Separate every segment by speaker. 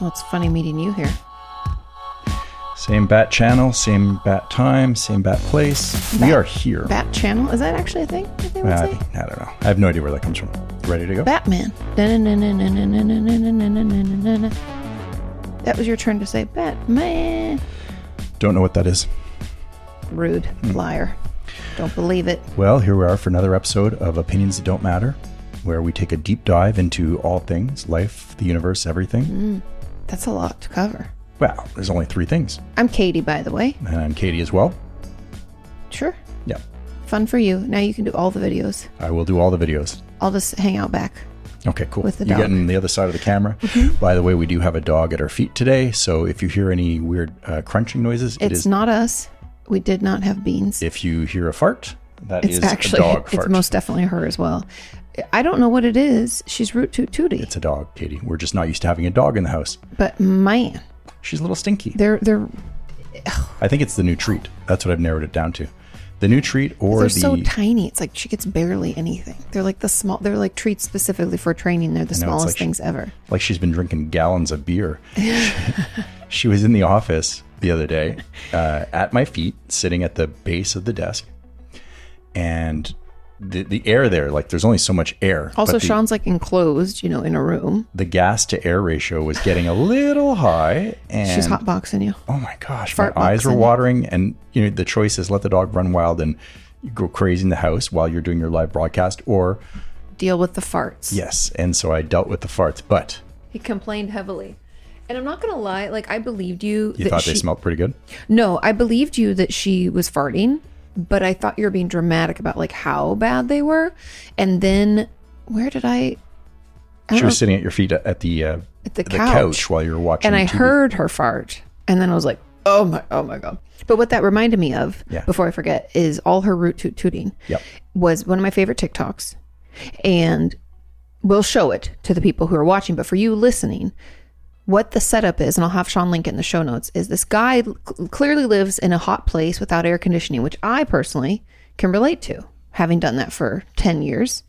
Speaker 1: Well, it's funny meeting you here.
Speaker 2: Same bat channel, same bat time, same bat place. we
Speaker 1: Bat-
Speaker 2: are here.
Speaker 1: Bat Channel. Is that actually a thing? that they would
Speaker 2: Uh, I,
Speaker 1: say?
Speaker 2: think- I don't know. I have no idea where that comes from. Ready to go?
Speaker 1: Batman. Da-na-na-na-na-na-na-na-na-na-na-na-na. That was your turn to say Batman.
Speaker 2: Don't know what that is.
Speaker 1: Rude.
Speaker 2: Hmm.
Speaker 1: Liar. Don't believe it.
Speaker 2: Well, here we are for another episode of Opinions That Don't Matter, where we take a deep dive into all things life, the universe, everything.
Speaker 1: Mm. That's a lot to cover.
Speaker 2: Well, there's only three things.
Speaker 1: I'm Katie, by the way.
Speaker 2: And I'm Katie as well.
Speaker 1: Sure.
Speaker 2: Yeah,
Speaker 1: Fun for you. Now you can do all the videos.
Speaker 2: I will do all the videos.
Speaker 1: I'll just hang out back.
Speaker 2: Okay, cool.
Speaker 1: With the
Speaker 2: you
Speaker 1: dog. Mm-hmm.
Speaker 2: get on the other side of the camera. By the way, we do have a dog at our feet today, so if you hear any weird uh, crunching noises, it
Speaker 1: It's
Speaker 2: is.
Speaker 1: not us. We did not have beans.
Speaker 2: if you hear a fart, that is
Speaker 1: it's actually
Speaker 2: a dog
Speaker 1: it's
Speaker 2: fart.
Speaker 1: most definitely her as well. I don't know what it is. She's root toot tooty.
Speaker 2: It's a dog, Katie. We're just not used to having a dog in the house.
Speaker 1: But man,
Speaker 2: She's a little stinky.
Speaker 1: they're they're
Speaker 2: I think it's the new treat. That's what I've narrowed it down to. The new treat or
Speaker 1: they're
Speaker 2: the
Speaker 1: so tiny. It's like she gets barely anything. They're like the small. They're like treats specifically for training. They're the
Speaker 2: know, it's
Speaker 1: smallest
Speaker 2: like she-
Speaker 1: things ever.
Speaker 2: like she's been drinking gallons of beer. she, she was in the office the other day uh, at my feet, sitting at the base of the desk, and the the air there, like there's only so much air.
Speaker 1: Also,
Speaker 2: but the,
Speaker 1: Sean's like enclosed, you know, in a room.
Speaker 2: the gas to air ratio was getting a little high, and
Speaker 1: She's hotboxing you.
Speaker 2: oh my gosh,
Speaker 1: Fart
Speaker 2: my eyes were
Speaker 1: boxing.
Speaker 2: watering, and you know the choice is let the dog run wild and go crazy in the house while you're doing your live broadcast, or
Speaker 1: Deal with the farts.
Speaker 2: yes, and so I dealt with the farts, but
Speaker 1: He complained heavily. And I'm not gonna lie, like I believed you.
Speaker 2: you
Speaker 1: that
Speaker 2: thought
Speaker 1: she,
Speaker 2: they smelled pretty good.
Speaker 1: No, I believed you that she was farting, but I thought you were being dramatic about like how bad they were. And then where did I
Speaker 2: She was sitting at your feet at the uh,
Speaker 1: at the,
Speaker 2: the
Speaker 1: couch,
Speaker 2: couch, while you were watching.
Speaker 1: and I
Speaker 2: TV.
Speaker 1: heard her fart, and then I was like, oh my, oh my god. But what that reminded me of,
Speaker 2: Yeah.
Speaker 1: before I forget, is all her root toot tooting
Speaker 2: Yep.
Speaker 1: was one of my favorite TikToks, and we'll show it to the people who are watching. But for you listening, what the setup is, and I'll have Sean link it in the show notes, is this guy cl- clearly lives in a hot place without air conditioning, which I personally can relate to, having done that for 10 years.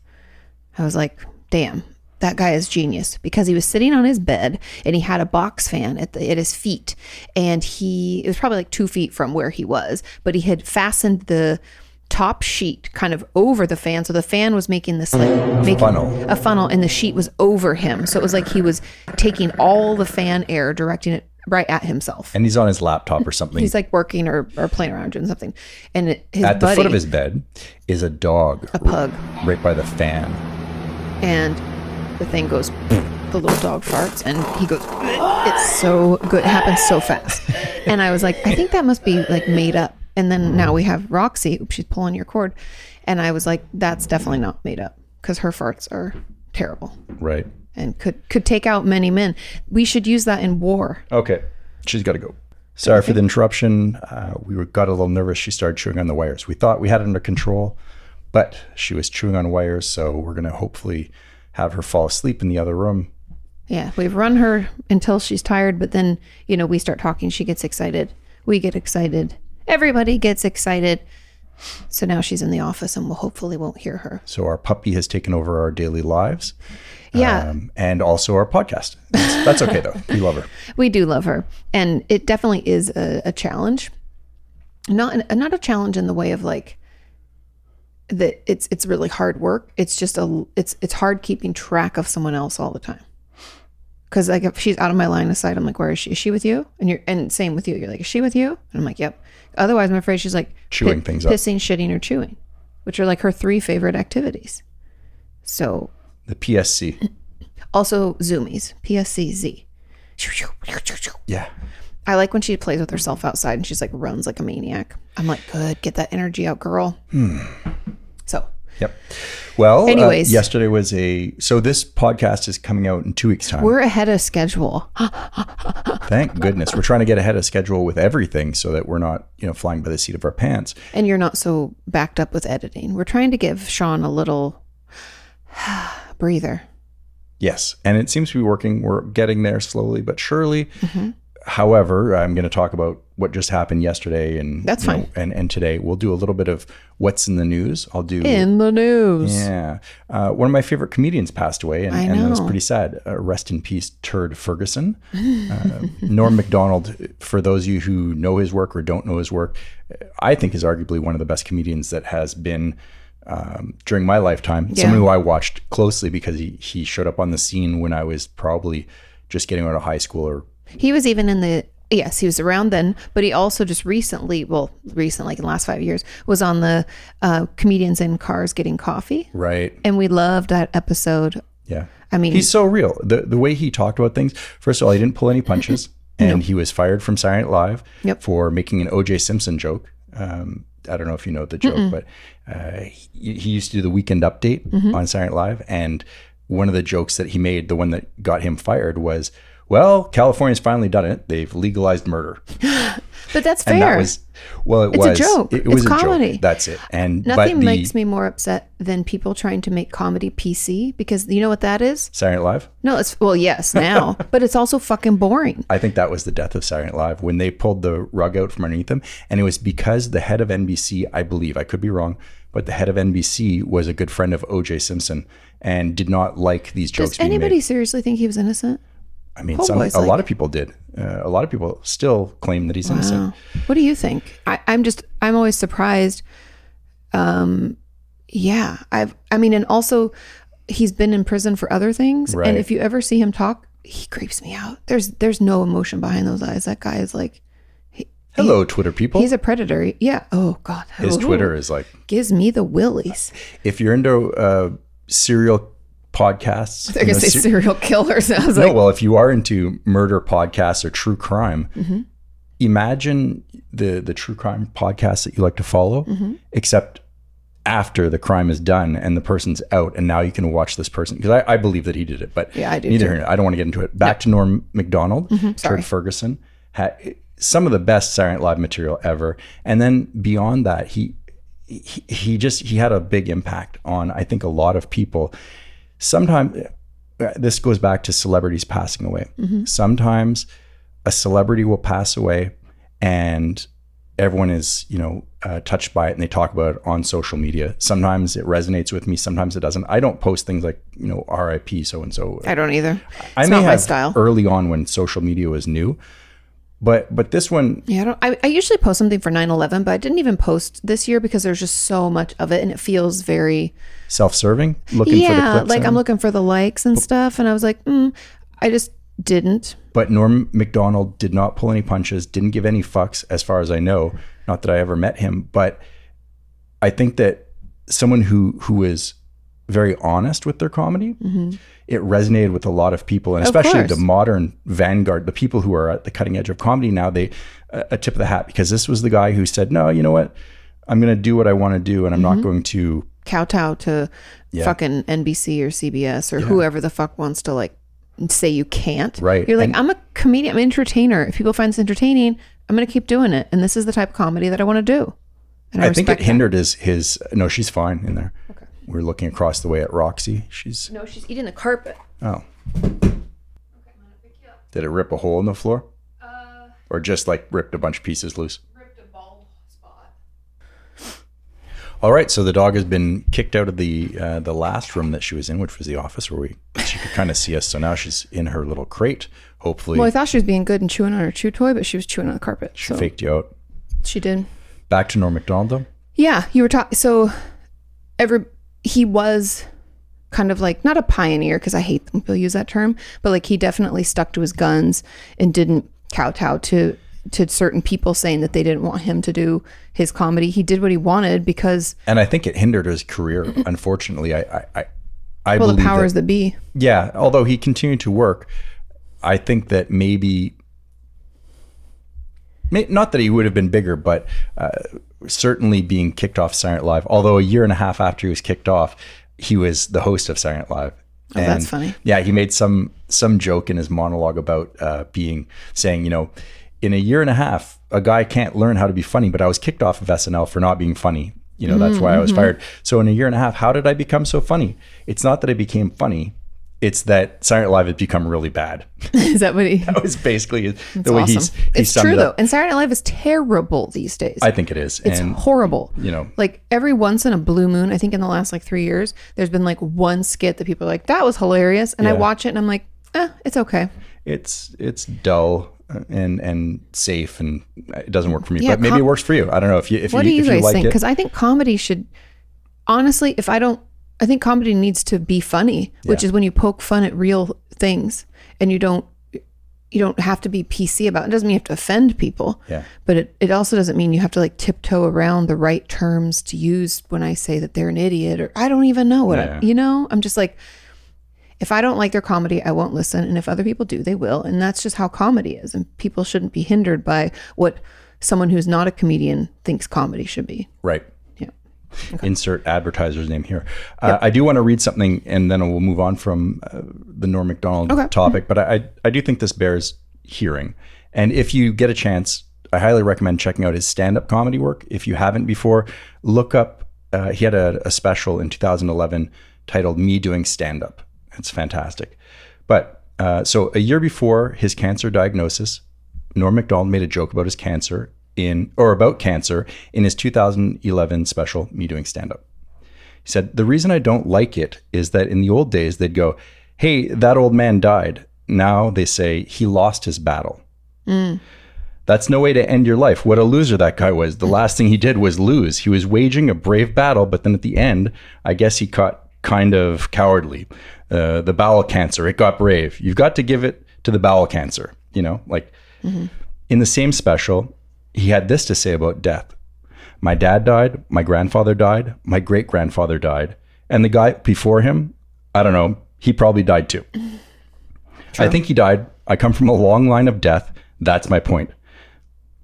Speaker 1: I was like, damn, that guy is genius because he was sitting on his bed and he had a box fan at, the, at his feet. And he, it was probably like two feet from where he was, but he had fastened the top sheet kind of over the fan. So the fan was making this like, making
Speaker 2: Funnel.
Speaker 1: a funnel and the sheet was over him. So it was like he was taking all the fan air, directing it right at himself.
Speaker 2: And he's on his laptop or something.
Speaker 1: He's like working or, or playing around doing something. And it, his
Speaker 2: at the
Speaker 1: buddy,
Speaker 2: foot of his bed is a dog
Speaker 1: a pug,
Speaker 2: right by the fan.
Speaker 1: and the thing goes, the little dog farts, and he goes, it's so good. It happens so fast. And I was like, I think that must be like made up. And then now we have Roxy. Oops, she's pulling your cord. And I was like, that's definitely not made up because her farts are terrible
Speaker 2: Right.
Speaker 1: and could could take out many men. We should use that in war.
Speaker 2: Okay. She's got to go. Sorry for the interruption. Uh, we were, got a little nervous. She started chewing on the wires. We thought we had it under control, but she was chewing on wires. So we're going to hopefully have her fall asleep in the other room.
Speaker 1: Yeah, we've run her until she's tired, but then, you know, we start talking. She gets excited. We get excited. Everybody gets excited. So now she's in the office and we'll hopefully won't hear her.
Speaker 2: So our puppy has taken over our daily lives
Speaker 1: Yeah,
Speaker 2: um, and also our podcast. That's, that's okay, though. We love her.
Speaker 1: we do love her. And it definitely is a, a challenge. Not an, not a challenge in the way of like that it's it's really hard work. It's just a it's it's hard keeping track of someone else all the time. Cause like if she's out of my line of sight, I'm like, where is she? Is she with you? And you're and same with you. You're like, is she with you? And I'm like, yep. Otherwise, I'm afraid she's like
Speaker 2: Chewing things up.
Speaker 1: pissing, shitting, or chewing, which are like her three favorite activities. So
Speaker 2: The PSC.
Speaker 1: also zoomies, PSCZ.
Speaker 2: Yeah.
Speaker 1: I like when she plays with herself outside and she's like runs like a maniac. I'm like, good, get that energy out, girl.
Speaker 2: Hmm.
Speaker 1: So
Speaker 2: Yep. Well, uh,
Speaker 1: Anyways.
Speaker 2: yesterday was a so this podcast is coming out in two weeks' time.
Speaker 1: we're ahead of schedule.
Speaker 2: Thank goodness we're trying to get ahead of schedule with everything so that we're not you know flying by the seat of our pants.
Speaker 1: And you're not so backed up with editing. We're trying to give Sean a little breather.
Speaker 2: Yes, and
Speaker 1: Mm-hmm.
Speaker 2: it seems to be working. We're getting there slowly but surely. However, I'm going to talk about what just happened yesterday and
Speaker 1: That's
Speaker 2: you know,
Speaker 1: fine.
Speaker 2: and and today we'll do a little bit of what's in the news. I'll do
Speaker 1: in the news.
Speaker 2: yeah. Uh, one of my favorite comedians passed away, and, and that was
Speaker 1: know.
Speaker 2: pretty sad. Uh, rest in peace, Turd Ferguson. Uh, Norm MacDonald, for those of you who know his work or don't know his work, uh, I think is arguably one of the best comedians that has been um, during my lifetime. Someone who I watched closely because he, he showed up on the scene when I was probably just getting out of high school or
Speaker 1: He was even in the yes, he was around then, but he also just recently, well, recent like in the last five years, was on the uh, comedians in cars getting coffee,
Speaker 2: right.
Speaker 1: and we loved that episode.
Speaker 2: Yeah.
Speaker 1: I mean,
Speaker 2: He's so real. The the way he talked about things. First of all, he didn't pull any punches, and he was fired from Saturday Night Live
Speaker 1: Yep.
Speaker 2: for making an O.J. Simpson joke. Um, I don't know if you know the joke, but uh, he, he used to do the Weekend Update
Speaker 1: Mm-hmm.
Speaker 2: on Saturday Night Live, and one of the jokes that he made, the one that got him fired, was, "Well, California's finally done it. They've legalized murder."
Speaker 1: but that's
Speaker 2: And
Speaker 1: fair.
Speaker 2: that was well, it
Speaker 1: It's a
Speaker 2: was
Speaker 1: joke.
Speaker 2: It, it
Speaker 1: It's
Speaker 2: was a
Speaker 1: comedy.
Speaker 2: joke. That's it. And
Speaker 1: Nothing
Speaker 2: but the
Speaker 1: makes me more upset than people trying to make comedy PC because you know what that is?
Speaker 2: Saturday Night Live.
Speaker 1: No, it's well, yes, now, but it's also fucking boring.
Speaker 2: I think that was the death of Saturday Night Live when they pulled the rug out from underneath them. And it was because the head of NBC, I believe, I could be wrong, but the head of NBC was a good friend of OJ Simpson and did not like these jokes
Speaker 1: Does
Speaker 2: being
Speaker 1: anybody
Speaker 2: made.
Speaker 1: seriously think he was innocent?
Speaker 2: I mean,
Speaker 1: Oh,
Speaker 2: some, a
Speaker 1: boys, like-
Speaker 2: lot of people did. Uh, a lot of people still claim that he's innocent.
Speaker 1: Uh, What do you think? I, I'm just I'm always surprised. Um, yeah, I've I mean, and also he's been in prison for other things,
Speaker 2: Right.
Speaker 1: and if you ever see him talk, he creeps me out. There's there's no emotion behind those eyes. That guy is like
Speaker 2: Hello, Twitter people.
Speaker 1: he's a predator. Yeah. Oh God.
Speaker 2: His
Speaker 1: Ooh.
Speaker 2: Twitter is like,
Speaker 1: gives me the willies.
Speaker 2: if you're into uh, serial podcasts,
Speaker 1: They're
Speaker 2: you know,
Speaker 1: gonna say
Speaker 2: se-
Speaker 1: serial killers. I was
Speaker 2: No,
Speaker 1: like,
Speaker 2: well, if you are into murder podcasts or true crime,
Speaker 1: Mm-hmm.
Speaker 2: imagine the the true crime podcasts that you like to follow,
Speaker 1: Mm-hmm.
Speaker 2: except after the crime is done and the person's out, and now you can watch this person because I, I believe that he did it, but
Speaker 1: Yeah, I do Mm-hmm,
Speaker 2: Neither here nor- I don't want to get into it. Back to Norm Macdonald,
Speaker 1: sorry.
Speaker 2: Turd Ferguson, ha- some of the best Silent Live material ever, and then beyond that, he. He, he just he had a big impact on I think a lot of people. Sometimes uh, this goes back to celebrities passing away.
Speaker 1: Mm-hmm.
Speaker 2: Sometimes a celebrity will pass away and everyone is, you know, uh, touched by it and they talk about it on social media. Sometimes it resonates with me, sometimes it doesn't. I don't post things like, you know, RIP so and so.
Speaker 1: I don't either.
Speaker 2: I
Speaker 1: not my style.
Speaker 2: early on when social media was new. But but this one
Speaker 1: Yeah, I don't. I, I usually post something for 9/11, but I didn't even post this year because there's just so much of it, and it feels very
Speaker 2: self-serving, looking for the
Speaker 1: yeah.
Speaker 2: clips.
Speaker 1: like
Speaker 2: in.
Speaker 1: I'm looking for the likes and stuff, and I was like, mm, I just didn't.
Speaker 2: But Norm McDonald did not pull any punches, didn't give any fucks, as far as I know. Not that I ever met him, but I think that someone who who is very honest with their comedy, it resonated with a lot of people, and especially
Speaker 1: Mm-hmm. course.
Speaker 2: the modern vanguard, the people who are at the cutting edge of comedy now. They a a tip of the hat because this was the guy who said, "No, you know what? I'm going to do what I want to do, and I'm
Speaker 1: Mm-hmm.
Speaker 2: not going to."
Speaker 1: kowtow to fucking NBC or CBS or whoever the fuck wants to like say you can't.
Speaker 2: Right.
Speaker 1: You're like,
Speaker 2: And-
Speaker 1: I'm a comedian, I'm an entertainer. If people find this entertaining, I'm going to keep doing it. And this is the type of comedy that I want to do. And I,
Speaker 2: I think
Speaker 1: respect
Speaker 2: it hindered his his. No, she's fine in there. We're looking across the way at Roxy. She's
Speaker 1: No, she's eating the carpet.
Speaker 2: Oh. Did it rip a hole in the floor? Or just like ripped a bunch of pieces loose? All right, so the dog has been kicked out of the uh, the last room that she was in, which was the office where we she could kind of see us. So now she's in her little crate. Hopefully,
Speaker 3: Well, I thought she was being good and chewing on her chew toy, but she was chewing on the carpet.
Speaker 2: she
Speaker 3: so
Speaker 2: faked you out.
Speaker 3: she did.
Speaker 2: Back to Norm Macdonald. though.
Speaker 3: Yeah, you were talking. So every he was kind of like not a pioneer because I hate when people use that term, but like he definitely stuck to his guns and didn't kowtow to to certain people saying that they didn't want him to do his comedy. He did what he wanted because
Speaker 2: and I think it hindered his career. Unfortunately, I I I, I
Speaker 3: well, the
Speaker 2: believe that-
Speaker 3: powers that be.
Speaker 2: Yeah, although he continued to work, I think that maybe may- not that he would have been bigger, but uh, certainly being kicked off Silent Live. Although a year and a half after he was kicked off, he was the host of Silent Live. Oh,
Speaker 3: that's funny.
Speaker 2: Yeah, he made some some joke in his monologue about uh, being saying, you know, in a year and a half, a guy can't learn how to be funny. But I was kicked off of SNL for not being funny. You
Speaker 3: Mm, mm-hmm.
Speaker 2: know, that's why I was fired. So in a year and a half, how did I become so funny? It's not that I became funny it's that Silent Live has become really bad.
Speaker 1: Is that what he?
Speaker 2: That was basically
Speaker 1: It's
Speaker 2: the way
Speaker 1: awesome.
Speaker 2: he's he
Speaker 1: it's
Speaker 2: summed
Speaker 1: true
Speaker 2: it
Speaker 1: though,
Speaker 2: up.
Speaker 1: and Saturday Night Live is terrible these days.
Speaker 2: I think it is,
Speaker 1: it's
Speaker 2: and
Speaker 1: horrible.
Speaker 2: you know,
Speaker 1: Like every once in a blue moon, I think in the last like three years, there's been like one skit that people are like, "That was hilarious," and I
Speaker 2: Yeah.
Speaker 1: watch it and I'm like, eh, "It's okay."
Speaker 2: it's it's dull uh, and and safe, and it doesn't work for me.
Speaker 1: Yeah,
Speaker 2: but maybe
Speaker 1: com-
Speaker 2: it works for you. I don't know if you if
Speaker 1: What
Speaker 2: you,
Speaker 1: do you
Speaker 2: if you
Speaker 1: guys
Speaker 2: like
Speaker 1: think?
Speaker 2: it.
Speaker 1: Because I think comedy should, honestly, if I don't, I think comedy needs to be funny, which is when you poke fun at real things and you don't, you don't have to be PC about it. It doesn't mean you have to offend people,
Speaker 2: Yeah.
Speaker 1: but it, it also doesn't mean you have to like tiptoe around the right terms to use when I say that they're an idiot or I don't even know what,
Speaker 2: Yeah.
Speaker 1: I, you know, I'm just like, if I don't like their comedy, I won't listen. And if other people do, they will. And that's just how comedy is. And people shouldn't be hindered by what someone who's not a comedian thinks comedy should be.
Speaker 2: Right.
Speaker 1: Yeah.
Speaker 2: Insert advertiser's name here. Uh, I do want to read something, and then we'll move on from uh, the Norm Macdonald topic. But I, I do think this bears hearing, and if you get a chance, I highly recommend checking out his stand-up comedy work. If you haven't before, look up. Uh, he had a, a special in 2011 titled "Me Doing Stand Up." It's fantastic. But uh, so a year before his cancer diagnosis, Norm Macdonald made a joke about his cancer in or about cancer in his 2011 special Me Doing Stand Up. He said, "The reason I don't like it is that in the old days they'd go, "Hey, that old man died." Now they say he lost his battle. That's no way to end your life. What a loser that guy was. The last thing he did was lose. He was waging a brave battle, but then at the end, I guess he got kind of cowardly. Uh, the bowel cancer, it got brave. You've got to give it to the bowel cancer, you know? Like, in the same special, he had this to say about death My dad died, my grandfather died, my great grandfather died, and the guy before him, I don't know, he probably died too. I think he died. I come from a long line of death. That's my point.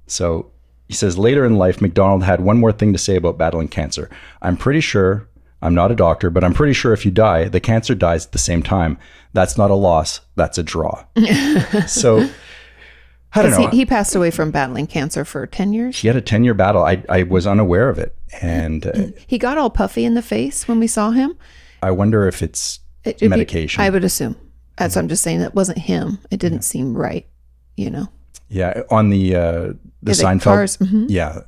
Speaker 2: So he says later in life, McDonald had one more thing to say about battling cancer. I'm pretty sure, I'm not a doctor, but I'm pretty sure if you die, the cancer dies at the same time. That's not a loss, that's a draw. so I don't know.
Speaker 1: He, he passed away from battling cancer for 10 years.
Speaker 2: he had a 10 year battle. I, I was unaware of it. And uh,
Speaker 1: He got all puffy in the face when we saw him.
Speaker 2: I wonder if it's
Speaker 1: It- it'd be-
Speaker 2: medication. Mm-hmm.
Speaker 1: I would assume. That's what I'm just saying. That wasn't him. It didn't seem right, you know.
Speaker 2: yeah. On the, uh, the Seinfeld.
Speaker 1: cars, mm-hmm.
Speaker 2: Yeah.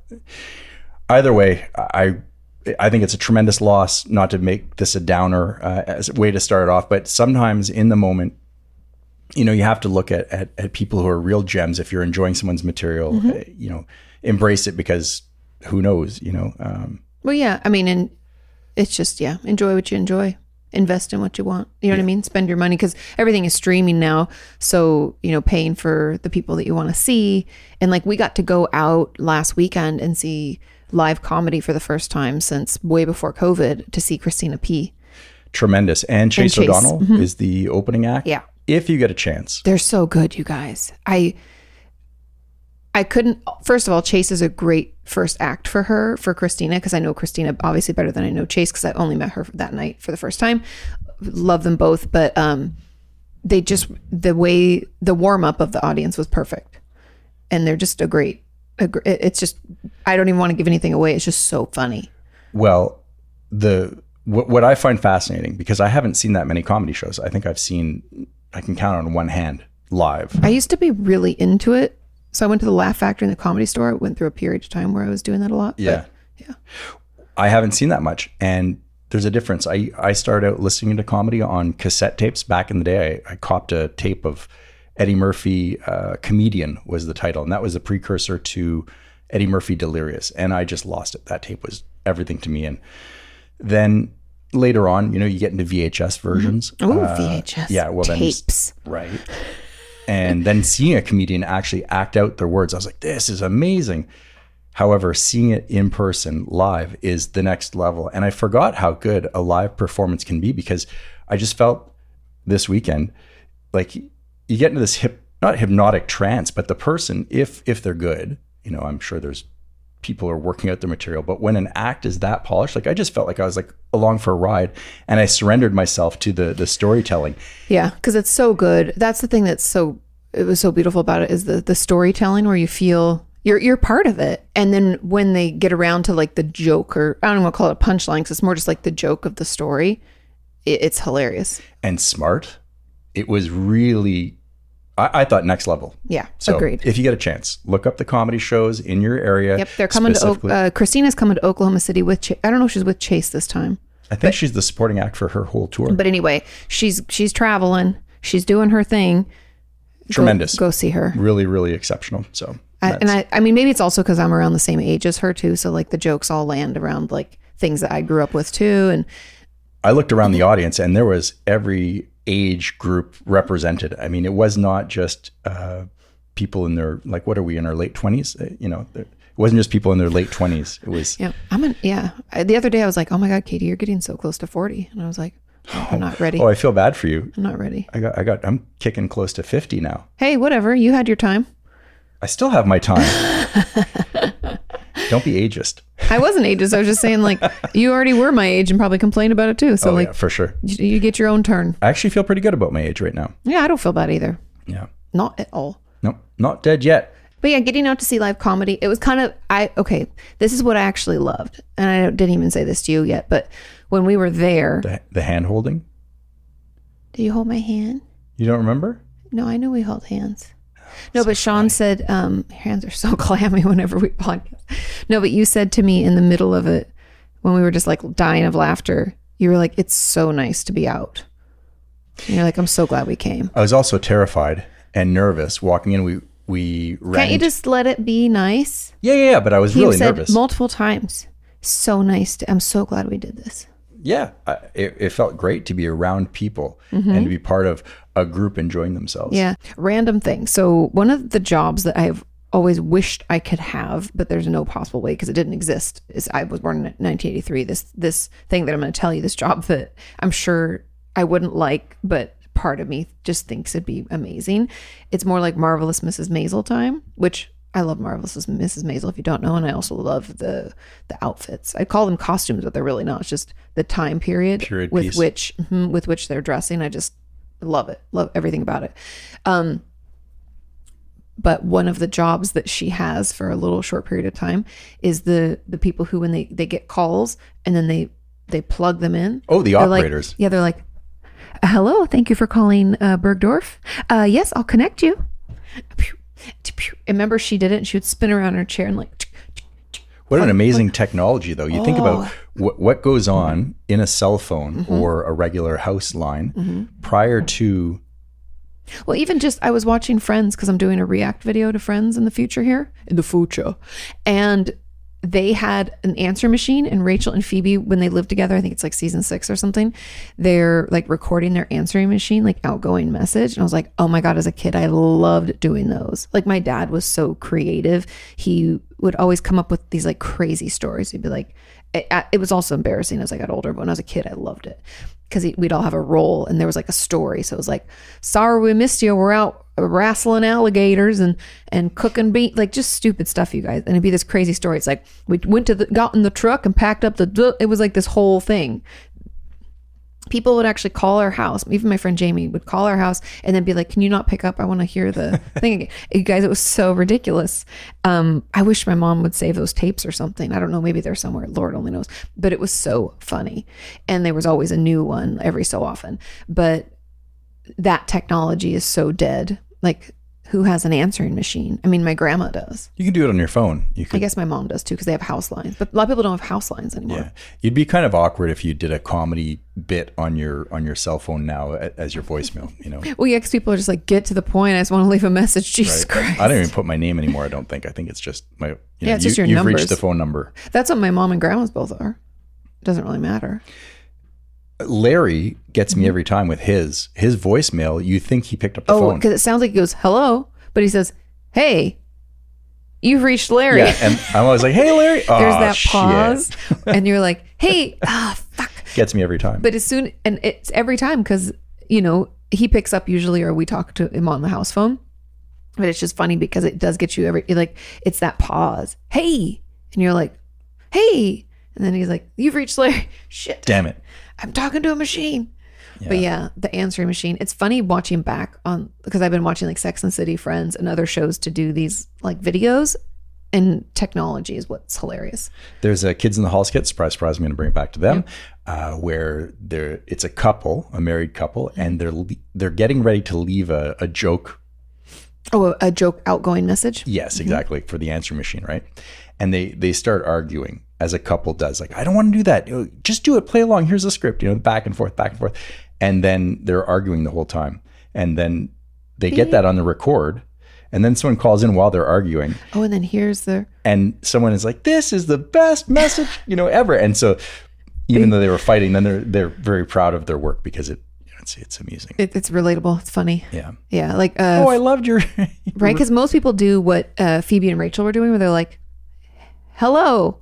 Speaker 2: Either way, I, I think it's a tremendous loss not to make this a downer uh, as a way to start it off. But sometimes in the moment, you know, you have to look at, at, at people who are real gems. If you're enjoying someone's material, uh, you know, embrace it because who knows, you know, um,
Speaker 1: Well, yeah. I mean, and it's just, yeah, enjoy what you enjoy, invest in what you want. You know what I mean? Spend your money because everything is streaming now. So, you know, paying for the people that you want to see. And like we got to go out last weekend and see live comedy for the first time since way before COVID to see Christina P.
Speaker 2: tremendous. And Chase,
Speaker 1: Chase, mm-hmm.
Speaker 2: O'Donnell is the opening act.
Speaker 1: Yeah.
Speaker 2: If you get a chance.
Speaker 1: They're so good, you guys. I I couldn't first of all, Chase is a great first act for her, for Christina, because I know Christina obviously better than I know Chase because I only met her that night for the first time. Love them both, but um they just the way the warm up of the audience was perfect. And they're just a great a, gr- it- it's just I don't even want to give anything away. It's just so funny.
Speaker 2: Well, the what, what I find fascinating because I haven't seen that many comedy shows. I think I've seen I can count on one hand live.
Speaker 1: I used to be really into it. So I went to the Laugh Factory and the comedy store. I went through a period of time where I was doing that a lot. but-
Speaker 2: Yeah. I haven't seen that much and there's a difference. I I started out listening to comedy on cassette tapes back in the day. I, I copped a tape of Eddie Murphy uh, comedian was the title and that was a precursor to Eddie Murphy Delirious and I just lost it. That tape was everything to me and then later on, you know, you get into VHS versions.
Speaker 1: Oh,
Speaker 2: Uh,
Speaker 1: VHS.
Speaker 2: yeah, well, then-
Speaker 1: tapes.
Speaker 2: Right. And then seeing a comedian actually act out their words, I was like, this is amazing. However, seeing it in person live is the next level. And I forgot how good a live performance can be because I just felt this weekend like you get into this hip not hypnotic trance, but the person, if if they're good, you know, I'm sure there's people are working out their material, but when an act is that polished, like I just felt like I was like along for a ride and I surrendered myself to the the storytelling.
Speaker 1: Yeah, because it's so good. That's the thing that's so it was so beautiful about it is the the storytelling where you feel you're you're part of it, and then when they get around to like the joke or I don't want to call it a punchline because it's more just like the joke of the story.
Speaker 3: it, it's hilarious.
Speaker 2: and smart. It was really, I, I thought next level.
Speaker 3: Yeah.
Speaker 2: So
Speaker 1: Agreed.
Speaker 2: if you get a chance, look up the comedy shows in your area.
Speaker 1: Yep, they're coming to o-
Speaker 2: specifically.
Speaker 1: uh, Christina's coming to Oklahoma City with. Ch- I don't know if she's with Chase this time,
Speaker 2: I think she's the supporting act for her whole tour.
Speaker 1: uh, but anyway, she's she's traveling. She's doing her thing. Go-
Speaker 2: Tremendous.
Speaker 1: Go, see her.
Speaker 2: Really, really exceptional. So
Speaker 1: I, and I, I mean, maybe it's also because I'm around the same age as her too, so like the jokes all land around like things that I grew up with too, and
Speaker 2: I looked around the audience and there was every age group represented. I mean, it was not just uh, people in their, like, what are we in our late 20s? Uh, You know, there- it wasn't just people in their late 20s. It was,
Speaker 1: yeah, I'm an yeah. I, the other day I was like, oh my god, Katie, you're getting so close to 40, and I was like, oh, I'm not ready.
Speaker 2: oh, I feel bad for you.
Speaker 1: I'm not ready.
Speaker 2: I got, I got, I'm kicking close to 50 now.
Speaker 1: Hey, whatever. You had your time.
Speaker 2: I still have my time. Don't be ageist.
Speaker 1: I wasn't ageist. I was just saying like you already were my age and probably complained about it too. So
Speaker 2: Oh,
Speaker 1: like
Speaker 2: yeah, for sure.
Speaker 1: you, you get your own turn.
Speaker 2: I actually feel pretty good about my age right now.
Speaker 1: Yeah, I don't feel bad either.
Speaker 2: Yeah.
Speaker 1: Not at all.
Speaker 2: No, not dead yet.
Speaker 1: But yeah, getting out to see live comedy, it was kind of I okay, this is what I actually loved. And I didn't even say this to you yet, but when we were there,
Speaker 2: The, the hand holding.
Speaker 1: did you hold my hand?
Speaker 2: You don't remember?
Speaker 1: No, I know we held hands.
Speaker 2: Oh,
Speaker 1: No, but Sean said um your hands are so clammy whenever we podcast. No, but you said to me in the middle of it when we were just like dying of laughter, you were like it's so nice to be out. And you're like I'm so glad we came.
Speaker 2: I was also terrified and nervous walking in. We we ran.
Speaker 1: Can't you
Speaker 2: into-
Speaker 1: just let it be nice?
Speaker 2: yeah, yeah, yeah. But I was
Speaker 1: He
Speaker 2: really
Speaker 1: said
Speaker 2: nervous.
Speaker 1: multiple times. So nice. To, I'm so glad we did this.
Speaker 2: yeah, I, it, it felt great to be around people and to be part of a group enjoying themselves.
Speaker 1: Mm-hmm. Yeah. Random thing. So one of the jobs that I've always wished I could have, but there's no possible way because it didn't exist. Is I was born in 1983. This this thing that I'm going to tell you, this job that I'm sure I wouldn't like, but part of me just thinks it'd be amazing. It's more like marvelous Mrs. Maisel time, which I love marvelous Mrs. Maisel. If you don't know, and I also love the the outfits. I call them costumes, but they're really not. It's just the time period
Speaker 2: Period
Speaker 1: with
Speaker 2: piece.
Speaker 1: which mhm, with which they're dressing. I just love it. Love everything about it. Um, but one of the jobs that she has for a little short period of time is the the people who when they they get calls and then they they plug them in.
Speaker 2: Oh, the
Speaker 1: They're like-
Speaker 2: operators.
Speaker 1: yeah, they're like, "Hello, thank you for calling uh, Bergdorf. Uh, yes, I'll connect you." Pew, t- pew. And Remember, she did it. And she would spin around in her chair and like,
Speaker 2: What an amazing technology, though. You think
Speaker 1: Oh.
Speaker 2: about what, what goes
Speaker 1: Mm-hmm.
Speaker 2: on in a cell phone or a regular house line
Speaker 1: Mm-hmm.
Speaker 2: prior to.
Speaker 1: Well, even just I was watching Friends because I'm doing a react video to Friends in the future here in the future, and they had an answer machine and Rachel and Phoebe when they lived together. I think it's like season six or something. They're like recording their answering machine, like outgoing message, and I was like, oh my god! As a kid, I loved doing those. Like my dad was so creative. He would always come up with these like crazy stories. He'd be like, it, I- it was also embarrassing as I got older, but when I was a kid, I loved it because we'd all have a role and there was like a story. So it was like, sorry we missed you. We're out wrestling alligators and and cooking beef, like just stupid stuff, you guys. And it'd be this crazy story. It's like we went to the got in the truck and packed up the. duh." It was like this whole thing. People would actually call our house. Even my friend Jamie would call our house and then be like, "Can you not pick up? I want to hear the thing again." You guys, it was so ridiculous. Um, I wish my mom would save those tapes or something. I don't know. Maybe they're somewhere. Lord only knows. But it was so funny, and there was always a new one every so often. But that technology is so dead. Like, who has an answering machine? I mean, my grandma does.
Speaker 2: You can do it on your phone. You
Speaker 1: I
Speaker 2: could,
Speaker 1: guess my mom does too, because they have house lines. But a lot of people don't have house lines anymore.
Speaker 2: yeah. You'd be kind of awkward if you did a comedy bit on your on your cell phone now a- as your voicemail. You know,
Speaker 1: Well, yeah, because people are just like, get to the point. I just want to leave a message. Jesus Christ.
Speaker 2: I don't even put my name anymore. I don't think. I think it's just my. You know,
Speaker 1: Yeah, it's just your
Speaker 2: you've
Speaker 1: numbers.
Speaker 2: reached the phone number.
Speaker 1: That's what my mom and grandma's both are. Doesn't really matter.
Speaker 2: Larry gets
Speaker 1: Mm-hmm.
Speaker 2: me every time with his his voicemail. You think he picked up the
Speaker 1: Oh,
Speaker 2: phone?
Speaker 1: because it sounds like he goes, hello, but he says, hey, you've reached Larry.
Speaker 2: Yeah, and I'm always like, "Hey, Larry."
Speaker 1: There's
Speaker 2: Aw,
Speaker 1: that
Speaker 2: shit.
Speaker 1: pause, and you're like, hey, ah, fuck.
Speaker 2: Gets me every time.
Speaker 1: But as soon and it's every time because you know he picks up usually, or we talk to him on the house phone. But it's just funny because it does get you every like it's that pause. Hey, and you're like, hey, and then he's like, you've reached Larry. Shit,
Speaker 2: Damn it!
Speaker 1: I'm talking to a machine. But yeah, the answering machine. It's funny watching back on because I've been watching like Sex and the City, Friends, and other shows to do these like videos and technology is what's hilarious.
Speaker 2: There's a Kids in the Hall skit. Surprise, surprise! I'm going to bring it back to them, uh, where they're it's a couple, a married couple, and they're le- they're getting ready to leave a, a joke.
Speaker 1: Oh, a joke outgoing message.
Speaker 2: Yes, exactly for the answer machine, right? And they they start arguing as a couple does, like I don't want to do that. Uh, Just do it. Play along. Here's the script. You know, back and forth, back and forth, and then they're arguing the whole time, and then they get that on the record, and then someone calls in while they're arguing,
Speaker 1: Oh, and then here's the
Speaker 2: and someone is like, "This is the best message you know ever." And so, even though they were fighting, then they're they're very proud of their work because it you know, it's it's amusing.
Speaker 1: it, it's relatable. It's funny.
Speaker 2: yeah.
Speaker 1: Yeah, like uh,
Speaker 2: Oh, I loved your.
Speaker 1: right because most people do what uh, Phoebe and Rachel were doing, where they're like, "Hello,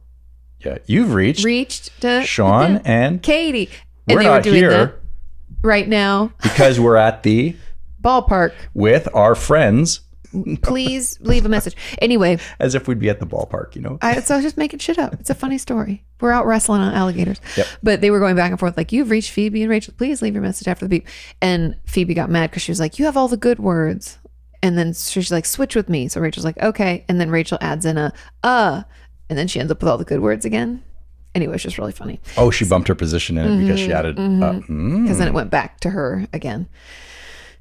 Speaker 2: yeah, you've reached
Speaker 1: reached to
Speaker 2: Sean and
Speaker 1: Katie," and
Speaker 2: we're not here
Speaker 1: right now.
Speaker 2: because we're at the
Speaker 1: Ballpark.
Speaker 2: with our friends
Speaker 1: Please leave a message. Anyway,
Speaker 2: as if we'd be at the ballpark. You know.
Speaker 1: I, so I was just making shit up. It's a funny story. We're out wrestling on alligators. But they were going back and forth like, you've reached Phoebe and Rachel. Please leave your message after the beep. And Phoebe got mad because she was like, you have all the good words. And then she's like, switch with me. So Rachel's like, okay. And then Rachel adds in a, uh. And then she ends up with all the good words again. Anyway, it's just really funny
Speaker 2: oh, she bumped her position in it because
Speaker 1: Mm-hmm,
Speaker 2: she added. Uh, mm.
Speaker 1: because then it went back to her again.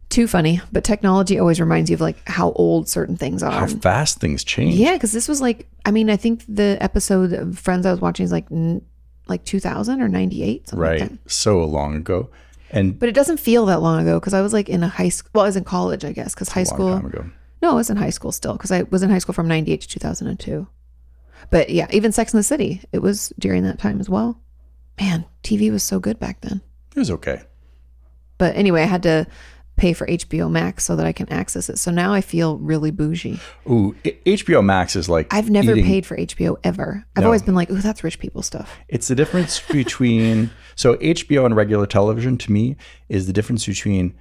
Speaker 1: Too funny. But technology always reminds you of like how old certain things are.
Speaker 2: How fast things change.
Speaker 1: Yeah, because this was like, I mean, I think the episode of Friends I was watching is like, n- like 2000 or 98, something like
Speaker 2: Right.
Speaker 1: that.
Speaker 2: So long ago, and
Speaker 1: But it doesn't feel that long ago because I was like in a high school. Well, I was in college, I guess, because high
Speaker 2: a long
Speaker 1: school.
Speaker 2: time ago.
Speaker 1: No, I was in high school still because I was in high school from 98 to 2002. But yeah, even Sex in the City, it was during that time as well. Man, TV was so good back then.
Speaker 2: It was okay.
Speaker 1: But anyway, I had to pay for HBO Max so that I can access it. So now I feel really bougie.
Speaker 2: Ooh, I- HBO Max is like
Speaker 1: I've never
Speaker 2: eating-
Speaker 1: paid for HBO ever. I've
Speaker 2: No.
Speaker 1: always been like, ooh, that's rich people stuff.
Speaker 2: It's the difference between so HBO and regular television to me is the difference between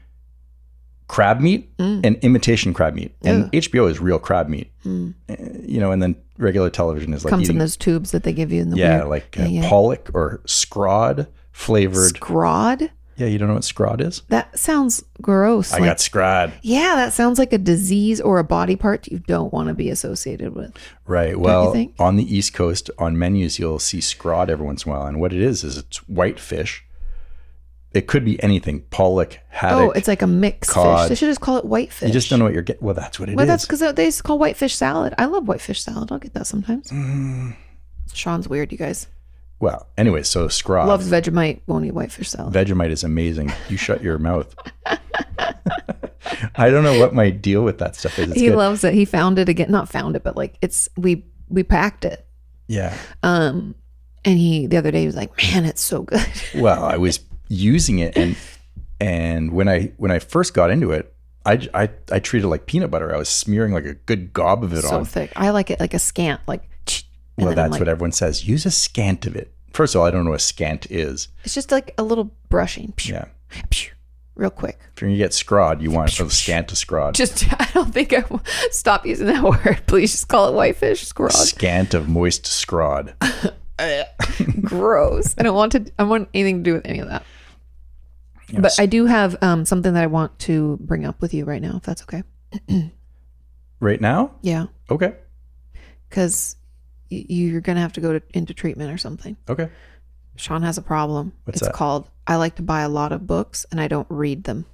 Speaker 2: crab meat
Speaker 1: Mm.
Speaker 2: and imitation crab meat. And HBO is real crab meat. Eh, You know, and then regular television is like
Speaker 1: Mm. comes in
Speaker 2: eating
Speaker 1: those tubes that they give you in the
Speaker 2: yeah,
Speaker 1: weird-
Speaker 2: like uh,
Speaker 1: yeah, yeah.
Speaker 2: pollock or scrod flavored.
Speaker 1: scrod.
Speaker 2: yeah, you don't know what scrod is?
Speaker 1: That sounds gross.
Speaker 2: I
Speaker 1: like-
Speaker 2: got scrod.
Speaker 1: yeah, that sounds like a disease or a body part you don't want to be associated with.
Speaker 2: Right. Well,
Speaker 1: think?
Speaker 2: on the East Coast, on menus, you'll see scrod every once in a while. And what it is, is it's white fish. It could be anything pollock, haddock.
Speaker 1: oh, it's like a mixed
Speaker 2: cod.
Speaker 1: fish. They should just call it whitefish.
Speaker 2: you just don't know what you're getting. Well, that's what it is.
Speaker 1: Well, that's because they just call whitefish salad. I love whitefish salad. I'll get that sometimes. Sean's weird, you guys.
Speaker 2: Mm. Well, anyway, so Scrog.
Speaker 1: Loves Vegemite, won't eat whitefish salad.
Speaker 2: Vegemite is amazing. You shut your mouth. I don't know what my deal with that stuff is. It's
Speaker 1: he
Speaker 2: good.
Speaker 1: loves it. He found it again. Not found it, but like it's we we packed it.
Speaker 2: yeah.
Speaker 1: Um, and he the other day he was like, man, it's so good.
Speaker 2: Well, I was using it and and when I when I first got into it, I I, I treated it like peanut butter. I was smearing like a good gob of it
Speaker 1: so
Speaker 2: on.
Speaker 1: thick. I like it like a scant, like. and
Speaker 2: Well,
Speaker 1: then I'm
Speaker 2: that's
Speaker 1: like-
Speaker 2: what everyone says. Use a scant of it. First of all, I don't know what scant is.
Speaker 1: It's just like a little brushing, Pew,
Speaker 2: Yeah.
Speaker 1: pew, real quick.
Speaker 2: If you're gonna get scrod, you want a scant to scrod.
Speaker 1: Just I don't think I will stop using that word. Please just call it whitefish squirrel.
Speaker 2: Scant of moist scrod.
Speaker 1: Gross. I don't want to. I don't want anything to do with any of that. But I do have um, something that I want to bring up with you right now, if that's okay.
Speaker 2: Right now?
Speaker 1: Yeah,
Speaker 2: Okay.
Speaker 1: because you're gonna have to go to, into treatment or something.
Speaker 2: Okay.
Speaker 1: Sean has a problem.
Speaker 2: What's
Speaker 1: it's
Speaker 2: that?
Speaker 1: called I like to buy a lot of books and I don't read them.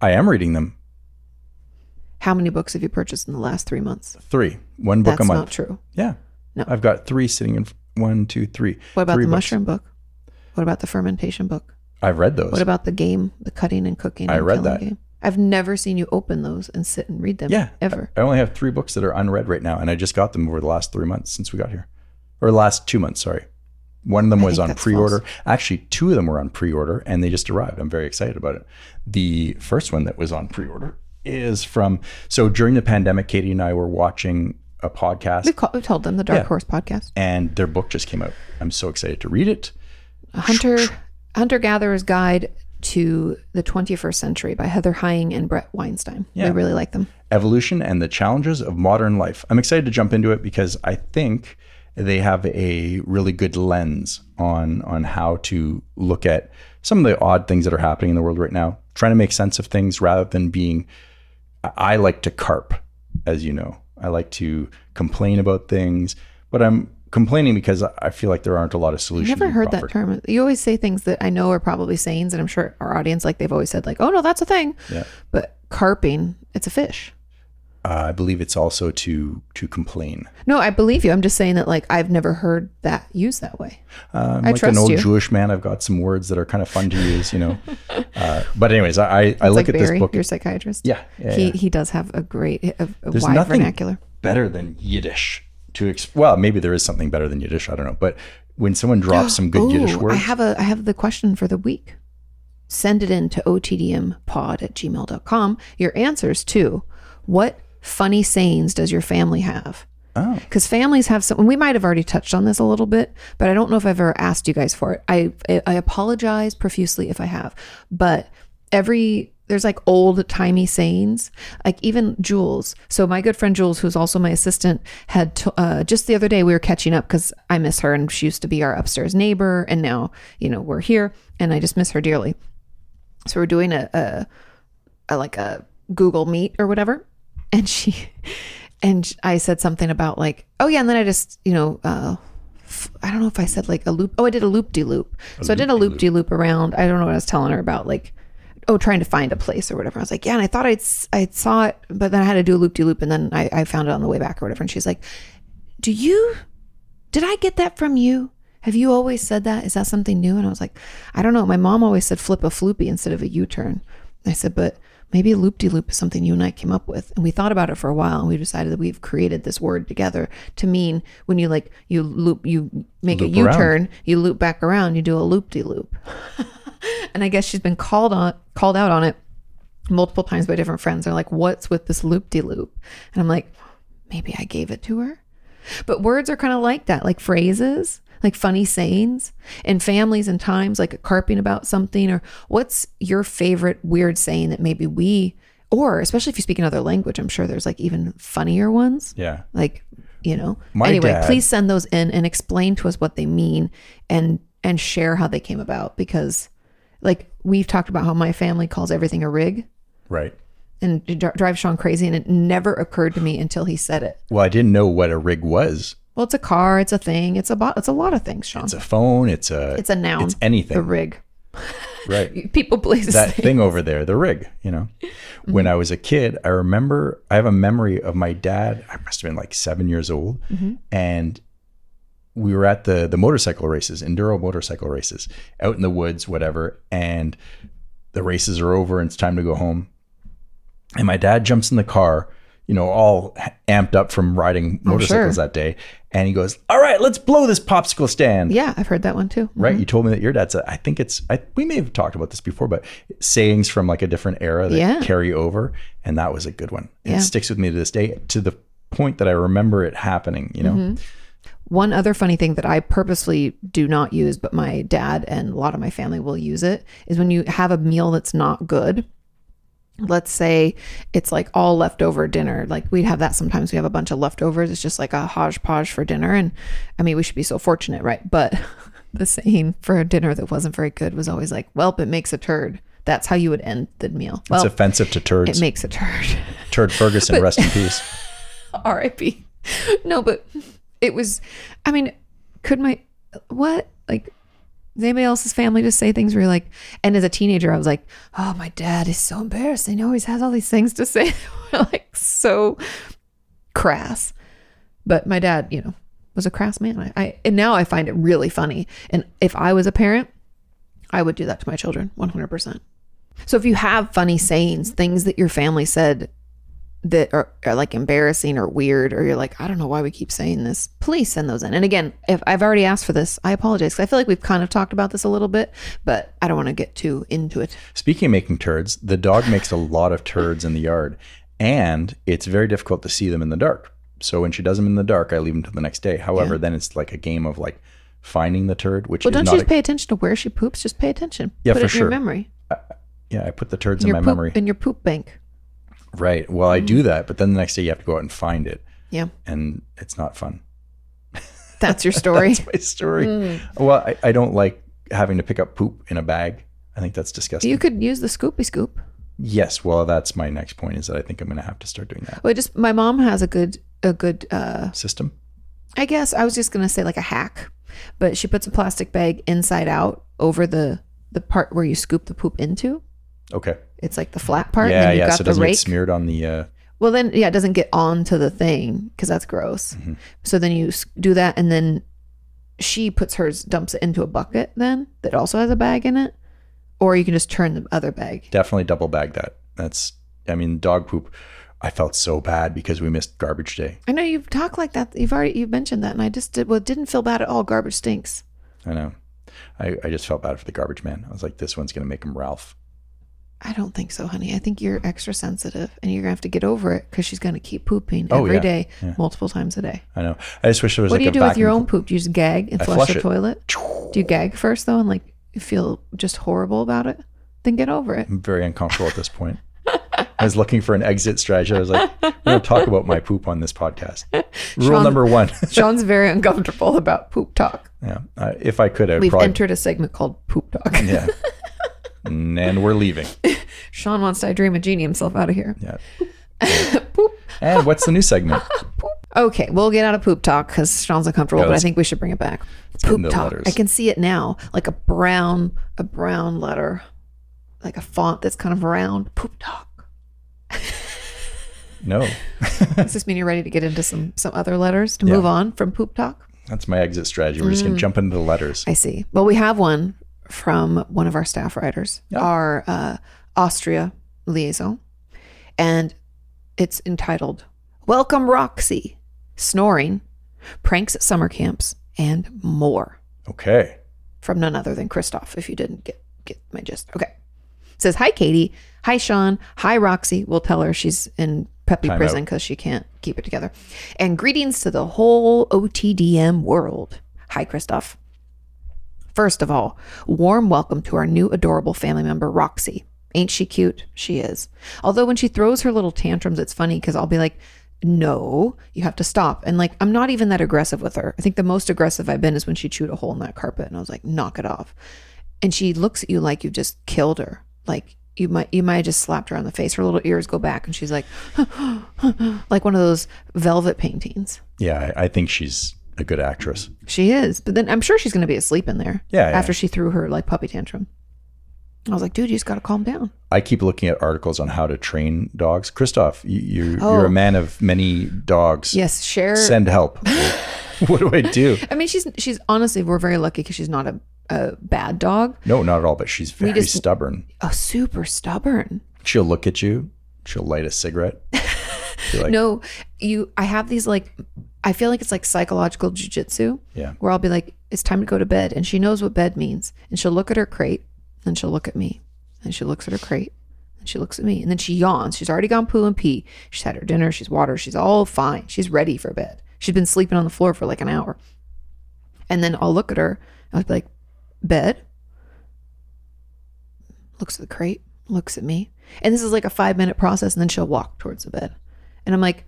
Speaker 2: I am reading them.
Speaker 1: How many books have you purchased in the last three months?
Speaker 2: Three. One book
Speaker 1: That's
Speaker 2: a
Speaker 1: not
Speaker 2: month.
Speaker 1: true.
Speaker 2: Yeah.
Speaker 1: No.
Speaker 2: I've got three sitting in one, two, three.
Speaker 1: What about
Speaker 2: Three
Speaker 1: the
Speaker 2: books.
Speaker 1: mushroom book? What about the fermentation book?
Speaker 2: I've read those.
Speaker 1: What about the game, the cutting and cooking?
Speaker 2: I
Speaker 1: and
Speaker 2: read
Speaker 1: killing
Speaker 2: that.
Speaker 1: Game? I've never seen you open those and sit and read them.
Speaker 2: yeah.
Speaker 1: ever.
Speaker 2: I only have three books that are unread right now, and I just got them over the last three months since we got here. Or last two months, sorry. One of them
Speaker 1: I
Speaker 2: was
Speaker 1: think
Speaker 2: on
Speaker 1: that's
Speaker 2: pre order. Actually, two of them were on pre order and they just arrived. I'm very excited about it. The first one that was on pre order is from. So during the pandemic, Katie and I were watching a podcast
Speaker 1: We've, called, we've told them the Dark
Speaker 2: Yeah.
Speaker 1: Horse podcast.
Speaker 2: and their book just came out. I'm so excited to read it.
Speaker 1: A hunter Hunter Gatherer's Guide to the 21st Century by Heather Hying and Brett Weinstein.
Speaker 2: Yeah.
Speaker 1: We really like them.
Speaker 2: evolution and the challenges of modern life. I'm excited to jump into it because I think they have a really good lens on on how to look at some of the odd things that are happening in the world right now, trying to make sense of things rather than being I I like to carp, as you know. I like to complain about things, but I'm complaining because I I feel like there aren't a lot of
Speaker 1: I
Speaker 2: solutions.
Speaker 1: never
Speaker 2: being
Speaker 1: heard that
Speaker 2: proffered.
Speaker 1: term. You always say things that I know are probably sayings, and I'm sure our audience, like they've always said, like, "Oh no, that's a thing."
Speaker 2: Yeah.
Speaker 1: But carping, it's a fish.
Speaker 2: Uh, I believe it's also to to complain.
Speaker 1: No, I believe you. I'm just saying that, like, I've never heard that used that way.
Speaker 2: Um,
Speaker 1: I
Speaker 2: like
Speaker 1: trust
Speaker 2: an old
Speaker 1: you.
Speaker 2: Jewish man, I've got some words that are kind of fun to use, you know. uh, but anyways, I I, I look
Speaker 1: like
Speaker 2: at
Speaker 1: Barry,
Speaker 2: this book.
Speaker 1: your psychiatrist.
Speaker 2: Yeah, yeah,
Speaker 1: he
Speaker 2: yeah.
Speaker 1: he does have a great, a, a
Speaker 2: There's
Speaker 1: wide
Speaker 2: nothing
Speaker 1: vernacular.
Speaker 2: better than Yiddish to ex- well, maybe there is something better than Yiddish. I don't know, but when someone drops some good Yiddish
Speaker 1: Ooh, I
Speaker 2: words,
Speaker 1: have a I have the question for the week. Send it in to otdmpod at gmail.com. Your answers to what funny sayings does your family have?
Speaker 2: oh,
Speaker 1: Because families have some, we might have already touched on this a little bit, but I don't know if I've ever asked you guys for it. I I I apologize profusely if I have, but every there's like old timey sayings, like even Jules. So my good friend Jules, who's also my assistant, had t- uh, just the other day we were catching up because I miss her and she used to be our upstairs neighbor, and now you know we're here, and I just miss her dearly. So we're doing a, a, a like a Google Meet or whatever, and she and sh- I said something about like, oh yeah, and then I just you know, uh, f- I don't know if I said like a loop. Oh, I did a loop de loop. So I did a loop de loop around. I don't know what I was telling her about like. Oh, trying to find a place or whatever. I was like, yeah, and I thought I'd s- I saw it, but then I had to do a loop de loop, and then I, I found it on the way back or whatever. And she's like, "Do you did I get that from you? Have you always said that? Is that something new? And I was like, I don't know. My mom always said flip a floopy instead of a U turn. I said, but maybe a loop de loop is something you and I came up with. And we thought about it for a while and we decided that we've created this word together to mean when you like, you loop, you make a
Speaker 2: Loop
Speaker 1: U
Speaker 2: around.
Speaker 1: turn, you loop back around, you do a loop de loop. And I guess she's been called on, called out on it multiple times by different friends. They're like, what's with this loop de loop? And I'm like, maybe I gave it to her. But words are kind of like that, like phrases, like funny sayings, and families and times, like carping about something. Or what's your favorite weird saying that maybe we, or especially if you speak another language, I'm sure there's like even funnier ones.
Speaker 2: yeah.
Speaker 1: Like, you know.
Speaker 2: My
Speaker 1: anyway,
Speaker 2: dad-
Speaker 1: please send those in and explain to us what they mean and and share how they came about because, like, we've talked about how my family calls everything a rig
Speaker 2: Right.
Speaker 1: and it dri- drives Sean crazy, and it never occurred to me until he said it.
Speaker 2: Well, I didn't know what a rig was.
Speaker 1: Well, it's a car, it's a thing, it's a bo- it's a lot of things, Sean.
Speaker 2: It's a phone. It's a
Speaker 1: It's a noun.
Speaker 2: It's anything.
Speaker 1: the rig.
Speaker 2: right.
Speaker 1: People places.
Speaker 2: That thing over there, the rig. You know. When I was a kid, I remember I have a memory of my dad. I must have been like seven years old, and we were at the the motorcycle races, enduro motorcycle races, out in the woods, whatever. And the races are over, and it's time to go home. And my dad jumps in the car, you know, all amped up from riding motorcycles that day, and he goes, "All right, let's blow this popsicle stand."
Speaker 1: yeah, I've heard that one too.
Speaker 2: right? You told me that your dad said. I think it's. I, we may have talked about this before, but sayings from like a different era that
Speaker 1: Yeah.
Speaker 2: carry over, and that was a good one.
Speaker 1: Yeah.
Speaker 2: It sticks with me to this day, to the point that I remember it happening. You know,
Speaker 1: Mm-hmm. One other funny thing that I purposely do not use, but my dad and a lot of my family will use it, is when you have a meal that's not good. Let's say it's like all leftover dinner. Like we have that sometimes. We have a bunch of leftovers. It's just like a hodgepodge for dinner. And I mean, we should be so fortunate, right? But the saying for a dinner that wasn't very good was always like, "Welp, it makes a turd." That's how you would end the meal. Well,
Speaker 2: it's offensive to turds.
Speaker 1: it makes a turd.
Speaker 2: Turd Ferguson, rest in peace.
Speaker 1: R.I.P. No, but it was. I mean, could my what like? Does anybody else's family just say things where you're like? And as a teenager, I was like, "Oh, my dad is so embarrassing. He always has all these things to say, like so crass." But my dad, you know, was a crass man. I, I and now I find it really funny. And if I was a parent, I would do that to my children, one hundred percent. So if you have funny sayings, things that your family said that are, are like embarrassing or weird, or you're like, I don't know why we keep saying this, please send those in. And again, if I've already asked for this, I apologize. 'cause I feel like we've kind of talked about this a little bit, but I don't want to get too into it.
Speaker 2: Speaking of making turds, the dog makes a lot of turds in the yard, and it's very difficult to see them in the dark. So when she does them in the dark, I leave them till the next day. However, then it's like a game of like finding the turd, which
Speaker 1: But
Speaker 2: is
Speaker 1: don't you
Speaker 2: not.
Speaker 1: just
Speaker 2: A,
Speaker 1: pay attention to where she poops? Just pay attention.
Speaker 2: Yeah,
Speaker 1: Put
Speaker 2: for
Speaker 1: it in your
Speaker 2: sure.
Speaker 1: memory.
Speaker 2: yeah, I put the turds
Speaker 1: In
Speaker 2: in
Speaker 1: your
Speaker 2: my
Speaker 1: poop,
Speaker 2: memory.
Speaker 1: In your poop bank.
Speaker 2: Right. Well, I do that, but then the next day you have to go out and find it,
Speaker 1: Mm-hmm. Yeah.
Speaker 2: and it's not fun.
Speaker 1: That's your story.
Speaker 2: My story.
Speaker 1: Mm.
Speaker 2: Well, I, I don't like having to pick up poop in a bag. I think that's disgusting.
Speaker 1: you could use the scoopy scoop.
Speaker 2: yes. Well, that's my next point is that I think I'm going to have to start doing that.
Speaker 1: Well, it just my mom has a good a good uh
Speaker 2: system.
Speaker 1: I guess I was just gonna say like a hack, but she puts a plastic bag inside out over the the part where you scoop the poop into.
Speaker 2: Okay.
Speaker 1: It's like the flat part. and
Speaker 2: yeah,
Speaker 1: then you've
Speaker 2: yeah.
Speaker 1: got
Speaker 2: So it
Speaker 1: the
Speaker 2: doesn't
Speaker 1: rake.
Speaker 2: get smeared on the. Uh,
Speaker 1: Well, then yeah, it doesn't get onto the thing because that's gross.
Speaker 2: Mm-hmm.
Speaker 1: So then you s- do that, and then she puts hers dumps it into a bucket then that also has a bag in it, or you can just turn the other bag.
Speaker 2: definitely double bag that. That's. I mean, dog poop. I felt so bad because we missed garbage day.
Speaker 1: I know you've talked like that. You've already you've mentioned that, and I just did, well it didn't feel bad at all. Garbage stinks.
Speaker 2: I know. I, I just felt bad for the garbage man. I was like, this one's gonna make him Ralph.
Speaker 1: I don't think so, honey. I think you're extra sensitive, and you're gonna have to get over it because she's gonna keep pooping
Speaker 2: Oh,
Speaker 1: every
Speaker 2: yeah,
Speaker 1: day,
Speaker 2: yeah.
Speaker 1: multiple times a day.
Speaker 2: I know. I just wish there was
Speaker 1: What
Speaker 2: like
Speaker 1: do you
Speaker 2: a
Speaker 1: do
Speaker 2: vacuum.
Speaker 1: with your own poop? Do you just gag and
Speaker 2: I
Speaker 1: flush,
Speaker 2: flush
Speaker 1: the
Speaker 2: it.
Speaker 1: toilet? Do you gag first though and like feel just horrible about it? Then get over it.
Speaker 2: I'm very uncomfortable at this point. I was looking for an exit strategy. I was like, we don't talk about my poop on this podcast. Rule
Speaker 1: Sean-
Speaker 2: number one.
Speaker 1: Sean's very uncomfortable about poop talk.
Speaker 2: yeah. Uh, if I could, I'd
Speaker 1: We've
Speaker 2: probably.
Speaker 1: entered a segment called poop talk.
Speaker 2: yeah. and we're leaving.
Speaker 1: Sean wants to I dream a genie himself out of here.
Speaker 2: Yeah. And what's the new segment?
Speaker 1: Okay, we'll get out of poop talk because Sean's uncomfortable,
Speaker 2: Yeah,
Speaker 1: but I
Speaker 2: let's-
Speaker 1: think we should bring it back.
Speaker 2: get
Speaker 1: Poop
Speaker 2: into
Speaker 1: talk.
Speaker 2: letters.
Speaker 1: I can see it now, like a brown, a brown letter, like a font that's kind of round. Poop talk.
Speaker 2: No,
Speaker 1: Does this mean you're ready to get into some some other letters to
Speaker 2: Yeah.
Speaker 1: move on from poop talk?
Speaker 2: that's my exit strategy. We're just
Speaker 1: Mm.
Speaker 2: going to jump into the letters.
Speaker 1: I see. Well, we have one from one of our staff writers,
Speaker 2: Yeah.
Speaker 1: our uh, Austria liaison, and it's entitled Welcome Roxy, Snoring, Pranks at Summer Camps, and More
Speaker 2: Okay.
Speaker 1: from none other than Christoph, if you didn't get, get my gist. Okay. It says, Hi, Katie. Hi, Sean. Hi, Roxy. We'll tell her she's in Peppy
Speaker 2: Time
Speaker 1: prison because she can't keep it together. And greetings to the whole OTDM world. Hi, Christoph. First of all, warm welcome to our new adorable family member, Roxy. Ain't she cute? She is. Although when she throws her little tantrums, it's funny because I'll be like, no, you have to stop. And like, I'm not even that aggressive with her. I think the most aggressive I've been is when she chewed a hole in that carpet and I was like, knock it off. And she looks at you like you've just killed her. Like, you might you might have just slapped her on the face. Her little ears go back and she's like, like one of those velvet paintings.
Speaker 2: Yeah, I, I think she's a good actress.
Speaker 1: She is, but then I'm sure she's going to be asleep in there.
Speaker 2: Yeah, yeah.
Speaker 1: After she threw her like puppy tantrum, I was like, dude, you just got to calm down.
Speaker 2: I keep looking at articles on how to train dogs. Christoph, you, you,
Speaker 1: Oh.
Speaker 2: you're a man of many dogs.
Speaker 1: Yes, share.
Speaker 2: Send help. what do I do?
Speaker 1: I mean, she's she's honestly, we're very lucky because she's not a, a bad dog.
Speaker 2: No, not at all, but she's very
Speaker 1: just-
Speaker 2: stubborn.
Speaker 1: A super stubborn.
Speaker 2: She'll look at you, she'll light a cigarette. Be like,
Speaker 1: No, you. I have these like, I feel like it's like psychological jujitsu.
Speaker 2: Yeah.
Speaker 1: Where I'll be like, it's time to go to bed, and she knows what bed means, and she'll look at her crate, and she'll look at me, and she looks at her crate, and she looks at me, and then she yawns. She's already gone poo and pee. She's had her dinner. She's water. She's all fine. She's ready for bed. She's been sleeping on the floor for like an hour, and then I'll look at her. and I'll be like, bed. Looks at the crate. Looks at me. And this is like a five minute process, and then she'll walk towards the bed. And I'm like,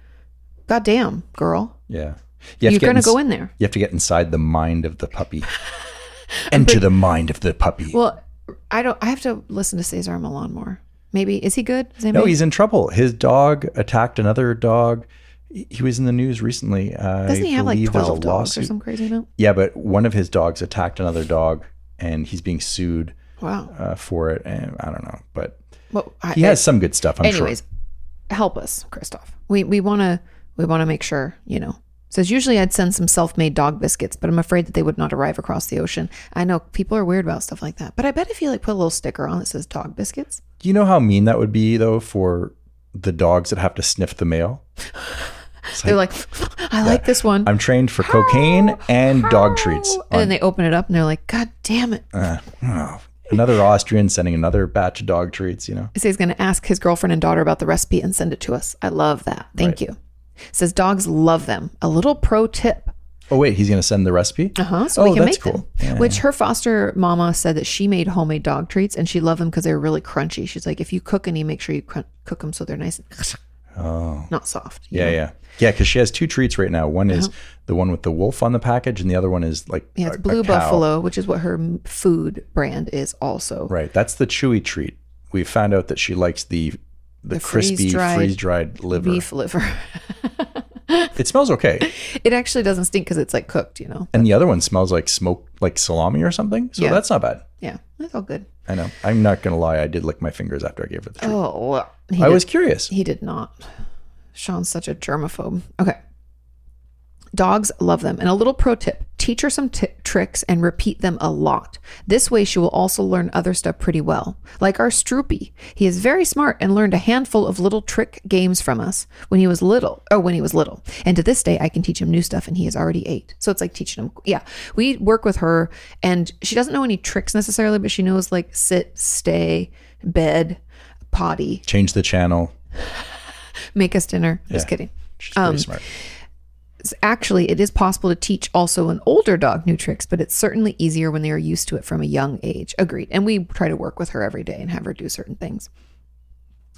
Speaker 1: God damn, girl.
Speaker 2: yeah. You have
Speaker 1: You're
Speaker 2: get
Speaker 1: going to
Speaker 2: ins-
Speaker 1: go in there.
Speaker 2: You have to get inside the mind of the puppy. Enter the mind of the puppy.
Speaker 1: Well, I don't, I have to listen to Cesar Milan more. Maybe, is he good? Is
Speaker 2: no,
Speaker 1: anybody-
Speaker 2: he's in trouble. His dog attacked another dog. He he was in the news recently. Uh,
Speaker 1: doesn't he have like
Speaker 2: believe there's a
Speaker 1: 12 dogs or
Speaker 2: lawsuit.
Speaker 1: some crazy amount?
Speaker 2: Yeah, but one of his dogs attacked another dog, and he's being sued
Speaker 1: Wow.
Speaker 2: uh, for it. And I don't know, but
Speaker 1: Well, I,
Speaker 2: he has some good stuff. I'm
Speaker 1: anyways, help us, Christoph. We, we want to, we want to make sure, you know. Says usually I'd send some self-made dog biscuits, but I'm afraid that they would not arrive across the ocean. I know people are weird about stuff like that, but I bet if you like put a little sticker on that says dog biscuits,
Speaker 2: sure. Do you know how mean that would be, though, for the dogs that have to sniff the mail?
Speaker 1: they're like, I like this one.
Speaker 2: I'm trained for cocaine and dog treats.
Speaker 1: And then they open it up and they're like, God damn it.
Speaker 2: Uh, oh, another Austrian sending another batch of dog treats, you know?
Speaker 1: So he's going to ask his girlfriend and daughter about the recipe and send it to us. I love that. Thank you. Says dogs love them. A little pro tip.
Speaker 2: Oh, wait, he's going to send the recipe?
Speaker 1: Uh huh. So we
Speaker 2: Oh,
Speaker 1: can
Speaker 2: that's
Speaker 1: make them.
Speaker 2: cool. Yeah.
Speaker 1: Which her foster mama said that she made homemade dog treats and she loved them because they were really crunchy. She's like, if you cook any, make sure you crun- cook them so they're nice and
Speaker 2: Oh.
Speaker 1: not soft. you
Speaker 2: Yeah,
Speaker 1: know?
Speaker 2: yeah. Yeah, because she has two treats right now. One is the one with the wolf on the package, and the other one is like.
Speaker 1: Uh-huh. Yeah, it's
Speaker 2: a- a
Speaker 1: Blue
Speaker 2: cow.
Speaker 1: Buffalo, which is what her m- food brand is also.
Speaker 2: Right. That's the chewy treat. We found out that she likes the the, crispy
Speaker 1: freeze-dried
Speaker 2: freeze dried liver.
Speaker 1: Beef liver.
Speaker 2: It smells okay.
Speaker 1: It actually doesn't stink because it's like cooked, you know?
Speaker 2: And the other one smells like smoke, like salami or something. So
Speaker 1: Yeah.
Speaker 2: that's not bad.
Speaker 1: Yeah, that's all good.
Speaker 2: I know. I'm not going to lie. I did lick my fingers after I gave it the treat.
Speaker 1: Oh, well, he,
Speaker 2: I
Speaker 1: did,
Speaker 2: was curious.
Speaker 1: he did not. Sean's such a germaphobe. Okay. Dogs love them. And a little pro tip teach her some t- tricks and repeat them a lot. This way, she will also learn other stuff pretty well. Like our Stroopy. He is very smart and learned a handful of little trick games from us when he was little. Oh, when he was little. And to this day, I can teach him new stuff and he is already eight. So it's like teaching him. Yeah. We work with her and she doesn't know any tricks necessarily, but she knows like sit, stay, bed, potty,
Speaker 2: Change the channel.
Speaker 1: make us dinner. Just
Speaker 2: Yeah.
Speaker 1: kidding.
Speaker 2: She's
Speaker 1: Um,
Speaker 2: pretty smart.
Speaker 1: Actually, it is possible to teach also an older dog new tricks, but it's certainly easier when they are used to it from a young age. Agreed. And we try to work with her every day and have her do certain things.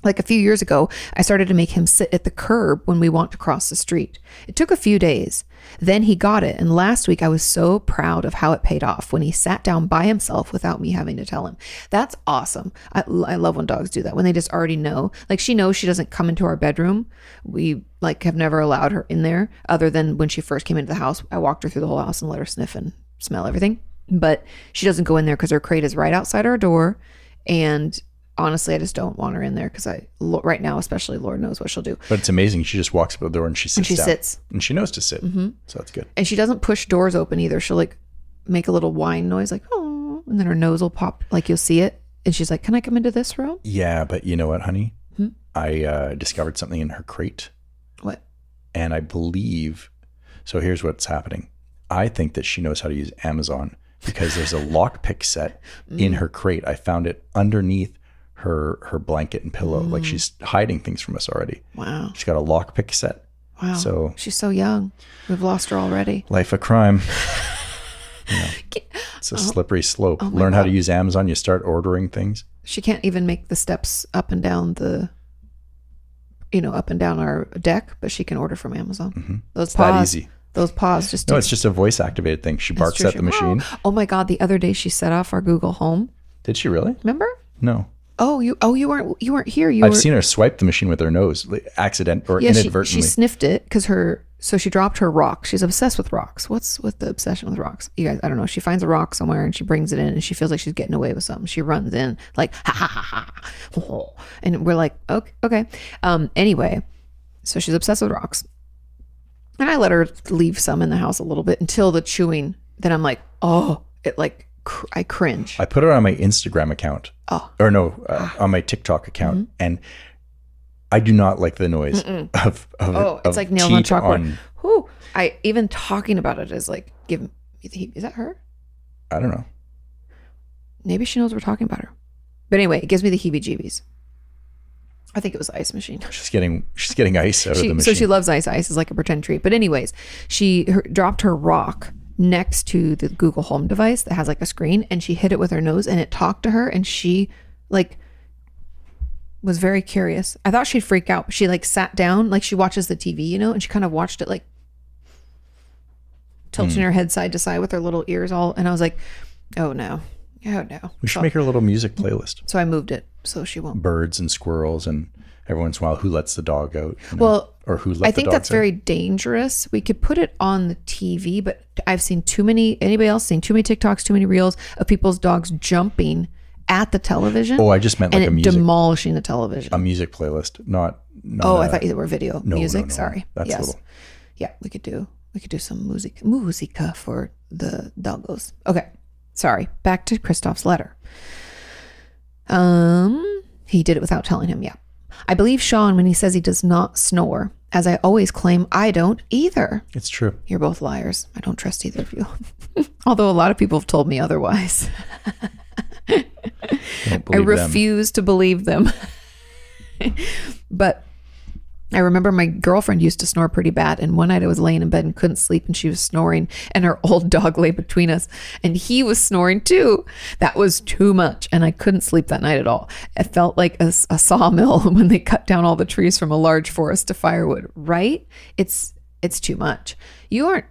Speaker 1: Like a few years ago, I started to make him sit at the curb when we want to cross the street. It took a few days. Then he got it, and last week I was so proud of how it paid off when he sat down by himself without me having to tell him. That's awesome. I, I love when dogs do that, when they just already know. Like she knows she doesn't come into our bedroom. We like have never allowed her in there other than when she first came into the house. I walked her through the whole house and let her sniff and smell everything. But she doesn't go in there because her crate is right outside our door. And honestly, I just don't want her in there because I, lo- right now, especially, Lord knows what she'll do.
Speaker 2: But it's amazing. She just walks up the door and she sits
Speaker 1: And she
Speaker 2: down.
Speaker 1: sits Mm-hmm.
Speaker 2: And she knows to sit. So that's good.
Speaker 1: and she doesn't push doors open either. She'll like make a little whine noise, like, oh, and then her nose will pop, like you'll see it. And she's like, can I come into this room?
Speaker 2: Yeah, but you know what, honey? I uh, discovered something in her crate,
Speaker 1: What?
Speaker 2: and I believe. So here's what's happening. I think that she knows how to use Amazon because there's a lockpick set in her crate. I found it underneath her her blanket and pillow. Like she's hiding things from us already.
Speaker 1: Wow.
Speaker 2: She's got a lockpick set.
Speaker 1: Wow.
Speaker 2: So
Speaker 1: she's so young. We've lost her already.
Speaker 2: life a crime. You know, it's a slippery slope. Learn how to use Amazon. You start ordering things.
Speaker 1: She can't even make the steps up and down the, you know, up and down our deck, but she can order from Amazon. Those
Speaker 2: Mm-hmm. that
Speaker 1: paws,
Speaker 2: easy.
Speaker 1: those paws just
Speaker 2: No, it's just a voice activated thing. She barks at the machine.
Speaker 1: Oh my God. The other day she set off our Google Home.
Speaker 2: Did she really?
Speaker 1: Remember?
Speaker 2: No.
Speaker 1: Oh, you, oh, you weren't, you weren't here. You
Speaker 2: I've
Speaker 1: were,
Speaker 2: seen her swipe the machine with her nose, like, accident or
Speaker 1: yeah, she,
Speaker 2: inadvertently.
Speaker 1: she sniffed it because her so she dropped her rock. She's obsessed with rocks. What's with the obsession with rocks? You guys, I don't know. She finds a rock somewhere and she brings it in and she feels like she's getting away with something. She runs in like ha ha ha ha, oh. and we're like okay okay. Um, anyway, so she's obsessed with rocks, and I let her leave some in the house a little bit until the chewing. Then I'm like oh it like cr- I cringe.
Speaker 2: I put her on my Instagram account.
Speaker 1: Oh. Mm-hmm.
Speaker 2: Or no, uh, on my TikTok account. And I do not like the noise of, of
Speaker 1: Oh,
Speaker 2: of
Speaker 1: it's like nails on
Speaker 2: teeth
Speaker 1: chalkboard.
Speaker 2: on-
Speaker 1: Whew. I even talking about it is like give me the heat. Is that her?
Speaker 2: I don't know.
Speaker 1: Maybe she knows we're talking about her. But anyway, it gives me the heebie jeebies. I think it was the ice machine.
Speaker 2: She's getting she's getting ice out of the
Speaker 1: She, so
Speaker 2: machine.
Speaker 1: she loves ice. Ice is like a pretend treat. But, anyways, she her, dropped her rock next to the Google Home device that has like a screen and she hit it with her nose and it talked to her and she like was very curious. I thought she'd freak out. She like sat down, like she watches the TV, you know, and she kind of watched it like tilting
Speaker 2: Hmm.
Speaker 1: her head side to side with her little ears all. And I was like, oh no. Oh no.
Speaker 2: we should make her a little music playlist.
Speaker 1: So I moved it so she won't.
Speaker 2: Birds and squirrels and every once in a while who lets the dog out. you know,
Speaker 1: Well,
Speaker 2: or who let
Speaker 1: I
Speaker 2: the
Speaker 1: think
Speaker 2: dogs
Speaker 1: that's
Speaker 2: out.
Speaker 1: very dangerous. We could put it on the TV, but I've seen too many. Anybody else seen too many TikToks, too many reels of people's dogs jumping at the television
Speaker 2: Oh, I just meant
Speaker 1: and
Speaker 2: like a
Speaker 1: it
Speaker 2: music
Speaker 1: demolishing the television.
Speaker 2: a music playlist, not, not
Speaker 1: oh,
Speaker 2: a-
Speaker 1: I thought you were video
Speaker 2: no,
Speaker 1: music.
Speaker 2: no.
Speaker 1: Sorry,
Speaker 2: That's
Speaker 1: yes,
Speaker 2: little.
Speaker 1: yeah, we could do we could do some music musica for the doggos. Okay, sorry. Back to Christoph's letter. Um, he did it without telling him. Yeah. I believe Sean when he says he does not snore, as I always claim I don't either.
Speaker 2: It's true.
Speaker 1: You're both liars. I don't trust either of you. Although a lot of people have told me otherwise.
Speaker 2: Don't
Speaker 1: I
Speaker 2: believe them.
Speaker 1: refuse to believe them. but I remember my girlfriend used to snore pretty bad. And one night I was laying in bed and couldn't sleep, and she was snoring, and her old dog lay between us, and he was snoring too. That was too much. And I couldn't sleep that night at all. It felt like a, s- a sawmill when they cut down all the trees from a large forest to firewood, right? It's it's too much. You aren't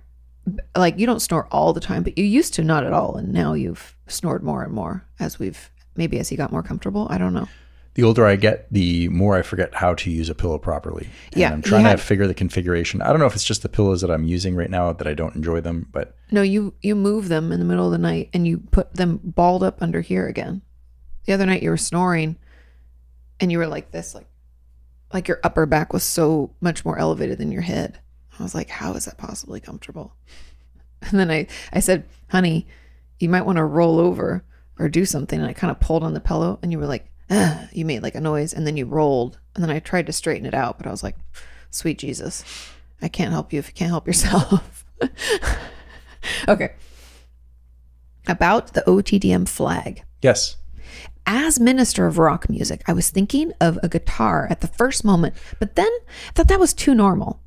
Speaker 1: like you don't snore all the time, but you used to not at all, and now you've snored more and more as we've maybe as he got more comfortable. I don't know.
Speaker 2: the older I get, the more I forget how to use a pillow properly. And
Speaker 1: Yeah,
Speaker 2: I'm
Speaker 1: you
Speaker 2: trying
Speaker 1: had-
Speaker 2: to figure the configuration. I don't know if it's just the pillows that I'm using right now that I don't enjoy them, but
Speaker 1: No, you you move them in the middle of the night and you put them balled up under here again. The other night you were snoring and you were like this like like your upper back was so much more elevated than your head. I was like, how is that possibly comfortable? And then I I said, "Honey, you might want to roll over or do something." And I kind of pulled on the pillow and you were like, Ugh, you made like a noise and then you rolled. And then I tried to straighten it out, but I was like, "Sweet Jesus. I can't help you if you can't help yourself." Okay. About the OTDM flag.
Speaker 2: yes,
Speaker 1: As minister of rock music, I was thinking of a guitar at the first moment, but then I thought that was too normal.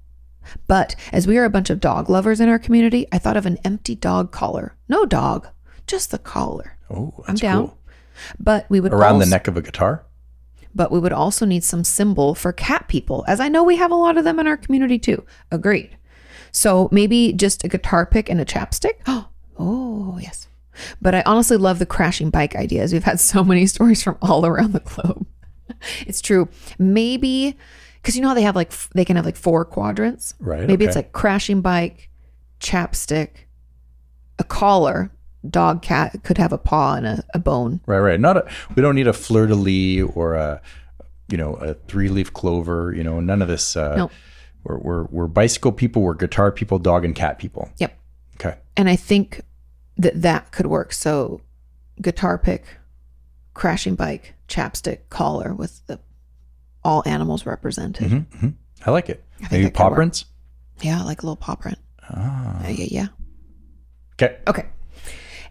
Speaker 1: But as we are a bunch of dog lovers in our community, I thought of an empty dog collar. No dog, just the collar.
Speaker 2: oh, that's
Speaker 1: I'm down.
Speaker 2: cool.
Speaker 1: But we would
Speaker 2: Around
Speaker 1: also,
Speaker 2: the neck of a guitar.
Speaker 1: But we would also need some symbol for cat people, as I know we have a lot of them in our community too. Agreed. So maybe just a guitar pick and a chapstick. Oh, yes. But I honestly love the crashing bike ideas. We've had so many stories from all around the globe. It's true. Maybe because you know how they have like f- they can have like four quadrants.
Speaker 2: Right,
Speaker 1: Maybe it's
Speaker 2: okay.
Speaker 1: like crashing bike, chapstick, a collar. Dog cat could have a paw and a, a bone.
Speaker 2: Right, right. Not a. We don't need a fleur de lis or a, you know, a three leaf clover. You know, none of this. Uh,
Speaker 1: No.
Speaker 2: We're, we're we're bicycle people. We're guitar people. Dog and cat people.
Speaker 1: Yep.
Speaker 2: Okay.
Speaker 1: and I think that that could work. So, guitar pick, crashing bike, chapstick, collar with the all animals represented.
Speaker 2: hmm hmm I like it.
Speaker 1: I think
Speaker 2: Maybe
Speaker 1: that could
Speaker 2: paw
Speaker 1: work.
Speaker 2: prints.
Speaker 1: Yeah, like a little paw print.
Speaker 2: Ah.
Speaker 1: Yeah, yeah, yeah.
Speaker 2: Okay.
Speaker 1: Okay.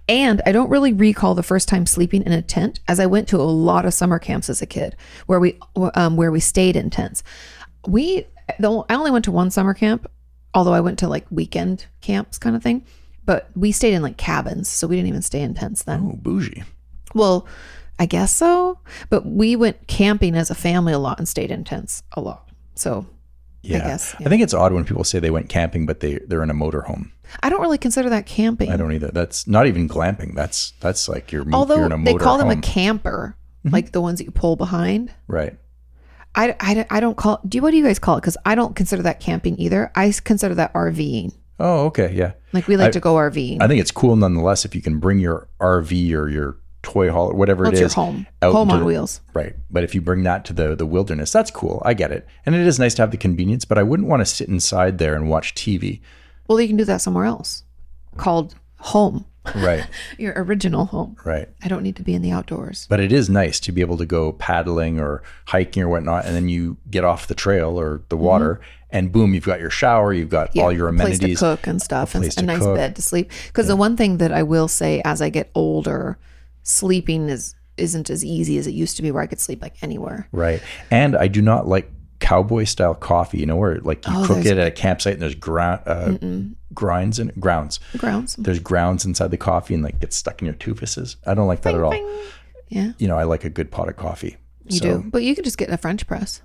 Speaker 1: And I don't really recall the first time sleeping in a tent, as I went to a lot of summer camps as a kid, where we um, where we stayed in tents. We the, I only went to one summer camp, although I went to like weekend camps kind of thing. But we stayed in like cabins, so we didn't even stay in tents then.
Speaker 2: Oh, bougie.
Speaker 1: Well, I guess so. But we went camping as a family a lot and stayed in tents a lot. So
Speaker 2: Yeah. I,
Speaker 1: guess, yeah.
Speaker 2: think it's odd when people say they went camping, but they they're in a motorhome.
Speaker 1: I don't really consider that camping.
Speaker 2: I don't either. That's not even glamping. That's that's like you're, mo- you're
Speaker 1: Although
Speaker 2: in a motorhome.
Speaker 1: they call them a camper,
Speaker 2: Mm-hmm.
Speaker 1: like the ones that you pull behind.
Speaker 2: right.
Speaker 1: I, I, I don't call do you what do you guys call it? Because I don't consider that camping either. I s- consider that RVing.
Speaker 2: Oh, okay. Yeah.
Speaker 1: Like we like to go RVing.
Speaker 2: I think it's cool nonetheless if you can bring your RV or your toy haul, whatever
Speaker 1: Well, it's
Speaker 2: it is,
Speaker 1: your home,
Speaker 2: out
Speaker 1: home
Speaker 2: into
Speaker 1: on
Speaker 2: the-
Speaker 1: wheels.
Speaker 2: Right. But if you bring that to the the wilderness, that's cool. I get it. And it is nice to have the convenience, but I wouldn't want to sit inside there and watch TV.
Speaker 1: Well, you can do that somewhere else, called home,
Speaker 2: Right.
Speaker 1: your original home.
Speaker 2: right.
Speaker 1: I don't need to be in the outdoors.
Speaker 2: But it is nice to be able to go paddling or hiking or whatnot, and then you get off the trail or the water, and boom, you've got your shower, you've got all your
Speaker 1: a Mm-hmm. place to
Speaker 2: amenities.
Speaker 1: cook and stuff, and
Speaker 2: place
Speaker 1: a
Speaker 2: to
Speaker 1: nice
Speaker 2: cook.
Speaker 1: bed to sleep. Because the one thing that I will say, as I get older, sleeping is isn't as easy as it used to be, where I could sleep like anywhere.
Speaker 2: Right. And I do not like cowboy style coffee, you know, where like you
Speaker 1: Oh,
Speaker 2: cook
Speaker 1: there's-
Speaker 2: it at a campsite and there's ground, uh, grinds and grounds.
Speaker 1: Grounds,
Speaker 2: There's grounds inside the coffee and like gets stuck in your tufuses. I don't like that at all.
Speaker 1: yeah,
Speaker 2: You know, I like a good pot of coffee.
Speaker 1: you do. But you could just get a French press.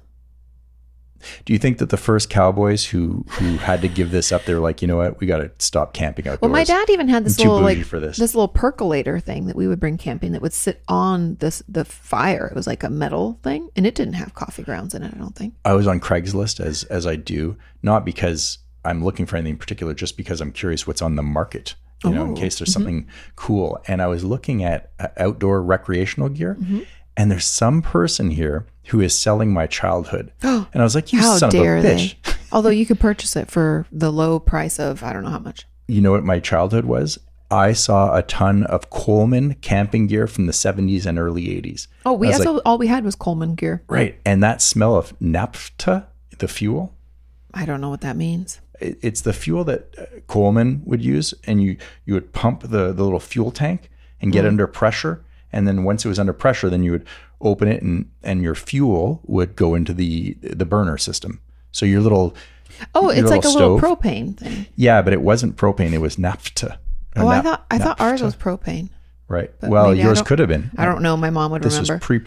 Speaker 2: Do you think that the first cowboys who who had to give this up, they're like, you know what, we got to stop camping outdoors.
Speaker 1: Well, my dad even had this
Speaker 2: I'm too
Speaker 1: little
Speaker 2: bougie
Speaker 1: like
Speaker 2: for this.
Speaker 1: little percolator thing that we would bring camping that would sit on this the fire. It was like a metal thing, and it didn't have coffee grounds in it. I don't think.
Speaker 2: I was on Craigslist as as I do, not because I'm looking for anything in particular, just because I'm curious what's on the market. You know,
Speaker 1: Oh,
Speaker 2: in case there's
Speaker 1: mm-hmm.
Speaker 2: something cool. And I was looking at uh, outdoor recreational gear,
Speaker 1: Mm-hmm.
Speaker 2: and there's some person here who is selling my childhood. and I was like, you
Speaker 1: How
Speaker 2: son of a
Speaker 1: dare
Speaker 2: bitch.
Speaker 1: they? Although you could purchase it for the low price of I don't know how much.
Speaker 2: You know what my childhood was? I saw a ton of Coleman camping gear from the 70s and early 80s.
Speaker 1: Oh, we
Speaker 2: I was
Speaker 1: that's
Speaker 2: like,
Speaker 1: all- all we had was Coleman gear.
Speaker 2: right. And that smell of naphtha, the fuel,
Speaker 1: I don't know what that means.
Speaker 2: it- it's the fuel that uh, Coleman would use, and you you would pump the the little fuel tank and
Speaker 1: Mm.
Speaker 2: get under pressure, and then once it was under pressure, then you would open it and and your fuel would go into the the burner system. So your little
Speaker 1: Oh, it's like a
Speaker 2: little
Speaker 1: little
Speaker 2: stove.
Speaker 1: propane thing.
Speaker 2: yeah, but it wasn't propane; it was naphtha. Or
Speaker 1: Oh, I
Speaker 2: nap-
Speaker 1: thought I thought ours
Speaker 2: naphtha,
Speaker 1: was propane.
Speaker 2: right. Well,
Speaker 1: maybe I
Speaker 2: yours
Speaker 1: don't-
Speaker 2: could have been.
Speaker 1: I don't know. My mom would
Speaker 2: This
Speaker 1: remember.
Speaker 2: was pre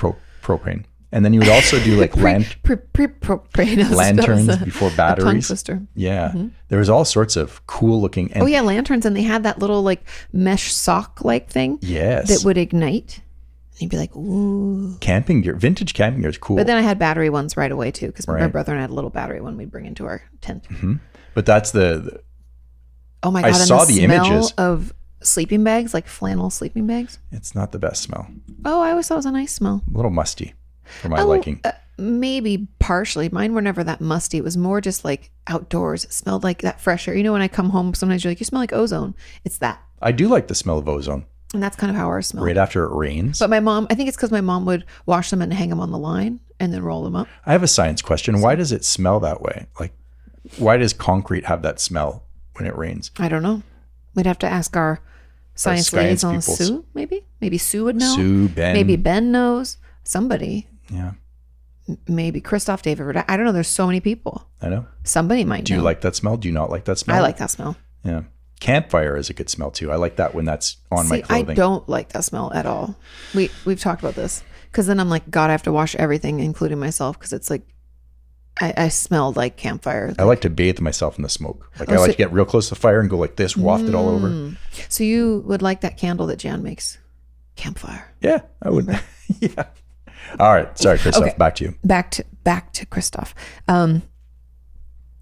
Speaker 2: propane, and then you would also do like
Speaker 1: Pre-
Speaker 2: land.
Speaker 1: pre- pre- propane. That was-
Speaker 2: Lanterns
Speaker 1: that was uh, a-
Speaker 2: before
Speaker 1: a tongue
Speaker 2: batteries.
Speaker 1: twister.
Speaker 2: Yeah, there was all sorts of cool looking. And
Speaker 1: Mm-hmm. Oh yeah, lanterns, and they had that little like mesh sock like thing
Speaker 2: Yes.
Speaker 1: that would ignite. you'd be like, ooh.
Speaker 2: Camping gear, vintage camping gear is cool.
Speaker 1: But then I had battery ones right away too, because my
Speaker 2: Right.
Speaker 1: brother and I had a little battery one we'd bring into our tent.
Speaker 2: but that's the,
Speaker 1: Oh my
Speaker 2: I
Speaker 1: god! and
Speaker 2: saw
Speaker 1: the,
Speaker 2: the
Speaker 1: smell
Speaker 2: images.
Speaker 1: of sleeping bags, like flannel sleeping bags.
Speaker 2: it's not the best smell.
Speaker 1: Oh, I always thought it was a nice smell.
Speaker 2: A little musty for my
Speaker 1: Oh,
Speaker 2: liking.
Speaker 1: uh, maybe partially. Mine were never that musty. It was more just like outdoors. It smelled like that fresh air. You know, when I come home, sometimes you're like, you smell like ozone. It's that,
Speaker 2: I do like the smell of ozone
Speaker 1: and that's kind of how ours smell.
Speaker 2: right after it rains.
Speaker 1: But my mom, I think it's because my mom would wash them and hang them on the line and then roll them up.
Speaker 2: I have a science question. Why does it smell that way? Like, why does concrete have that smell when it rains?
Speaker 1: I don't know. We'd have to ask our science,
Speaker 2: science
Speaker 1: liaison,
Speaker 2: peoples.
Speaker 1: Sue. Maybe, maybe Sue would know.
Speaker 2: Sue, Ben.
Speaker 1: Maybe Ben knows. Somebody.
Speaker 2: Yeah,
Speaker 1: Maybe Christoph, David. Rodat- I don't know. There's so many people.
Speaker 2: I know.
Speaker 1: Somebody might
Speaker 2: Do
Speaker 1: know.
Speaker 2: you like that smell? Do you not like that smell?
Speaker 1: I like that smell.
Speaker 2: Yeah. Campfire is a good smell too. I like that when that's on my
Speaker 1: See, I
Speaker 2: clothing.
Speaker 1: don't like that smell at all. We we've talked about this because then I'm like, God, I have to wash everything, including myself, because it's like, I, I smelled like campfire.
Speaker 2: I like to bathe myself in the smoke. Like
Speaker 1: Oh, Mm.
Speaker 2: I like
Speaker 1: so-
Speaker 2: to get real close to the fire and go like this, waft it all over.
Speaker 1: So you would like that candle that Jan makes, campfire.
Speaker 2: Yeah, I would. yeah. All right. Sorry, Christoph.
Speaker 1: Okay.
Speaker 2: Back to you.
Speaker 1: Back to back to Christoph. Um,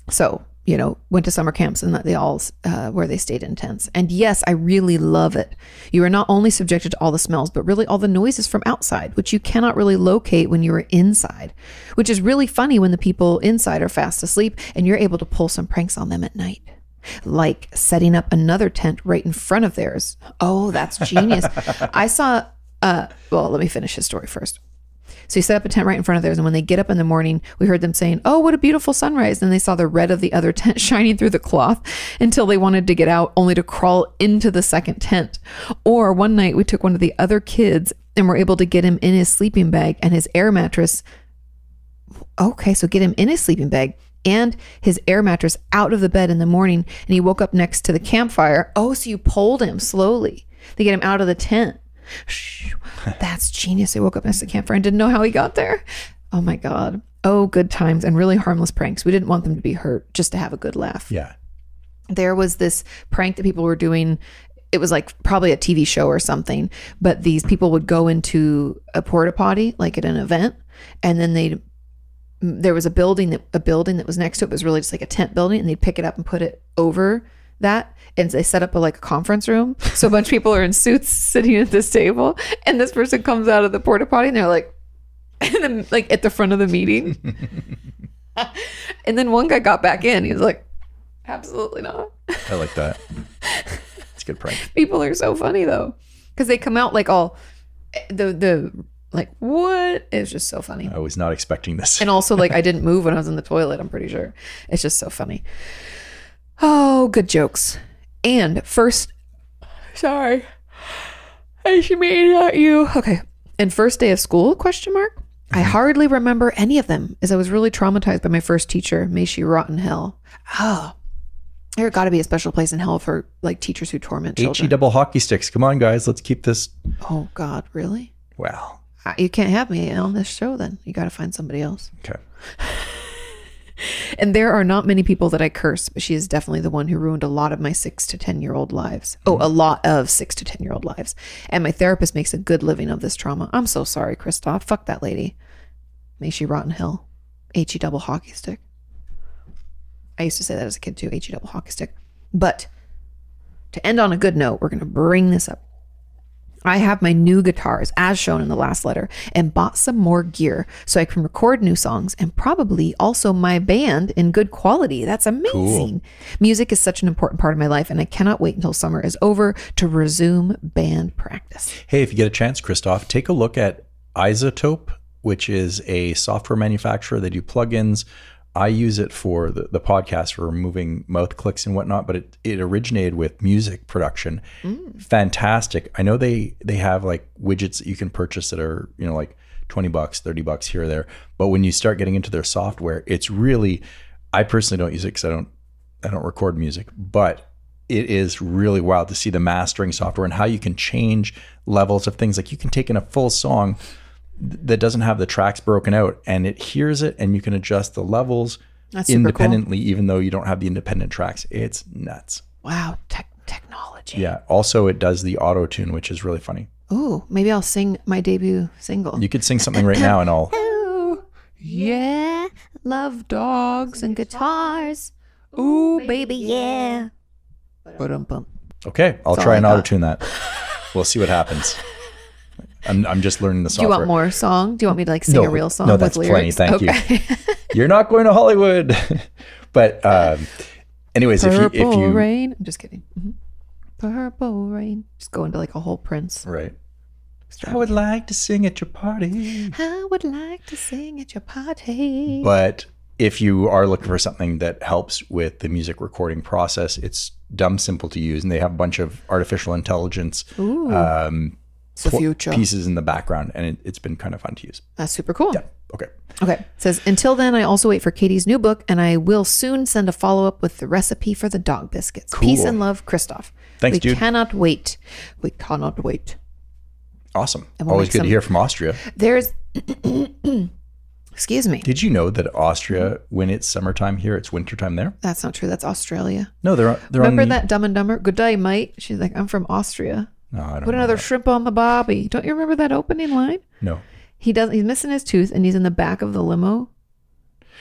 Speaker 1: so you know, went to summer camps and they all uh, where they stayed in tents. And yes, I really love it. You are not only subjected to all the smells, but really all the noises from outside, which you cannot really locate when you are inside. Which is really funny when the people inside are fast asleep and you're able to pull some pranks on them at night. Like setting up another tent right in front of theirs. Oh, that's genius. I saw uh well, let me finish his story first. So he set up a tent right in front of theirs. And when they get up in the morning, we heard them saying, Oh, what a beautiful sunrise. And they saw the red of the other tent shining through the cloth until they wanted to get out, only to crawl into the second tent. Or one night we took one of the other kids and were able to get him in his sleeping bag and his air mattress. Okay, so get him in his sleeping bag and his air mattress out of the bed in the morning. And he woke up next to the campfire. Oh, so you pulled him slowly to get him out of the tent. Shh, that's genius. He woke up next to the campfire and didn't know how he got there. Oh my God. Oh, good times and really harmless pranks. We didn't want them to be hurt, just to have a good laugh
Speaker 2: Yeah.
Speaker 1: there was this prank that people were doing it was like probably a TV show or something, but these people would go into a porta potty like at an event and then they would there was a building that a building that was next to it was really just like a tent building and they'd pick it up and put it over that and they set up a like a conference room. So a bunch of people are in suits sitting at this table and this person comes out of the porta potty and they're like and then like at the front of the meeting. and then one guy got back in. He was like absolutely not.
Speaker 2: I like that. it's a good prank.
Speaker 1: People are so funny though, because they come out like all the the like what? It's just so funny.
Speaker 2: I was not expecting this.
Speaker 1: And also like I didn't move when I was in the toilet. I'm pretty sure it's just so funny. Oh, good jokes. And first, sorry, I should be at you. Okay. And first day of school? Question mark. I hardly remember any of them, as I was really traumatized by my first teacher. May she rot in hell. Oh, there got to be a special place in hell for like teachers who torment children.
Speaker 2: He E double hockey sticks. Come on, guys. Let's keep this.
Speaker 1: Oh God, really?
Speaker 2: Well,
Speaker 1: I- You can't have me on this show then. You got to find somebody else.
Speaker 2: okay.
Speaker 1: And there are not many people that I curse, but she is definitely the one who ruined a lot of my six to 10 year old lives. Oh, a lot of six to 10 year old lives. And my therapist makes a good living of this trauma. I'm so sorry, Kristoff. Fuck that lady. May she rot in hell. H E double hockey stick. I used to say that as a kid too, H E double hockey stick. But to end on a good note, we're going to bring this up. I have my new guitars, as shown in the last letter, and bought some more gear so I can record new songs and probably also my band in good quality. That's amazing. Music is such an important part of my life, and I cannot wait until summer is over to resume band practice.
Speaker 2: Hey, if you get a chance, Christoph, take a look at Isotope, which is a software manufacturer. They do plugins. I use it for the, the podcast for removing mouth clicks and whatnot, but it, it originated with music production. Fantastic. I know they they have like widgets that you can purchase that are, you know, like 20 bucks, 30 bucks here or there. But when you start getting into their software, it's really I personally don't use it because I don't I don't record music, but it is really wild to see the mastering software and how you can change levels of things. Like you can take in a full song th- that doesn't have the tracks broken out and it hears it and you can adjust the levels
Speaker 1: That's super cool.
Speaker 2: independently, even though you don't have the independent tracks. It's nuts.
Speaker 1: Wow, tech technology.
Speaker 2: Yeah. Also, it does the auto tune, which is really funny.
Speaker 1: Oh, maybe I'll sing my debut single.
Speaker 2: You could sing something right now and I'll.
Speaker 1: Ooh, yeah, love dogs and guitars. Ooh, baby, yeah. Ba-dum-bum.
Speaker 2: Okay, I'll
Speaker 1: That's all
Speaker 2: try
Speaker 1: I
Speaker 2: and
Speaker 1: got.
Speaker 2: auto tune that. We'll see what happens. I'm, I'm just learning the
Speaker 1: Do you
Speaker 2: software.
Speaker 1: want more song? Do you want me to like sing a
Speaker 2: No,
Speaker 1: real song
Speaker 2: no,
Speaker 1: with
Speaker 2: that's plenty.
Speaker 1: lyrics?
Speaker 2: Thank you.
Speaker 1: okay. you.
Speaker 2: You're not going to Hollywood. but um, anyways, if you
Speaker 1: Purple
Speaker 2: if you
Speaker 1: rain. I'm just kidding. Mhm. Purple rain. Just go into like a whole Prince.
Speaker 2: right, I would like to sing at your party.
Speaker 1: I would like to sing at your party.
Speaker 2: Mm. But if you are looking for something that helps with the music recording process, it's dumb simple to use, and they have a bunch of artificial intelligence
Speaker 1: Ooh,
Speaker 2: um,
Speaker 1: it's the
Speaker 2: pl-
Speaker 1: future.
Speaker 2: pieces in the background, and it, it's been kind of fun to use.
Speaker 1: That's super cool.
Speaker 2: Yeah. Okay.
Speaker 1: Okay. It says, until then, I also wait for Katie's new book, and I will soon send a follow up with the recipe for the dog biscuits. Peace
Speaker 2: Cool.
Speaker 1: and love, Christoph.
Speaker 2: Thanks,
Speaker 1: we
Speaker 2: dude.
Speaker 1: cannot wait. We cannot wait.
Speaker 2: Awesome.
Speaker 1: And we'll
Speaker 2: Always
Speaker 1: make
Speaker 2: good
Speaker 1: some-
Speaker 2: to hear from Austria.
Speaker 1: There's, excuse me.
Speaker 2: Did you know that Austria, when it's summertime here, it's wintertime there?
Speaker 1: That's not true. That's Australia.
Speaker 2: No, they're they're
Speaker 1: Remember
Speaker 2: on the,
Speaker 1: that Dumb and Dumber? Good day, mate. She's like, I'm from Austria.
Speaker 2: No, I don't
Speaker 1: Put
Speaker 2: know
Speaker 1: another
Speaker 2: that.
Speaker 1: shrimp on the bobby. Don't you remember that opening line?
Speaker 2: No.
Speaker 1: He does. He's missing his tooth, and he's in the back of the limo,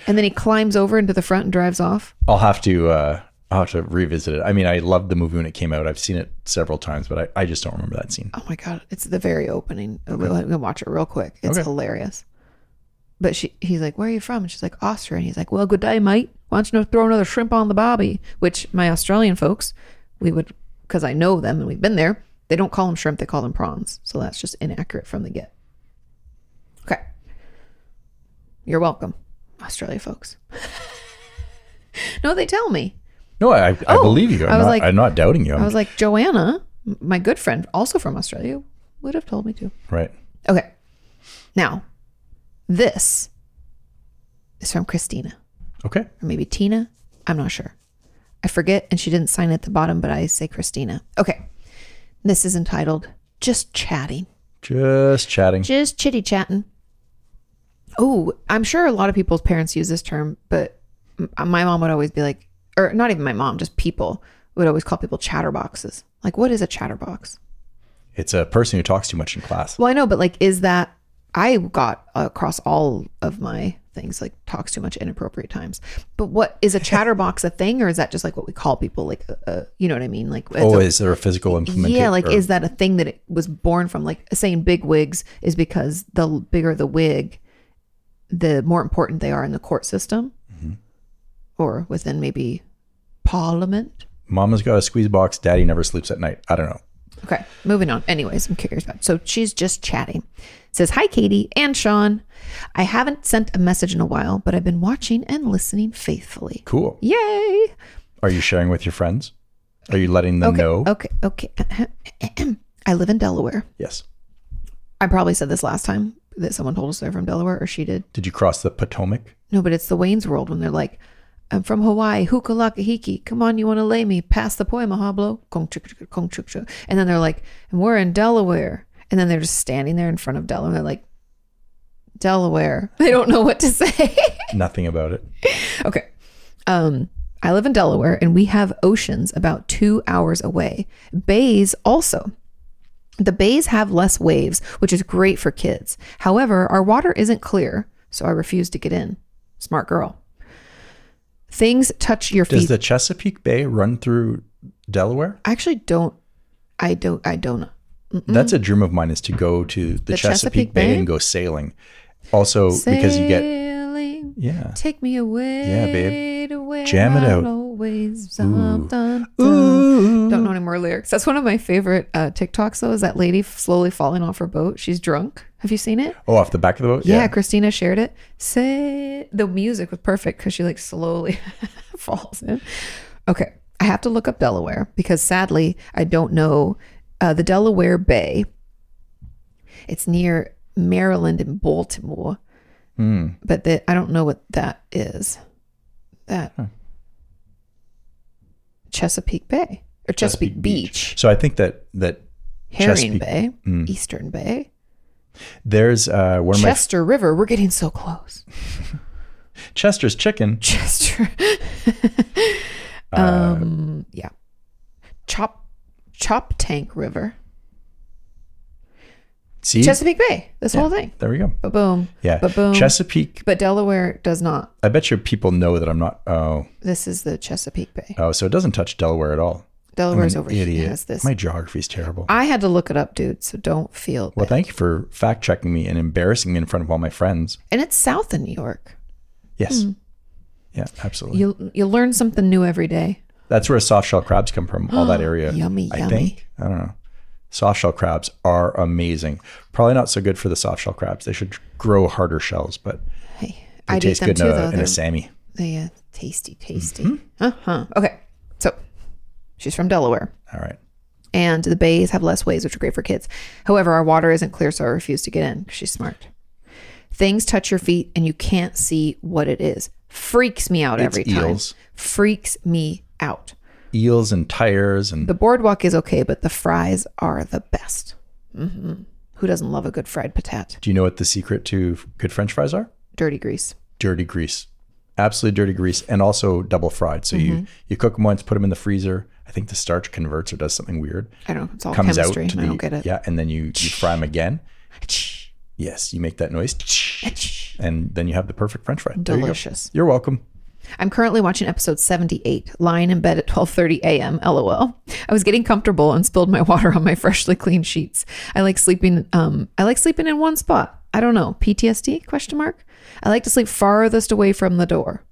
Speaker 1: and then he climbs over into the front and drives off.
Speaker 2: I'll have to uh I'll have to revisit it. I mean, I loved the movie when it came out. I've seen it several times, but I, I just don't remember that scene.
Speaker 1: Oh my god! It's the very opening. We'll, we'll watch it real quick. It's
Speaker 2: Okay.
Speaker 1: hilarious. But she, he's like, "Where are you from?" And she's like, "Austria." And he's like, "Well, good day, mate. Why don't you no- throw another shrimp on the bobby?" Which my Australian folks, we would, because I know them and we've been there. They don't call them shrimp; they call them prawns. So that's just inaccurate from the get. Okay. You're welcome, Australia folks. no, they tell me.
Speaker 2: No, I, I
Speaker 1: Oh,
Speaker 2: believe you. I'm,
Speaker 1: I was
Speaker 2: not,
Speaker 1: like-
Speaker 2: I'm not doubting you. I'm,
Speaker 1: I was like, Joanna, m- my good friend, also from Australia, would have told me to.
Speaker 2: right.
Speaker 1: Okay. Now, this is from Christina
Speaker 2: Okay.
Speaker 1: or maybe Tina. I'm not sure. I forget, and she didn't sign at the bottom, but I say Christina. Okay. This is entitled Just Chatting.
Speaker 2: Just chatting.
Speaker 1: Just chitty chatting. Oh, I'm sure a lot of people's parents use this term, but m- my mom would always be like, or not even my mom, just people would always call people chatterboxes. Like, what is a chatterbox?
Speaker 2: It's a person who talks too much in class.
Speaker 1: Well, I know, but like, is that I got across all of my things like talks too much inappropriate times. But what is a chatterbox a thing, or is that just like what we call people? Like, uh, uh, you know what I mean? Like, it's
Speaker 2: Oh,
Speaker 1: a-
Speaker 2: is there a physical implementation?
Speaker 1: yeah, like is that a thing that it was born from? Like saying big wigs is because the l- bigger the wig, the more important they are in the court system, or within maybe parliament.
Speaker 2: Mama's got a squeeze box. Daddy never sleeps at night. I don't know.
Speaker 1: Okay, moving on. Anyways, I'm curious about. So she's just chatting. Says, "Hi Katie and Sean. I haven't sent a message in a while, but I've been watching and listening faithfully.
Speaker 2: Cool.
Speaker 1: Yay!
Speaker 2: Are you sharing with your friends? Are you letting them
Speaker 1: Okay, Oh.
Speaker 2: know?
Speaker 1: okay, okay. I live in Delaware.
Speaker 2: Yes.
Speaker 1: I probably said this last time that someone told us they're from Delaware, or she did.
Speaker 2: Did you cross the Potomac?
Speaker 1: No, but it's the Wayne's World when they're like, I'm from Hawaii, Hukalakahiki. Come on, you want to lay me? Pass the poi, Mahablo. Kong chuk chuk, kong chuk chuk. And then they're like, and we're in Delaware. And then they're just standing there in front of Delaware. They're like, Delaware. They don't know what to say.
Speaker 2: Nothing about it.
Speaker 1: okay. Um, I live in Delaware and we have oceans about two hours away. Bays also. The bays have less waves, which is great for kids. However, our water isn't clear, so I refuse to get in. Smart girl. Things touch your
Speaker 2: Does
Speaker 1: feet.
Speaker 2: the Chesapeake Bay run through Delaware?
Speaker 1: I actually don't. I don't. I don't.
Speaker 2: That's a dream of mine is to go to the,
Speaker 1: The
Speaker 2: Chesapeake,
Speaker 1: Chesapeake
Speaker 2: Bay,
Speaker 1: Bay?
Speaker 2: and go sailing. Also, because you get
Speaker 1: Sailing,
Speaker 2: yeah.
Speaker 1: take me away.
Speaker 2: Yeah, babe. Jam it out. Ooh. Oh,
Speaker 1: Don't know any more lyrics. That's one of my favorite uh, TikToks, though, is that lady f- slowly falling off her boat. She's drunk. Have you seen it?
Speaker 2: Oh, off the back of the boat.
Speaker 1: Yeah, Christina shared it. Say the music was perfect because she like slowly falls in. Okay, I have to look up Delaware because sadly I don't know uh, the Delaware Bay. It's near Maryland and Baltimore,
Speaker 2: Hmm.
Speaker 1: but the, I don't know what that is. That Chesapeake Bay or Chesapeake, Beach,
Speaker 2: So I think that that
Speaker 1: Herring
Speaker 2: Chesapeake-
Speaker 1: Bay, Eastern Bay,
Speaker 2: there's uh, one of my
Speaker 1: Chester River. We're getting so close.
Speaker 2: Chester's chicken.
Speaker 1: gesture.
Speaker 2: Uh,
Speaker 1: um, yeah. Chop Chop Tank River.
Speaker 2: See,
Speaker 1: Chesapeake Bay, this whole thing.
Speaker 2: there we go.
Speaker 1: But boom.
Speaker 2: E- Yeah,
Speaker 1: But boom.
Speaker 2: Chesapeake.
Speaker 1: but Delaware does not.
Speaker 2: I bet your people know that I'm not. Oh,
Speaker 1: This is the Chesapeake Bay.
Speaker 2: oh, so it doesn't touch Delaware at all. I'm
Speaker 1: Delaware's
Speaker 2: an
Speaker 1: over
Speaker 2: idiot.
Speaker 1: here. Has this.
Speaker 2: My geography's terrible.
Speaker 1: I had to look it up, dude. So don't feel.
Speaker 2: well,
Speaker 1: bad.
Speaker 2: thank you for fact checking me and embarrassing me in front of all my friends.
Speaker 1: and it's south of New York.
Speaker 2: Yes.
Speaker 1: Hmm.
Speaker 2: Yeah, absolutely.
Speaker 1: You you learn something new every day.
Speaker 2: That's where soft shell crabs come from, all that area.
Speaker 1: Yummy,
Speaker 2: I
Speaker 1: yummy.
Speaker 2: think. I don't know. Soft shell crabs are amazing. Probably not so good for the soft shell crabs. They should grow harder shells, but
Speaker 1: Hey,
Speaker 2: they
Speaker 1: I'd eat
Speaker 2: taste
Speaker 1: them
Speaker 2: good
Speaker 1: too,
Speaker 2: in
Speaker 1: though.
Speaker 2: a, Mm-hmm. in
Speaker 1: They're
Speaker 2: a Sammy.
Speaker 1: they, uh, tasty, tasty. Uh huh. Okay, so she's from Delaware.
Speaker 2: All right.
Speaker 1: and the bays have less waves, which are great for kids. However, our water isn't clear, so I refuse to get in 'cause she's smart. Things touch your feet and you can't see what it is. Freaks me out every time.
Speaker 2: eels.
Speaker 1: Freaks me out.
Speaker 2: Eels and tires and
Speaker 1: The boardwalk is okay, but the fries are the best. hmm Who doesn't love a good fried patat?
Speaker 2: do you know what the secret to f- good french fries are?
Speaker 1: Dirty grease.
Speaker 2: Dirty grease. Absolutely dirty grease and also double fried. So
Speaker 1: Mm-hmm.
Speaker 2: you you cook them once, put them in the freezer. I think the starch converts or does something weird.
Speaker 1: I don't. It's all
Speaker 2: Comes out
Speaker 1: chemistry.
Speaker 2: to
Speaker 1: and
Speaker 2: the
Speaker 1: I don't get it.
Speaker 2: yeah, and then you you fry them again. Yes, you make that noise, and then you have the perfect French fry. There you go.
Speaker 1: Delicious.
Speaker 2: You're welcome.
Speaker 1: I'm currently watching episode 78, lying in bed at 12:30 a.m. LOL. I was getting comfortable and spilled my water on my freshly cleaned sheets. I like sleeping um I like sleeping in one spot. I don't know. PTSD question mark. I like to sleep farthest away from the door.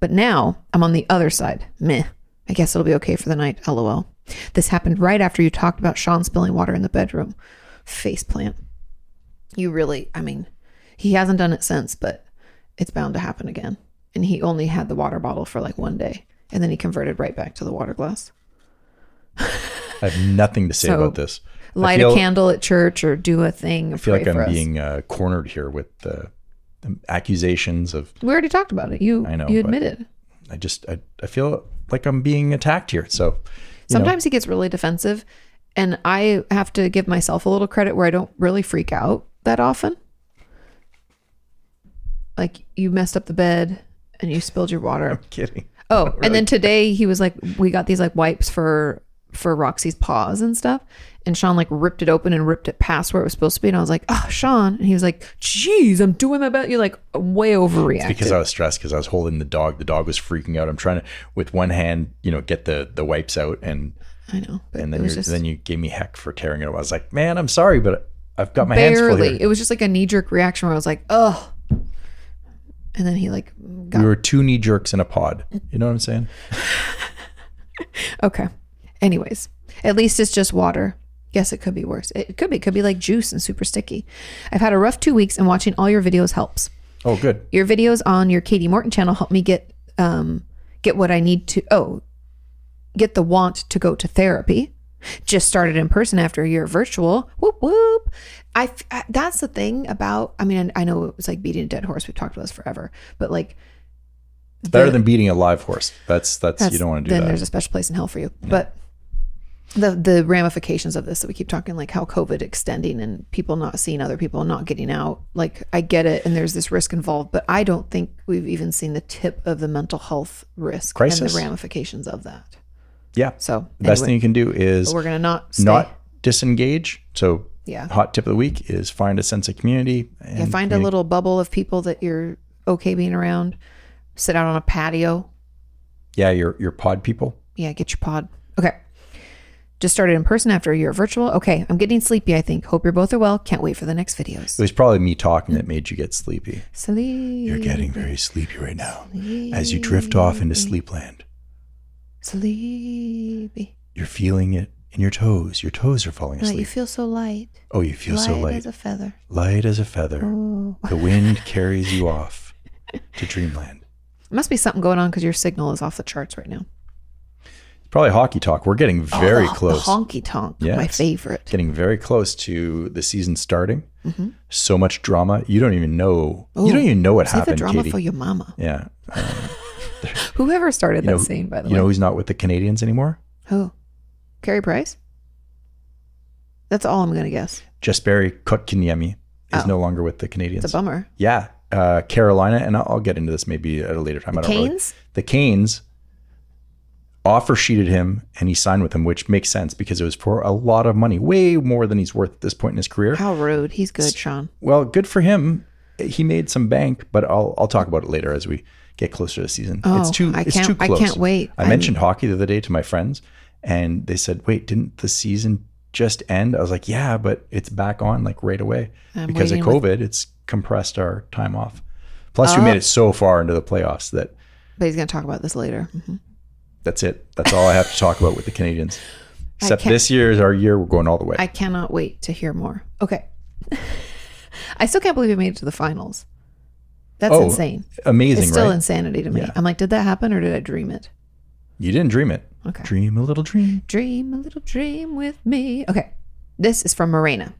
Speaker 1: But now I'm on the other side. Meh. I guess it'll be okay for the night. LOL. This happened right after you talked about Sean spilling water in the bedroom. Faceplant. You really, I mean, he hasn't done it since, but it's bound to happen again. And he only had the water bottle for like one day and then he converted right back to the water glass.
Speaker 2: I have nothing to say
Speaker 1: So,
Speaker 2: about this. I
Speaker 1: Light
Speaker 2: feel-
Speaker 1: a candle at church or do a thing.
Speaker 2: I feel like
Speaker 1: for
Speaker 2: I'm
Speaker 1: us.
Speaker 2: being uh, cornered here with the, the accusations of.
Speaker 1: We already talked about it. You,
Speaker 2: I know,
Speaker 1: you
Speaker 2: but-
Speaker 1: admitted.
Speaker 2: I just I, I feel like I'm being attacked here. So you know,
Speaker 1: Sometimes he gets really defensive, and I have to give myself a little credit where I don't really freak out that often. Like you messed up the bed and you spilled your water.
Speaker 2: kidding.
Speaker 1: Oh, and then today he was like, we got these like wipes for for Roxy's paws and stuff, and Sean like ripped it open and ripped it past where it was supposed to be, and I was like, oh, Sean, and he was like, jeez, I'm doing my best. You're like way overreacting.
Speaker 2: Because I was stressed because I was holding the dog. The dog was freaking out. I'm trying to with one hand, you know, get the the wipes out, and
Speaker 1: I know, but
Speaker 2: and
Speaker 1: it
Speaker 2: then you
Speaker 1: was just
Speaker 2: then you gave me heck for tearing it. up. I was like, man, I'm sorry, but I've got my hands full
Speaker 1: barely.
Speaker 2: here.
Speaker 1: It was just like a knee jerk reaction where I was like, oh, and then he like got
Speaker 2: We were two knee jerks in a pod. You know what I'm saying?
Speaker 1: Okay. Anyways, at least it's just water. Yes, it could be worse. It could be. It could be like juice and super sticky. I've had a rough two weeks, and watching all your videos helps.
Speaker 2: Oh, good.
Speaker 1: Your videos on your Katie Morton channel help me get um, get what I need to. Oh, get the want to go to therapy. Just started in person after a year of virtual. Whoop whoop. I, f- I- that's the thing about. I mean, I know it was like beating a dead horse. We've talked about this forever, but like
Speaker 2: It's better than beating a live horse. That's that's, you
Speaker 1: that's-
Speaker 2: don't want to do
Speaker 1: then
Speaker 2: that.
Speaker 1: there's a special place in hell for you. But the the ramifications of this that we keep talking, like how COVID extending and people not seeing other people, not getting out. Like I get it, and there's this risk involved, but I don't think we've even seen the tip of the mental health risk and
Speaker 2: Crisis.
Speaker 1: the ramifications of that.
Speaker 2: Yeah.
Speaker 1: So
Speaker 2: the best
Speaker 1: anyway,
Speaker 2: thing you can do is
Speaker 1: we're gonna not stay.
Speaker 2: not disengage. So
Speaker 1: Yeah.
Speaker 2: hot tip of the week is find a sense of community. And
Speaker 1: yeah, find a
Speaker 2: communi-
Speaker 1: little bubble of people that you're okay being around. Sit out on a patio,
Speaker 2: Yeah, your your pod people.
Speaker 1: yeah, get your pod. Okay. Just started in person after a year of virtual. Okay, I'm getting sleepy, I think. Hope you're both are well. Can't wait for the next videos.
Speaker 2: It was probably me talking that made you get sleepy. You're
Speaker 1: Sleep.
Speaker 2: getting very sleepy right now. As you drift off into sleepland,
Speaker 1: Sleepy.
Speaker 2: you're feeling it in your toes. Your toes are falling
Speaker 1: Right, you
Speaker 2: asleep.
Speaker 1: feel so light.
Speaker 2: Oh, you feel
Speaker 1: light
Speaker 2: so light.
Speaker 1: as a feather.
Speaker 2: light as a feather.
Speaker 1: Oh.
Speaker 2: The wind carries you off to dreamland.
Speaker 1: Must be something going on because your signal is off the charts right now.
Speaker 2: It's probably hockey talk. We're getting
Speaker 1: Oh,
Speaker 2: very
Speaker 1: the-
Speaker 2: close.
Speaker 1: The honky tonk. My
Speaker 2: Yes.
Speaker 1: favorite.
Speaker 2: getting very close to the season starting.
Speaker 1: Mm-hmm.
Speaker 2: So much drama. You don't even know. you don't even know what
Speaker 1: Save the
Speaker 2: happened,
Speaker 1: drama
Speaker 2: Katie.
Speaker 1: for your mama.
Speaker 2: yeah.
Speaker 1: Whoever started
Speaker 2: You know,
Speaker 1: that scene, by the
Speaker 2: you
Speaker 1: way.
Speaker 2: know who's not with the Canadians anymore?
Speaker 1: Who? Carrie Price? That's all I'm going to guess.
Speaker 2: Jesperi Kotkaniemi is no longer with the Canadians.
Speaker 1: Oh. It's a bummer.
Speaker 2: Yeah. Uh, Carolina, and I'll, I'll get into this maybe at a later time. I don't really-
Speaker 1: Canes?
Speaker 2: The Canes offer sheeted him and he signed with him, which makes sense because it was for a lot of money, way more than he's worth at this point in his career.
Speaker 1: How rude. He's good, Sean.
Speaker 2: Well, good for him. He made some bank, but I'll I'll talk about it later as we get closer to the season.
Speaker 1: Oh,
Speaker 2: it's too
Speaker 1: I
Speaker 2: it's
Speaker 1: can't-
Speaker 2: too
Speaker 1: I
Speaker 2: close.
Speaker 1: can't wait.
Speaker 2: I
Speaker 1: I'm-
Speaker 2: mentioned hockey the other day to my friends, and they said, "Wait, didn't the season just end?" I was like, "Yeah, but it's back on like right away
Speaker 1: I'm
Speaker 2: because of
Speaker 1: waiting with- Oh.
Speaker 2: COVID. It's compressed our time off. Plus, we made it so far into the playoffs that
Speaker 1: But he's going to talk about this later.
Speaker 2: Mm-hmm.
Speaker 1: Mhm.
Speaker 2: that's it. That's all I have to talk about with the Canadians. Except
Speaker 1: can't-
Speaker 2: this year is our year. We're going all the way.
Speaker 1: I cannot wait to hear more. Okay. I still can't believe we made it to the finals. That's
Speaker 2: Oh,
Speaker 1: insane.
Speaker 2: Amazing,
Speaker 1: It's still
Speaker 2: right?
Speaker 1: insanity to me.
Speaker 2: Yeah.
Speaker 1: I'm like, did that happen or did I dream it?
Speaker 2: you didn't dream it.
Speaker 1: Okay.
Speaker 2: Dream a little dream.
Speaker 1: Dream a little dream with me. Okay. This is from Morena.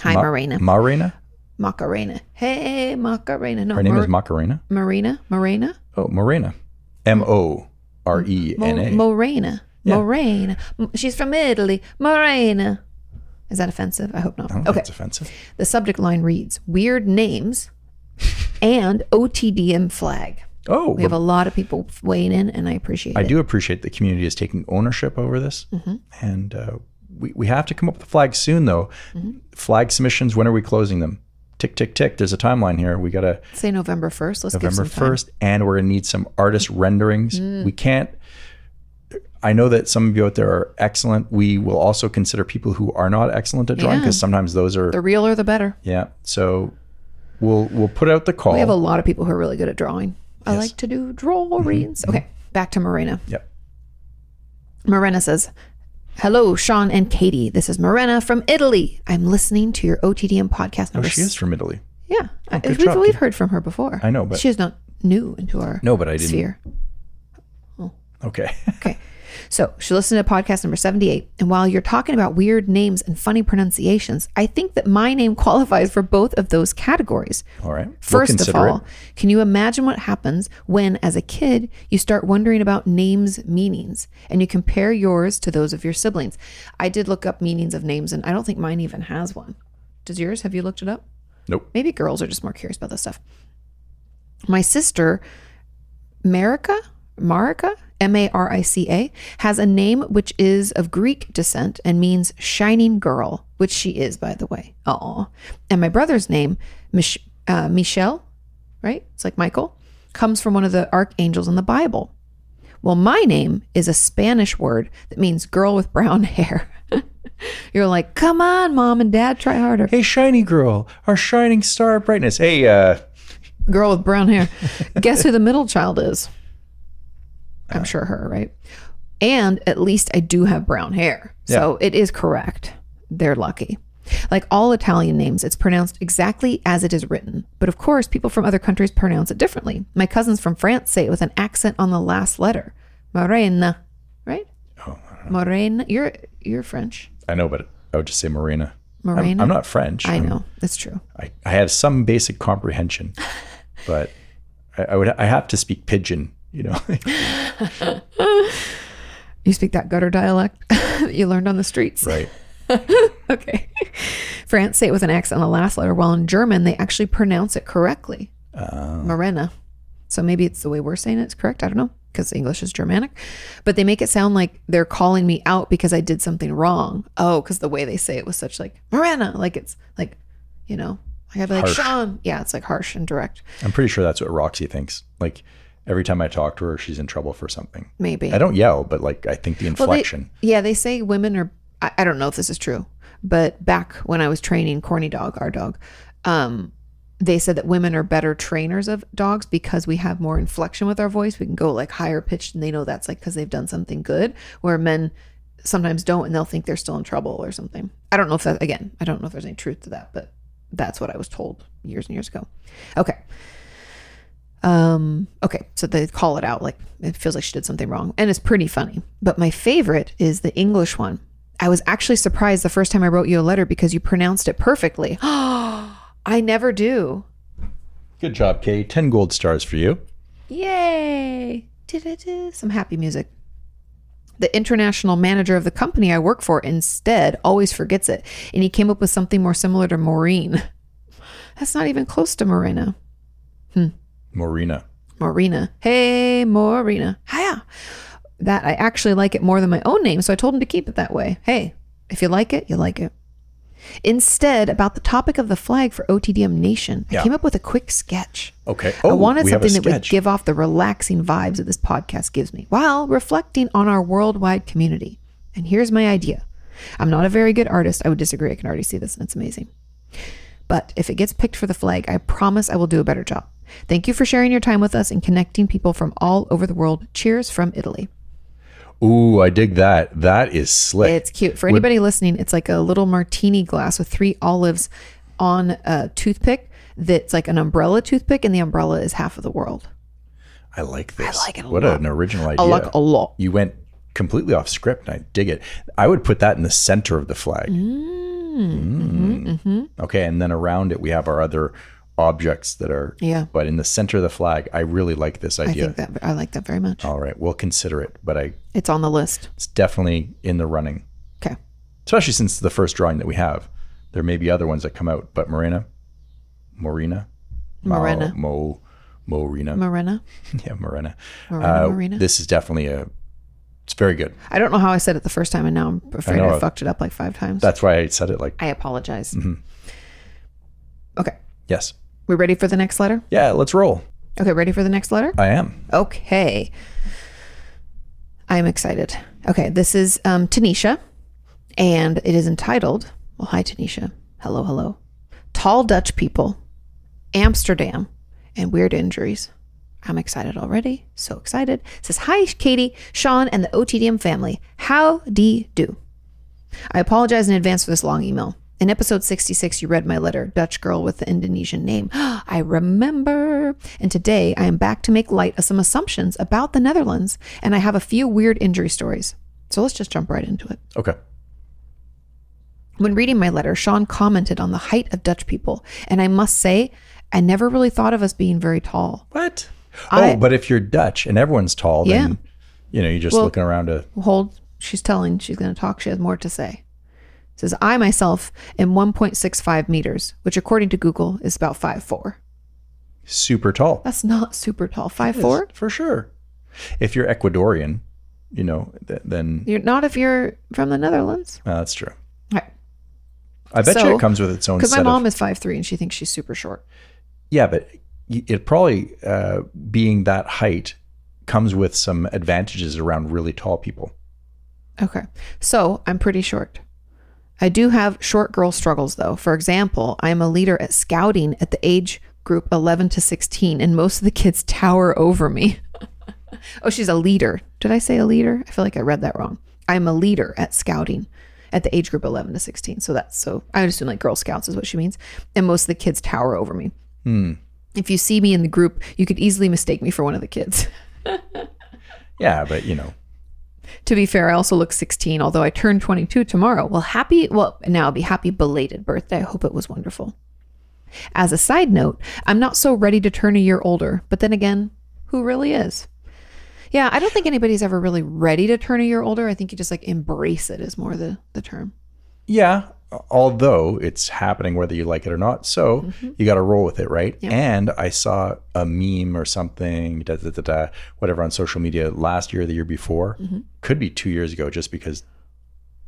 Speaker 1: Hi,
Speaker 2: Ma-
Speaker 1: Morena.
Speaker 2: Marina.
Speaker 1: Macarena. Hey, Macarena. No,
Speaker 2: Her name
Speaker 1: Mar-
Speaker 2: is Macarena.
Speaker 1: Marina. Morena.
Speaker 2: Oh, Morena. M O R E
Speaker 1: Mo-
Speaker 2: N A.
Speaker 1: Morena.
Speaker 2: Yeah.
Speaker 1: Morena. M- She's from Italy. Morena. Is that offensive? I hope not.
Speaker 2: Oh,
Speaker 1: okay.
Speaker 2: That's offensive.
Speaker 1: The subject line reads Weird Names and OTDM Flag.
Speaker 2: Oh,
Speaker 1: We have a lot of people weighing in, and I appreciate
Speaker 2: I
Speaker 1: it.
Speaker 2: do appreciate the community is taking ownership over this.
Speaker 1: Mm-hmm.
Speaker 2: And uh, we, we have to come up with a flag soon, though.
Speaker 1: Mm-hmm.
Speaker 2: Flag submissions, when are we closing them? Tick, tick, tick. There's a timeline here. We got to
Speaker 1: Say November 1st. Let's
Speaker 2: November
Speaker 1: give some time. Mm.
Speaker 2: 1st, and we're going to need some artist renderings. We can't. I know that some of you out there are excellent. We will also consider people who are not excellent at drawing
Speaker 1: Yeah.
Speaker 2: because sometimes those are.
Speaker 1: The realer, the better.
Speaker 2: yeah. So we'll we'll put out the call.
Speaker 1: We have a lot of people who are really good at drawing. I like to do drawings.
Speaker 2: Mm-hmm.
Speaker 1: Okay, back to Morena.
Speaker 2: Yep.
Speaker 1: Morena says, Hello, Sean and Katie. This is Morena from Italy. I'm listening to your OTDM podcast
Speaker 2: Oh,
Speaker 1: number.
Speaker 2: she is from Italy.
Speaker 1: Yeah. I-
Speaker 2: good
Speaker 1: we've,
Speaker 2: job,
Speaker 1: we've
Speaker 2: Katie.
Speaker 1: heard from her before.
Speaker 2: I know, but-
Speaker 1: She is not new into our
Speaker 2: No, but I didn't.
Speaker 1: sphere.
Speaker 2: Okay.
Speaker 1: Okay. So she listened to podcast number 78. And while you're talking about weird names and funny pronunciations, I think that my name qualifies for both of those categories.
Speaker 2: all right. We'll
Speaker 1: First of
Speaker 2: consider
Speaker 1: all,
Speaker 2: it.
Speaker 1: can you imagine what happens when, as a kid, you start wondering about names' meanings and you compare yours to those of your siblings? I did look up meanings of names, and I don't think mine even has one. Does yours? Have you looked it up?
Speaker 2: Nope.
Speaker 1: Maybe girls are just more curious about this stuff. My sister, Marika, Marika, M A R I C A, has a name which is of Greek descent and means shining girl, which she is, by the way. Aw. And my brother's name, Mich- uh, Michelle, right? It's like Michael, comes from one of the archangels in the Bible. Well, my name is a Spanish word that means girl with brown hair. You're like, come on, mom and dad, try harder.
Speaker 2: Hey, shiny girl, our shining star of brightness. Hey, uh,
Speaker 1: girl with brown hair. Guess who the middle child is?
Speaker 2: Uh.
Speaker 1: I'm sure her, right? And at least I do have brown hair. So it is correct. They're lucky. Like all Italian names, it's pronounced exactly as it is written. But of course, people from other countries pronounce it differently. My cousins from France say it with an accent on the last letter. Morena, right?
Speaker 2: Oh,
Speaker 1: Morena. You're you're French.
Speaker 2: I know, but I would just say Marina. I'm-
Speaker 1: Morena.
Speaker 2: I'm, not French.
Speaker 1: I
Speaker 2: I'm-
Speaker 1: know. It's true.
Speaker 2: I, I have some basic comprehension, but I, I would I have to speak pidgin. You know,
Speaker 1: You speak that gutter dialect that you learned on the streets.
Speaker 2: right?
Speaker 1: Okay. France say it with an accent on the last letter, while in German they actually pronounce it correctly.
Speaker 2: Uh.
Speaker 1: Morena. So maybe it's the way we're saying it's correct. I don't know because English is Germanic, but they make it sound like they're calling me out because I did something wrong. Oh, because the way they say it was such like Morena, like it's like, you know, I gotta be like
Speaker 2: Harsh.
Speaker 1: Sean. Yeah, it's like harsh and direct.
Speaker 2: I'm pretty sure that's what Roxy thinks. Like every time I talk to her, she's in trouble for something.
Speaker 1: Maybe
Speaker 2: I don't yell, but like I think the
Speaker 1: Well, they-
Speaker 2: inflection.
Speaker 1: yeah, they say women are. I, I don't know if this is true, but back when I was training Corny Dog, our dog, um, they said that women are better trainers of dogs because we have more inflection with our voice. We can go like higher pitched, and they know that's like because they've done something good. Where men sometimes don't, and they'll think they're still in trouble or something. I don't know if that. Again, I don't know if there's any truth to that, but that's what I was told years and years ago. Okay. Um, okay, so they call it out like it feels like she did something wrong, and it's pretty funny. But my favorite is the English one. I was actually surprised the first time I wrote you a letter because you pronounced it perfectly. I never do.
Speaker 2: Good job, Kay. Ten gold stars for you.
Speaker 1: Yay! Da-da-da. Some happy music. The international manager of the company I work for instead always forgets it, and he came up with something more similar to Maureen. That's not even close to Morena.
Speaker 2: Marina.
Speaker 1: Maurina. Hey, Maurina. Hiya. that I actually like it more than my own name, so I told him to keep it that way. Hey, if you like it, you like it. Instead, about the topic of the flag for OTDM Nation, I
Speaker 2: Yeah.
Speaker 1: came up with a quick sketch.
Speaker 2: Okay. Oh,
Speaker 1: I wanted
Speaker 2: we have a
Speaker 1: something that would
Speaker 2: sketch.
Speaker 1: give off the relaxing vibes that this podcast gives me while reflecting on our worldwide community. And here's my idea I'm not a very good artist. I would disagree. I can already see this, and it's amazing. But if it gets picked for the flag, I promise I will do a better job. Thank you for sharing your time with us and connecting people from all over the world. Cheers from Italy.
Speaker 2: Ooh, I dig that. That is slick.
Speaker 1: It's cute. For anybody listening, it's like a little martini glass with three olives on a toothpick that's like an umbrella toothpick, and the umbrella is half of the world.
Speaker 2: I like this.
Speaker 1: like it a
Speaker 2: what
Speaker 1: lot.
Speaker 2: an original idea.
Speaker 1: I like a lot.
Speaker 2: you went completely off script and I dig it. I would put that in the center of the flag.
Speaker 1: Mm-hmm,
Speaker 2: Mm. Okay, and then around it we have our other objects that are
Speaker 1: Yeah.
Speaker 2: But in the center of the flag, I really like this
Speaker 1: I
Speaker 2: idea.
Speaker 1: think that I like that very much.
Speaker 2: All right, we'll consider it, but I
Speaker 1: It's on the list.
Speaker 2: it's definitely in the running.
Speaker 1: Okay.
Speaker 2: Especially since it's the first drawing that we have. There may be other ones that come out, but Marina, Marina, Mo-
Speaker 1: Morena.
Speaker 2: Mo, Morena,
Speaker 1: Morena.
Speaker 2: yeah, Morena.
Speaker 1: Morena,
Speaker 2: Uh,
Speaker 1: Morena.
Speaker 2: This is definitely a. It's very good.
Speaker 1: I don't know how I said it the first time, and now I'm afraid
Speaker 2: know.
Speaker 1: I, fucked it up like five times.
Speaker 2: That's why I said it like
Speaker 1: I apologize. Okay.
Speaker 2: yes.
Speaker 1: We ready for the next letter?
Speaker 2: Yeah, let's roll.
Speaker 1: Okay. Ready for the next letter?
Speaker 2: I am.
Speaker 1: Okay. I'm excited. Okay. This is um, Tanisha, and it is entitled, well, hi, Tanisha. Hello, hello. Tall Dutch People, Amsterdam, and Weird Injuries. I'm excited already. So excited. It says, Hi, Katie, Sean, and the OTDM family. How do do? I apologize in advance for this long email. In episode 66, you read my letter, Dutch girl with the Indonesian name. I remember. And today I am back to make light of some assumptions about the Netherlands, and I have a few weird injury stories. So let's just jump right into it.
Speaker 2: Okay.
Speaker 1: When reading my letter, Sean commented on the height of Dutch people, and I must say, I never really thought of us being very tall.
Speaker 2: What?
Speaker 1: I-
Speaker 2: oh, but if you're Dutch and everyone's tall,
Speaker 1: Yeah.
Speaker 2: then you know you're just looking around to.
Speaker 1: Hold, she's telling, she's going to talk, she has more to say. It says, I myself am 1.65 meters, which according to Google is about 5'4.
Speaker 2: super tall.
Speaker 1: That's not super tall. Five
Speaker 2: Yes,
Speaker 1: four.
Speaker 2: for sure. If you're Ecuadorian, you know th- then
Speaker 1: You're not if you're from the Netherlands.
Speaker 2: uh, that's true.
Speaker 1: Right.
Speaker 2: I bet you
Speaker 1: So-
Speaker 2: it comes with its own
Speaker 1: Because my
Speaker 2: set
Speaker 1: mom
Speaker 2: of
Speaker 1: is five three and she thinks she's super short.
Speaker 2: yeah, but y- it probably uh, being that height comes with some advantages around really tall people.
Speaker 1: Okay. So I'm pretty short. I do have short girl struggles though. For example, I am a leader at scouting at the age group 11 to 16, and most of the kids tower over me. oh, she's a leader. Did I say a leader? I feel like I read that wrong. I'm a leader at scouting at the age group 11 to 16. So that's so I would assume like Girl Scouts is what she means. And most of the kids tower over me. If you see me in the group, you could easily mistake me for one of the kids.
Speaker 2: Yeah, but you know
Speaker 1: To be fair, I also look 16, although I turn 22 tomorrow. Well, happy, well, now I'll be happy belated birthday. I hope it was wonderful. As a side note, I'm not so ready to turn a year older, but then again, who really is? Yeah, I don't think anybody's ever really ready to turn a year older. I think you just like embrace it is more the, the term.
Speaker 2: Yeah, although it's happening whether you like it or not. So
Speaker 1: Mm-hmm.
Speaker 2: you got to roll with it, right? And I saw a meme or something, da, da, da, da, whatever, on social media last year, or the year before.
Speaker 1: Mm-hmm.
Speaker 2: Could be two years ago, just because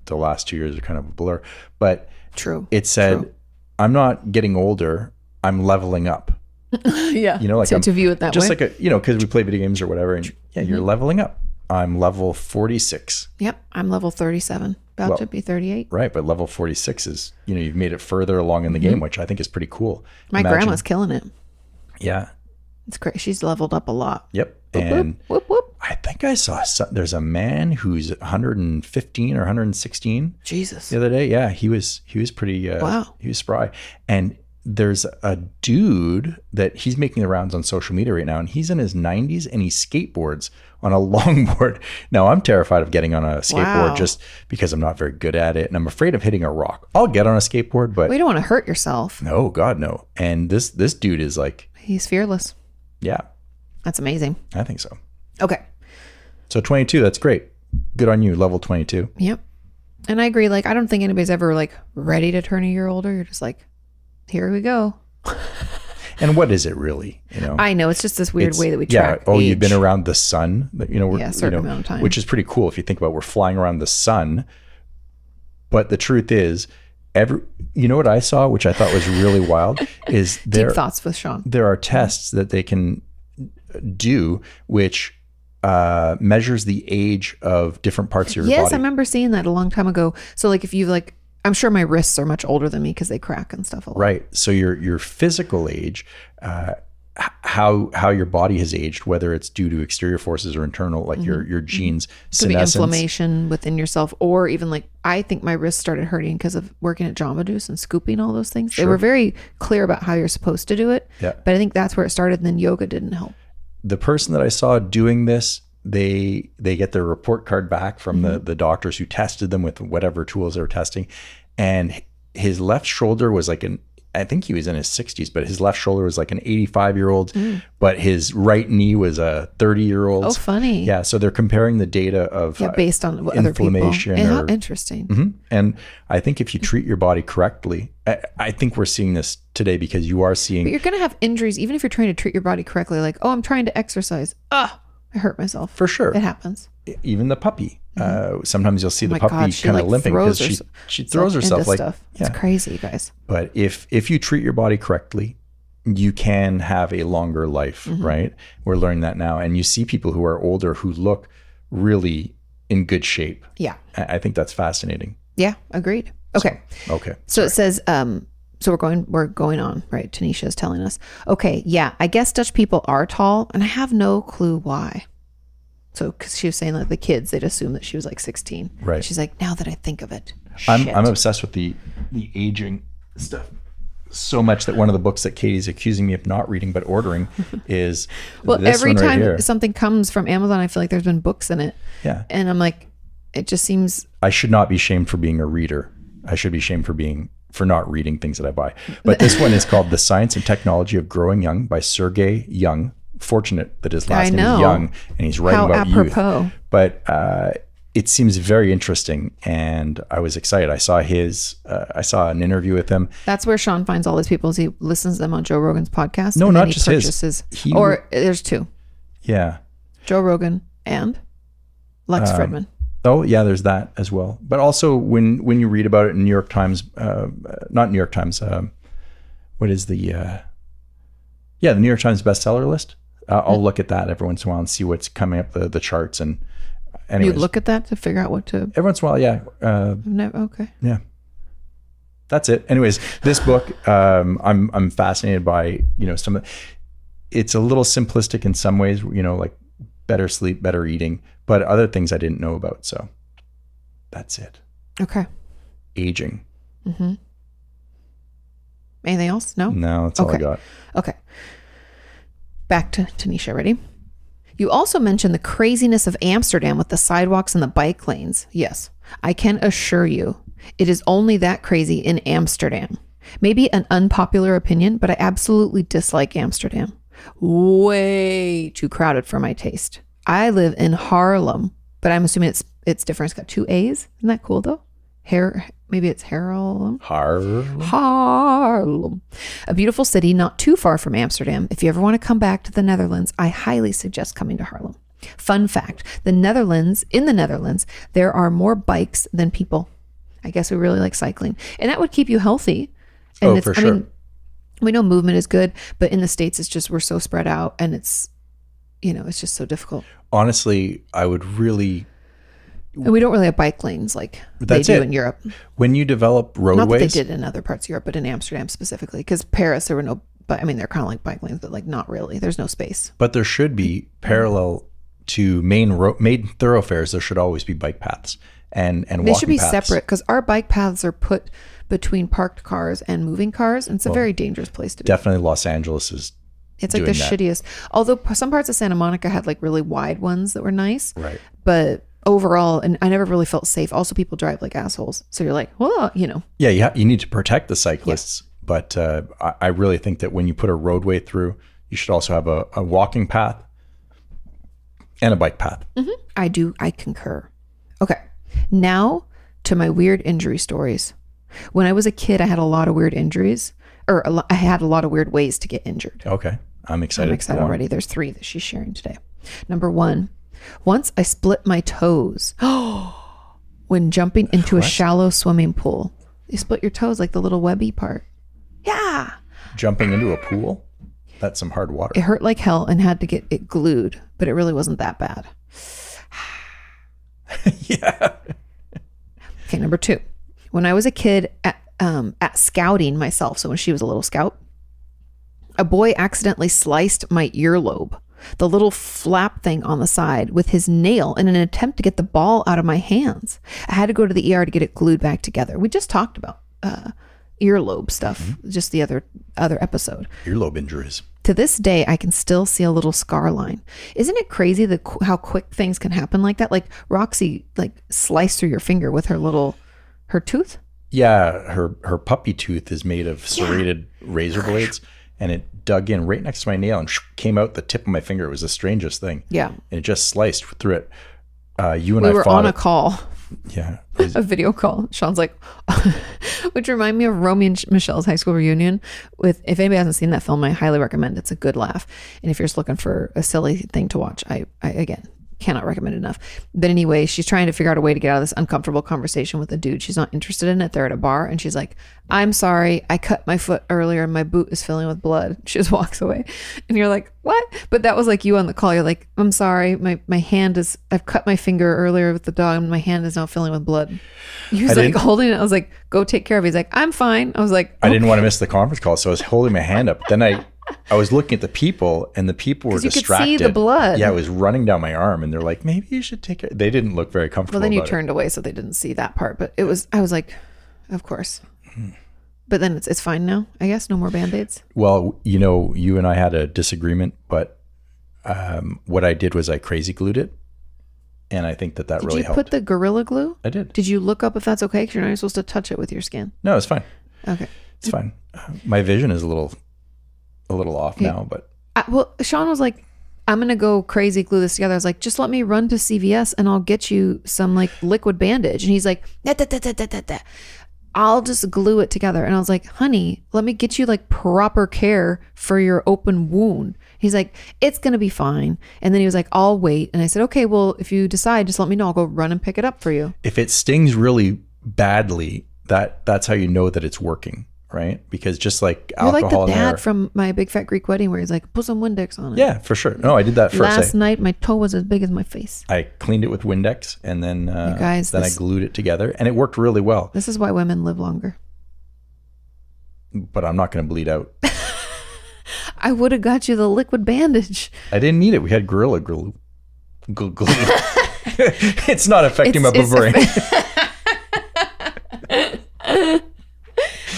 Speaker 2: the last two years are kind of a blur. But
Speaker 1: True.
Speaker 2: it said, I'm not getting older, I'm leveling up.
Speaker 1: yeah.
Speaker 2: You know, like
Speaker 1: to,
Speaker 2: I'm-
Speaker 1: to view it that
Speaker 2: just
Speaker 1: way. mm-hmm.
Speaker 2: like, a, you know, because we play video games or whatever. And yeah, you're leveling up. I'm level 46.
Speaker 1: yep. I'm level 37, about
Speaker 2: Well-
Speaker 1: to be 38.
Speaker 2: Right, but level 46 is, you know, you've made it further along in the game, which I think is pretty cool.
Speaker 1: Mm-hmm. My
Speaker 2: Imagine-
Speaker 1: grandma's killing it.
Speaker 2: Yeah.
Speaker 1: It's great. She's leveled up a lot.
Speaker 2: Yep. And
Speaker 1: Whoop, whoop.
Speaker 2: I think I saw some, there's a man who's 115 or 116
Speaker 1: Jesus.
Speaker 2: the other day. Yeah, he was he was pretty uh,
Speaker 1: Wow.
Speaker 2: He was spry. And there's a dude that he's making the rounds on social media right now, and he's in his 90s and he skateboards on a longboard. Now I'm terrified of getting on a skateboard
Speaker 1: Wow.
Speaker 2: just because I'm not very good at it, and I'm afraid of hitting a rock. I'll get on a skateboard, but
Speaker 1: We don't want to hurt yourself.
Speaker 2: no, God no. And this this dude is like,
Speaker 1: He's fearless.
Speaker 2: yeah,
Speaker 1: That's amazing.
Speaker 2: I think so.
Speaker 1: Okay.
Speaker 2: So 22, that's great. Good on you, level 22.
Speaker 1: Yep. And I agree. Like, I don't think anybody's ever like ready to turn a year older. You're just like, here we go.
Speaker 2: And what is it really? You know,
Speaker 1: I know it's just this weird
Speaker 2: Oh. It's-
Speaker 1: way that we track.
Speaker 2: Oh, you've been
Speaker 1: age.
Speaker 2: around the sun. but, You know, we're,
Speaker 1: Yeah, a
Speaker 2: you
Speaker 1: certain
Speaker 2: know,
Speaker 1: amount of time.
Speaker 2: which is pretty cool if you think about. it, We're flying around the sun, but the truth is, every you know what I saw, which I thought was really wild, is
Speaker 1: deep
Speaker 2: there
Speaker 1: thoughts with Sean.
Speaker 2: there are tests that they can do which uh, measures the age of different parts of your
Speaker 1: Yes,
Speaker 2: body.
Speaker 1: I remember seeing that a long time ago. So like if you like, I'm sure my wrists are much older than me because they crack and stuff a lot.
Speaker 2: Right. So your your physical age, uh, h- how how your body has aged, whether it's due to exterior forces or internal, like your your genes,
Speaker 1: Mm-hmm. Could be
Speaker 2: senescence.
Speaker 1: inflammation within yourself, or even like I think my wrists started hurting because of working at Jamba Juice and scooping all those things. They were very clear about how you're supposed to do it,
Speaker 2: Yeah.
Speaker 1: but I think that's where it started. And then yoga didn't help.
Speaker 2: The person that I saw doing this, they they get their report card back from
Speaker 1: Mm-hmm.
Speaker 2: the the doctors who tested them with whatever tools they were testing, and his left shoulder was like an. I think he was in his 60s, but his left shoulder was like an 85 year old, but his right knee was a 30 year old.
Speaker 1: Mm. Oh, funny.
Speaker 2: Yeah. So they're comparing the data of
Speaker 1: Yeah,
Speaker 2: uh,
Speaker 1: based on what other people.
Speaker 2: inflammation
Speaker 1: And how
Speaker 2: or-
Speaker 1: interesting.
Speaker 2: Mhm. And I think if you treat your body correctly, I, I think we're seeing this today because you are
Speaker 1: But
Speaker 2: seeing
Speaker 1: you're gonna have injuries even if you're trying to treat your body correctly. Like, oh, I'm trying to exercise. Oh, I hurt myself.
Speaker 2: for sure,
Speaker 1: It happens.
Speaker 2: even the puppy. Uh, sometimes you'll see the
Speaker 1: Mm-hmm. Oh my
Speaker 2: puppy
Speaker 1: God, she,
Speaker 2: kind of
Speaker 1: like,
Speaker 2: limping
Speaker 1: throws
Speaker 2: because she,
Speaker 1: herself-
Speaker 2: she throws
Speaker 1: Into
Speaker 2: herself like,
Speaker 1: stuff.
Speaker 2: yeah.
Speaker 1: It's crazy, you guys.
Speaker 2: but if if you treat your body correctly you can have a longer life
Speaker 1: Mm-hmm.
Speaker 2: right we're learning that now and you see people who are older who look really in good shape
Speaker 1: Yeah.
Speaker 2: i, I think that's fascinating
Speaker 1: Yeah. Agreed. Okay.
Speaker 2: okay
Speaker 1: So it says, um, so we're going, we're going on, right? Tanisha is telling us. Okay, yeah, I guess Dutch people are tall, and I have no clue why. So, because she was saying like the kids, they'd assume that she was like sixteen.
Speaker 2: Right.
Speaker 1: She's like, now that I think of it,
Speaker 2: I'm,
Speaker 1: shit.
Speaker 2: I'm obsessed with the the aging stuff so much that one of the books that Katie's accusing me of not reading but ordering is
Speaker 1: well,
Speaker 2: this
Speaker 1: every
Speaker 2: one right
Speaker 1: time
Speaker 2: here.
Speaker 1: something comes from Amazon, I feel like there's been books in it,
Speaker 2: Yeah,
Speaker 1: and I'm like, it just seems
Speaker 2: I should not be shamed for being a reader. I should be shamed for being for not reading things that I buy. But this one is called "The Science and Technology of Growing Young" by Sergey Young. Fortunate that his last
Speaker 1: I
Speaker 2: name
Speaker 1: know.
Speaker 2: is Young, and he's writing
Speaker 1: how
Speaker 2: about youth.
Speaker 1: apropos.
Speaker 2: but uh, it seems very interesting, and I was excited. I saw his, uh, I saw an interview with him,
Speaker 1: That's where Sean finds all these people. Is he listens to them on Joe Rogan's podcast.
Speaker 2: No,
Speaker 1: and then
Speaker 2: not
Speaker 1: he
Speaker 2: just his.
Speaker 1: purchases-
Speaker 2: He-
Speaker 1: or there's two:
Speaker 2: Yeah,
Speaker 1: Joe Rogan and Lex Fridman.
Speaker 2: Oh yeah, there's that as well. But also when when you read about it in New York Times, uh, not New York Times, um, what is the uh, yeah the New York Times bestseller list? Uh, I'll look at that every once in a while and see what's coming up the the charts and
Speaker 1: You
Speaker 2: anyways,
Speaker 1: look at that to figure out what to.
Speaker 2: every once in a while, yeah, uh,
Speaker 1: No, okay.
Speaker 2: yeah. That's it. Anyways, this book, um, I'm I'm fascinated by you know some. It's a little simplistic in some ways, you know, like better sleep, better eating, but other things I didn't know about. So that's it.
Speaker 1: Okay.
Speaker 2: aging.
Speaker 1: Anything else? No?
Speaker 2: No, that's all I
Speaker 1: Okay.
Speaker 2: got.
Speaker 1: Okay. Back to Tanisha. Ready? You also mentioned the craziness of Amsterdam with the sidewalks and the bike lanes. Yes, I can assure you, it is only that crazy in Amsterdam. Maybe an unpopular opinion, but I absolutely dislike Amsterdam. Way too crowded for my taste. I live in Harlem, but I'm assuming it's it's different. It's got two A's. Isn't that cool though? Hair maybe it's Harlem.
Speaker 2: Har.
Speaker 1: Haarlem, a beautiful city not too far from Amsterdam. If you ever want to come back to the Netherlands, I highly suggest coming to Haarlem. Fun fact: the Netherlands, in the Netherlands, there are more bikes than people. I guess we really like cycling, and that would keep you healthy. And
Speaker 2: Oh, for sure.
Speaker 1: I mean, we know movement is good, but in the states, it's just we're so spread out, and it's, you know, it's just so difficult,
Speaker 2: Honestly, I would really
Speaker 1: and we don't really have bike lanes like
Speaker 2: That's
Speaker 1: they do
Speaker 2: it.
Speaker 1: in Europe.
Speaker 2: when you develop
Speaker 1: Not that they
Speaker 2: roadways.
Speaker 1: did in other parts of Europe, but in Amsterdam specifically, because Paris there were no. But I mean, they're kind of like bike lanes, but like not really. There's no space.
Speaker 2: But there should be parallel to main road, main thoroughfares. There should always be bike paths and and
Speaker 1: They
Speaker 2: walking
Speaker 1: should be
Speaker 2: paths.
Speaker 1: separate because our bike paths are put between parked cars and moving cars, and it's a very dangerous place to be.
Speaker 2: Definitely, Los Angeles is
Speaker 1: It's like the
Speaker 2: doing that.
Speaker 1: shittiest. Although p- some parts of Santa Monica had like really wide ones that were nice,
Speaker 2: right.
Speaker 1: but overall, and I never really felt safe. Also, people drive like assholes, so you're like, well, you know,
Speaker 2: Yeah, you ha- you need to protect the cyclists, but uh, I, I really think that when you put a roadway through, you should also have a, a walking path and a bike path.
Speaker 1: Mm-hmm. I do. I concur. Okay. Now to my weird injury stories. When I was a kid, I had a lot of weird injuries. or a lo- I had a lot of weird ways to get injured.
Speaker 2: Okay. I'm
Speaker 1: I'm
Speaker 2: excited. for
Speaker 1: excited
Speaker 2: one.
Speaker 1: already. There's three that she's sharing today. Number one, once I split my toes when jumping into a shallow swimming pool. You split your toes like the little webby part. Yeah.
Speaker 2: Jumping into a pool. That's some hard water.
Speaker 1: It hurt like hell and had to get it glued, but it really wasn't that bad.
Speaker 2: yeah.
Speaker 1: Okay, number two. When I was a kid at, um, at scouting myself, so when she was a little scout, a boy accidentally sliced my earlobe, the little flap thing on the side, with his nail in an attempt to get the ball out of my hands. I had to go to the ER to get it glued back together. We just talked about uh, earlobe stuff just the other other episode.
Speaker 2: Earlobe injuries.
Speaker 1: To this day, I can still see a little scar line. Isn't it crazy the qu- how quick things can happen like that? Like Roxy, like sliced through your finger with her little, her tooth.
Speaker 2: Yeah, her her puppy tooth is made of serrated razor blades, and it dug in right next to my nail and came out the tip of my finger. It was the strangest thing.
Speaker 1: Yeah,
Speaker 2: And it just sliced through it. Uh, you and
Speaker 1: we
Speaker 2: I
Speaker 1: were
Speaker 2: fought.
Speaker 1: on a
Speaker 2: it-
Speaker 1: call,
Speaker 2: yeah, it was-
Speaker 1: a video call. Sean's like, which remind me of Romeo and Michelle's high school reunion. With if anybody hasn't seen that film, I highly recommend. it. It's a good laugh, and if you're just looking for a silly thing to watch, I, I again cannot recommend it enough. But anyway, she's trying to figure out a way to get out of this uncomfortable conversation with a dude she's not interested in. It they're at a bar, and she's like, "I'm sorry, I cut my foot earlier, and my boot is filling with blood." She just walks away, and you're like, "What?" But that was like you on the call. You're like, "I'm sorry, my my hand is I've cut my finger earlier with the dog, and my hand is now filling with blood." He was like
Speaker 2: didn't-
Speaker 1: holding it. I was like, "Go take care of." it. He's like, "I'm fine." I was like, "Oh,
Speaker 2: I didn't want to miss the conference call, so I was holding my hand up. Then I, I was looking at the people, and the people were
Speaker 1: you could see the
Speaker 2: distracted.
Speaker 1: blood.
Speaker 2: Yeah, it was running down my arm, and they're like, "Maybe you should take it." They didn't look very comfortable.
Speaker 1: Well, then you
Speaker 2: about it.
Speaker 1: turned away, so they didn't see that part. But it was, I was like, of course. But then it's it's fine now, I guess. No more band aids.
Speaker 2: Well, you know, you and I had a disagreement, but um, what I did was I crazy glued it, and I think that that
Speaker 1: Did
Speaker 2: really
Speaker 1: you
Speaker 2: helped.
Speaker 1: put the gorilla glue?
Speaker 2: I did.
Speaker 1: Did you look up if that's okay? Because you're not even supposed to touch it with your skin.
Speaker 2: No, it's fine.
Speaker 1: Okay.
Speaker 2: It's fine. Uh, My vision is a little, a little off now, but
Speaker 1: I, well, Sean was like, "I'm gonna go crazy, glue this together." I was like, "Just let me run to CVS and I'll get you some like liquid bandage." And he's like, "Da, da, da, da, da, da, da. "I'll just glue it together." And I was like, "Honey, let me get you like proper care for your open wound." He's like, "It's gonna be fine." And then he was like, "I'll wait." And I said, "Okay, well, if you decide, just let me know. I'll go run and pick it up for you."
Speaker 2: if it stings really badly, that that's how you know that it's working, right? Because just like
Speaker 1: You're like
Speaker 2: alcohol
Speaker 1: the
Speaker 2: and air.
Speaker 1: dad from my big fat Greek wedding, where he's like, "Put some Windex on it."
Speaker 2: yeah, for sure. No, I did that first. I-
Speaker 1: Last night, my toe was as big as my face.
Speaker 2: I cleaned it with Windex and then uh,
Speaker 1: You guys,
Speaker 2: then
Speaker 1: this-
Speaker 2: I glued it together and it worked really well.
Speaker 1: This is why women live longer.
Speaker 2: But I'm not going to bleed out.
Speaker 1: I would have got you the liquid bandage.
Speaker 2: I didn't need it. We had Gorilla Glue. Gl- glue. it's not affecting my
Speaker 1: It's-
Speaker 2: brain.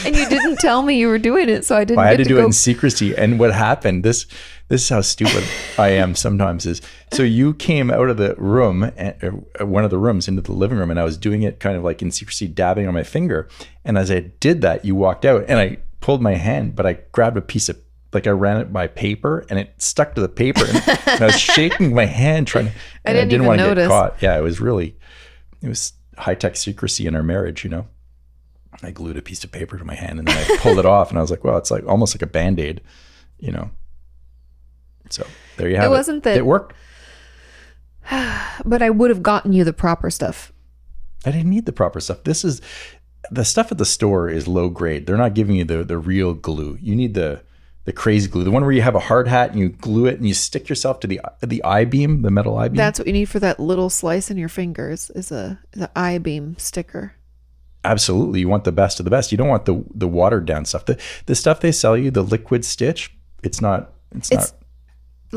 Speaker 1: And you didn't tell me you were doing it, so I didn't get
Speaker 2: I had to
Speaker 1: to
Speaker 2: do
Speaker 1: go.
Speaker 2: it in secrecy. And what happened? This this is how stupid I am sometimes. Is so you came out of the room, and, uh, one of the rooms, into the living room, and I was doing it kind of like in secrecy, dabbing on my finger. And as I did that, you walked out, and I pulled my hand, but I grabbed a piece of like I ran it by paper, and it stuck to the paper, and, and I was shaking my hand trying. To, and
Speaker 1: didn't even
Speaker 2: wanna
Speaker 1: notice.
Speaker 2: caught. Yeah, it was really it was high tech secrecy in our marriage, you know. I glued a piece of paper to my hand and then I pulled it off and I was like, well, it's like almost like a band aid, you know. So there you have it.
Speaker 1: wasn't that-
Speaker 2: it worked.
Speaker 1: but I would have gotten you the proper stuff.
Speaker 2: I didn't need the proper stuff. This is the stuff at the store is low grade. They're not giving you the the real glue. You need the the crazy glue, the one where you have a hard hat and you glue it and you stick yourself to the the I beam, the metal I beam.
Speaker 1: That's what you need for that little slice in your fingers is a the eye beam sticker.
Speaker 2: absolutely you want the best of the best you don't want the the watered down stuff the the stuff they sell you the liquid stitch it's not it's,
Speaker 1: It's-
Speaker 2: not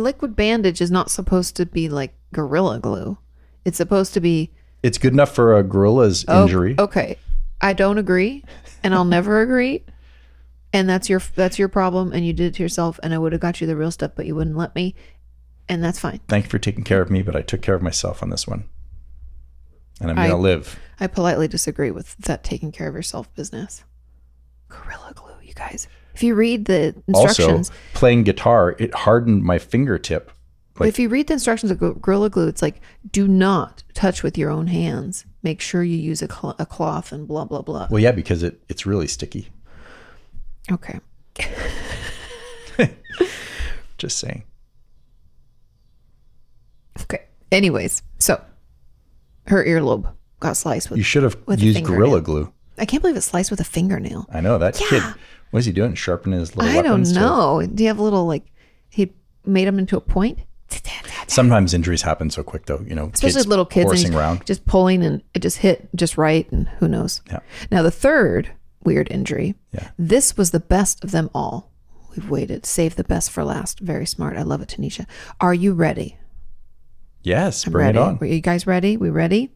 Speaker 1: Liquid bandage is not supposed to be like gorilla glue. It's supposed to be
Speaker 2: it's good enough for a gorilla's
Speaker 1: oh,
Speaker 2: injury
Speaker 1: Okay, I don't agree, and I'll never agree. And that's your that's your problem, and you did it to yourself. And I would have got you the real stuff, but you wouldn't let me, and that's fine.
Speaker 2: thank you for taking care of me but i took care of myself on this one and i'm
Speaker 1: I-
Speaker 2: gonna live
Speaker 1: I politely disagree with that taking care of yourself business. Gorilla glue, you guys. If you read the
Speaker 2: also
Speaker 1: instructions,
Speaker 2: playing guitar it hardened my fingertip like-
Speaker 1: if you read the instructions of Gor- Gorilla Glue, it's like do not touch with your own hands. Make sure you use a, cl- a cloth and blah blah blah.
Speaker 2: well yeah because it it's really sticky
Speaker 1: Okay.
Speaker 2: Just saying.
Speaker 1: Okay. Anyways, so her earlobe got sliced with.
Speaker 2: You should have
Speaker 1: With a
Speaker 2: used
Speaker 1: fingernail.
Speaker 2: Gorilla Glue.
Speaker 1: I can't believe it sliced with a fingernail.
Speaker 2: I know that kid.
Speaker 1: Yeah.
Speaker 2: What is he doing? Sharpening his little
Speaker 1: I don't
Speaker 2: weapons? to-
Speaker 1: know. Do you have little like he made him into a point?
Speaker 2: Sometimes injuries happen so quick, though. You know,
Speaker 1: Especially little kids and
Speaker 2: horsing
Speaker 1: he's
Speaker 2: around.
Speaker 1: just pulling and it just hit just right and who knows.
Speaker 2: Yeah.
Speaker 1: Now the third weird injury.
Speaker 2: Yeah.
Speaker 1: This was the best of them all. We've waited. Save the best for last. Very smart. I love it, Tanisha. Are you ready?
Speaker 2: Yes, bring
Speaker 1: ready.
Speaker 2: it on.
Speaker 1: Are you guys ready? We ready?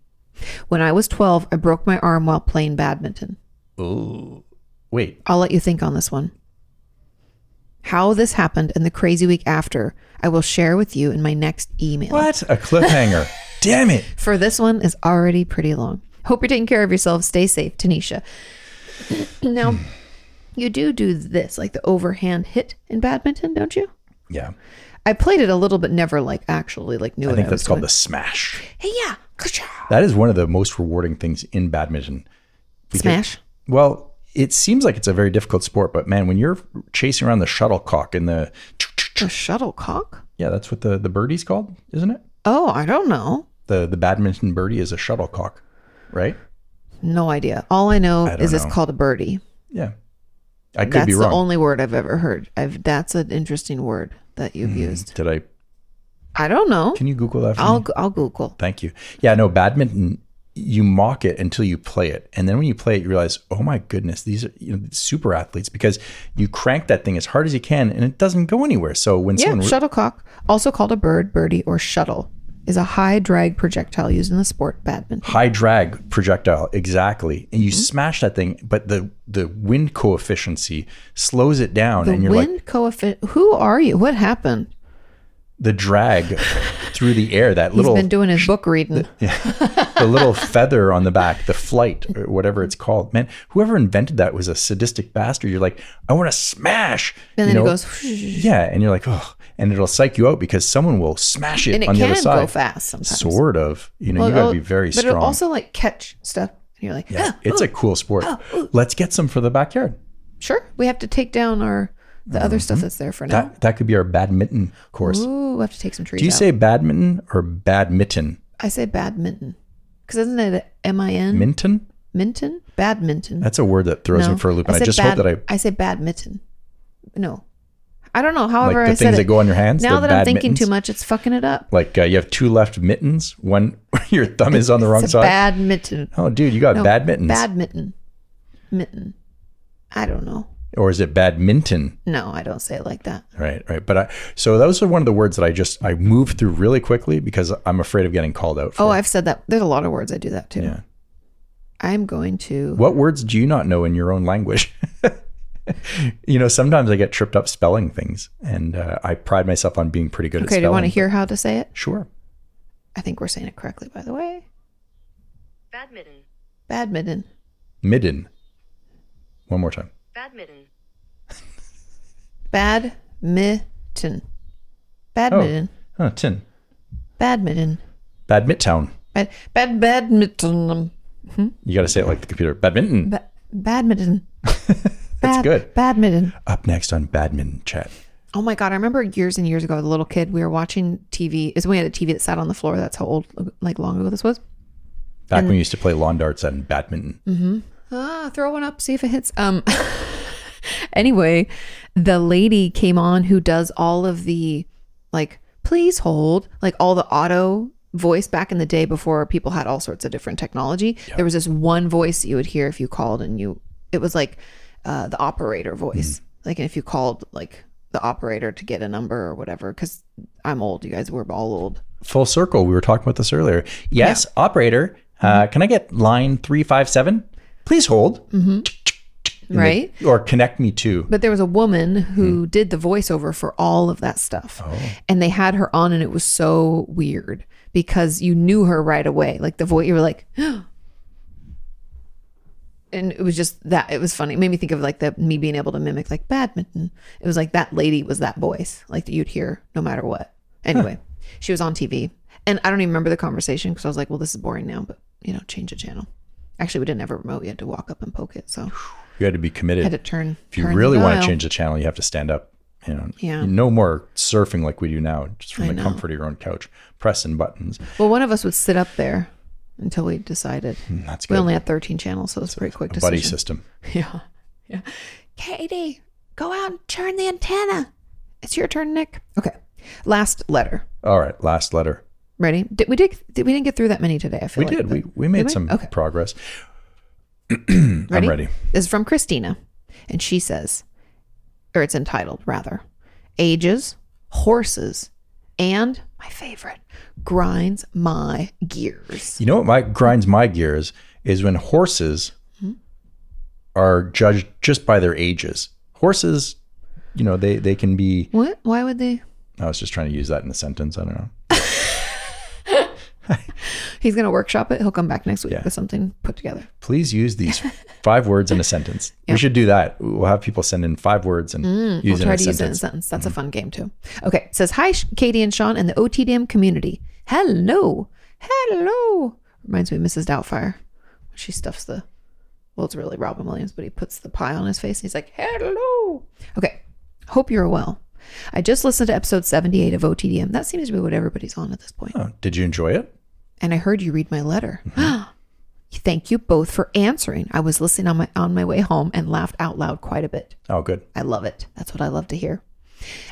Speaker 1: When I was 12, I broke my arm while playing badminton.
Speaker 2: Ooh. Wait,
Speaker 1: I'll let you think on this one. How this happened and the crazy week after, I will share with you in my next email.
Speaker 2: what? A cliffhanger. Damn it.
Speaker 1: For this one is already pretty long. Hope you're taking care of yourself. Stay safe, Tanisha. now,
Speaker 2: Hmm.
Speaker 1: you do do this, like the overhand hit in badminton, don't you?
Speaker 2: Yeah.
Speaker 1: I played it a little, but never like actually like knew
Speaker 2: I
Speaker 1: what
Speaker 2: think
Speaker 1: I was
Speaker 2: that's called
Speaker 1: doing.
Speaker 2: the smash.
Speaker 1: Hey, yeah, ka-chow.
Speaker 2: That is one of the most rewarding things in badminton.
Speaker 1: smash.
Speaker 2: Well, it seems like it's a very difficult sport, but man, when you're chasing around the shuttlecock and the
Speaker 1: A shuttlecock?
Speaker 2: yeah, that's what the the birdie's called, isn't it?
Speaker 1: Oh, I don't know.
Speaker 2: The the badminton birdie is a shuttlecock, right?
Speaker 1: No idea. All I know
Speaker 2: I don't
Speaker 1: is it's
Speaker 2: know.
Speaker 1: called a birdie.
Speaker 2: Yeah. I could
Speaker 1: that's
Speaker 2: be
Speaker 1: the
Speaker 2: wrong.
Speaker 1: only word I've ever heard. I've that's an interesting word that you've used.
Speaker 2: Did I?
Speaker 1: I don't know.
Speaker 2: Hmm. Can you Google that? For me?
Speaker 1: I'll go- I'll Google.
Speaker 2: Thank you. Yeah, no, badminton, you mock it until you play it. And then when you play it, you realize, oh my goodness, these are you know, super athletes because you crank that thing as hard as you can and it doesn't go anywhere. So when
Speaker 1: Yeah,
Speaker 2: someone. re-
Speaker 1: shuttlecock, also called a bird, birdie, or shuttle, is a high drag projectile used in the sport badminton.
Speaker 2: High drag projectile, exactly, and you
Speaker 1: Mm-hmm.
Speaker 2: smash that thing, but the the wind coefficient slows it down,
Speaker 1: The
Speaker 2: and you're
Speaker 1: wind
Speaker 2: like
Speaker 1: coefficient. Who are you? What happened?
Speaker 2: the drag through the air. That
Speaker 1: He's
Speaker 2: little
Speaker 1: been doing his book reading.
Speaker 2: the little feather on the back, the flight, or whatever it's called. Man, whoever invented that was a sadistic bastard. You're like, I want to smash.
Speaker 1: and
Speaker 2: you
Speaker 1: then
Speaker 2: know?
Speaker 1: it goes,
Speaker 2: Yeah, and you're like, oh, and it'll psych you out because someone will smash it
Speaker 1: and it
Speaker 2: on the
Speaker 1: can
Speaker 2: other side.
Speaker 1: go fast sometimes.
Speaker 2: Sort of. You know, you got to be very
Speaker 1: but it'll
Speaker 2: strong.
Speaker 1: also like catch stuff. And you're like,
Speaker 2: Yeah,
Speaker 1: "Ah,
Speaker 2: it's a cool sport. Let's get some for the backyard.
Speaker 1: sure, we have to take down our the other stuff that's there for now.
Speaker 2: Mm-hmm. That that could be our badminton course.
Speaker 1: Ooh, we have to take some trees.
Speaker 2: Do you
Speaker 1: out.
Speaker 2: say badminton or badminton?
Speaker 1: I say badminton because isn't it M I N
Speaker 2: Minton?
Speaker 1: minton badminton?
Speaker 2: That's a word that throws me for a loop, and I,
Speaker 1: said
Speaker 2: just
Speaker 1: bad-
Speaker 2: hope that I
Speaker 1: I say badminton. No, I don't know. However,
Speaker 2: like
Speaker 1: Oh, I
Speaker 2: the
Speaker 1: said
Speaker 2: things that
Speaker 1: it.
Speaker 2: go on your hands.
Speaker 1: now
Speaker 2: the
Speaker 1: that I'm thinking
Speaker 2: badmittens.
Speaker 1: too much, it's fucking it up.
Speaker 2: Like uh, you have two left mittens. One your thumb is on the wrong
Speaker 1: It's a
Speaker 2: side.
Speaker 1: badminton.
Speaker 2: oh, dude, you got
Speaker 1: No,
Speaker 2: bad mittens,
Speaker 1: Badminton. Mitten. I don't know.
Speaker 2: or is it badminton?
Speaker 1: No, I don't say it like that.
Speaker 2: Right, right. But I so those are one of the words that I just I moved through really quickly because I'm afraid of getting called out. For.
Speaker 1: Oh, I've said that. There's a lot of words I do that too.
Speaker 2: Yeah.
Speaker 1: I'm going to.
Speaker 2: What words do you not know in your own language? you know, sometimes I get tripped up spelling things, and uh, I pride myself on being pretty good at
Speaker 1: Okay,
Speaker 2: spelling.
Speaker 1: do you want to hear how to say it?
Speaker 2: Sure.
Speaker 1: I think we're saying it correctly, by the way. Badminton. Badminton.
Speaker 2: Midden. One more time.
Speaker 1: Badminton. Badminton.
Speaker 2: Oh, tin.
Speaker 1: Badminton.
Speaker 2: Badmintown.
Speaker 1: Bad, bad badminton. um,
Speaker 2: You got to say it like the computer. Badminton.
Speaker 1: Ba- badminton.
Speaker 2: That's
Speaker 1: Bad-
Speaker 2: good.
Speaker 1: Badminton.
Speaker 2: Up next on Badminton Chat.
Speaker 1: Oh my god! I remember years and years ago, as a little kid, we were watching TV. Is we had a TV that sat on the floor. That's how old, like long ago this was.
Speaker 2: Back when we used to play lawn darts and badminton.
Speaker 1: Ah, throw one up, see if it hits. Um. anyway, the lady came on who does all of the, like, please hold, like all the auto voice back in the day before people had all sorts of different technology. There was this one voice that you would hear if you called, and you, it was like, uh, the operator voice.
Speaker 2: Mm-hmm.
Speaker 1: Like if you called like the operator to get a number or whatever, because I'm old. You guys were all old.
Speaker 2: Full circle. We were talking about this earlier. Yes, operator. Uh, can I get line 357? Please hold. And they-
Speaker 1: Right?
Speaker 2: or connect me to.
Speaker 1: But there was a woman who
Speaker 2: Hmm.
Speaker 1: did the voiceover for all of that stuff.
Speaker 2: Oh.
Speaker 1: And they had her on and it was so weird because you knew her right away. Like the voice you were like and it was just that it was funny. It made me think of like the me being able to mimic like badminton. It was like that lady was that voice, like that you'd hear no matter what. Anyway, she was on TV. And I don't even remember the conversation because I was like, well, this is boring now, but you know, change the channel. Actually, we didn't have a remote. You had to walk up and poke it. So
Speaker 2: You had to be committed.
Speaker 1: Had to turn.
Speaker 2: if you
Speaker 1: turn the
Speaker 2: really want
Speaker 1: dial.
Speaker 2: to change the channel, you have to stand up. You know,
Speaker 1: Yeah.
Speaker 2: no more surfing like we do now, just from
Speaker 1: I
Speaker 2: the
Speaker 1: know.
Speaker 2: comfort of your own couch, pressing buttons.
Speaker 1: Well, one of us would sit up there until we decided.
Speaker 2: Mm, That's
Speaker 1: We
Speaker 2: good.
Speaker 1: only had 13 channels, so it was a pretty quick
Speaker 2: a buddy
Speaker 1: decision.
Speaker 2: system.
Speaker 1: Yeah. Yeah. Katie, go out and turn the antenna. It's your turn, Nick. Okay. Last letter.
Speaker 2: All right, last letter.
Speaker 1: Ready? Did we did, did we didn't get through that many today, I feel
Speaker 2: We
Speaker 1: like,
Speaker 2: did.
Speaker 1: but-
Speaker 2: We we made
Speaker 1: we?
Speaker 2: some
Speaker 1: Okay.
Speaker 2: progress.
Speaker 1: Ready?
Speaker 2: I'm ready.
Speaker 1: This is from Christina, and she says, or it's entitled rather, Ages, Horses, and my favorite, Grinds My Gears.
Speaker 2: You know what my grinds my gears is when horses
Speaker 1: Hmm?
Speaker 2: are judged just by their ages. Horses, you know, they they can be.
Speaker 1: What? Why would they?
Speaker 2: I was just trying to use that in a sentence. I don't know.
Speaker 1: He's going to workshop it. He'll come back next week
Speaker 2: Yeah.
Speaker 1: with something put together.
Speaker 2: Please use these five words in a sentence. We should do that. We'll have people send in five words and use
Speaker 1: Mm, We'll
Speaker 2: it in
Speaker 1: try
Speaker 2: a
Speaker 1: to use it in a
Speaker 2: sentence. Mm-hmm.
Speaker 1: sentence. That's a fun game, too. Okay. It says, Hi, Sh- Katie and Sean and the OTDM community. Hello. Hello. Reminds me of Mrs. Doubtfire. She stuffs the, well, it's really Robin Williams, but he puts the pie on his face and he's like, Hello. Okay. Hope you're well. I just listened to episode 78 of OTDM. That seems to be what everybody's on at this point.
Speaker 2: Oh, did you enjoy it?
Speaker 1: And I heard you read my letter.
Speaker 2: Mm-hmm.
Speaker 1: Thank you both for answering. I was listening on my on my way home and laughed out loud quite a bit.
Speaker 2: Oh, good.
Speaker 1: I love it. That's what I love to hear.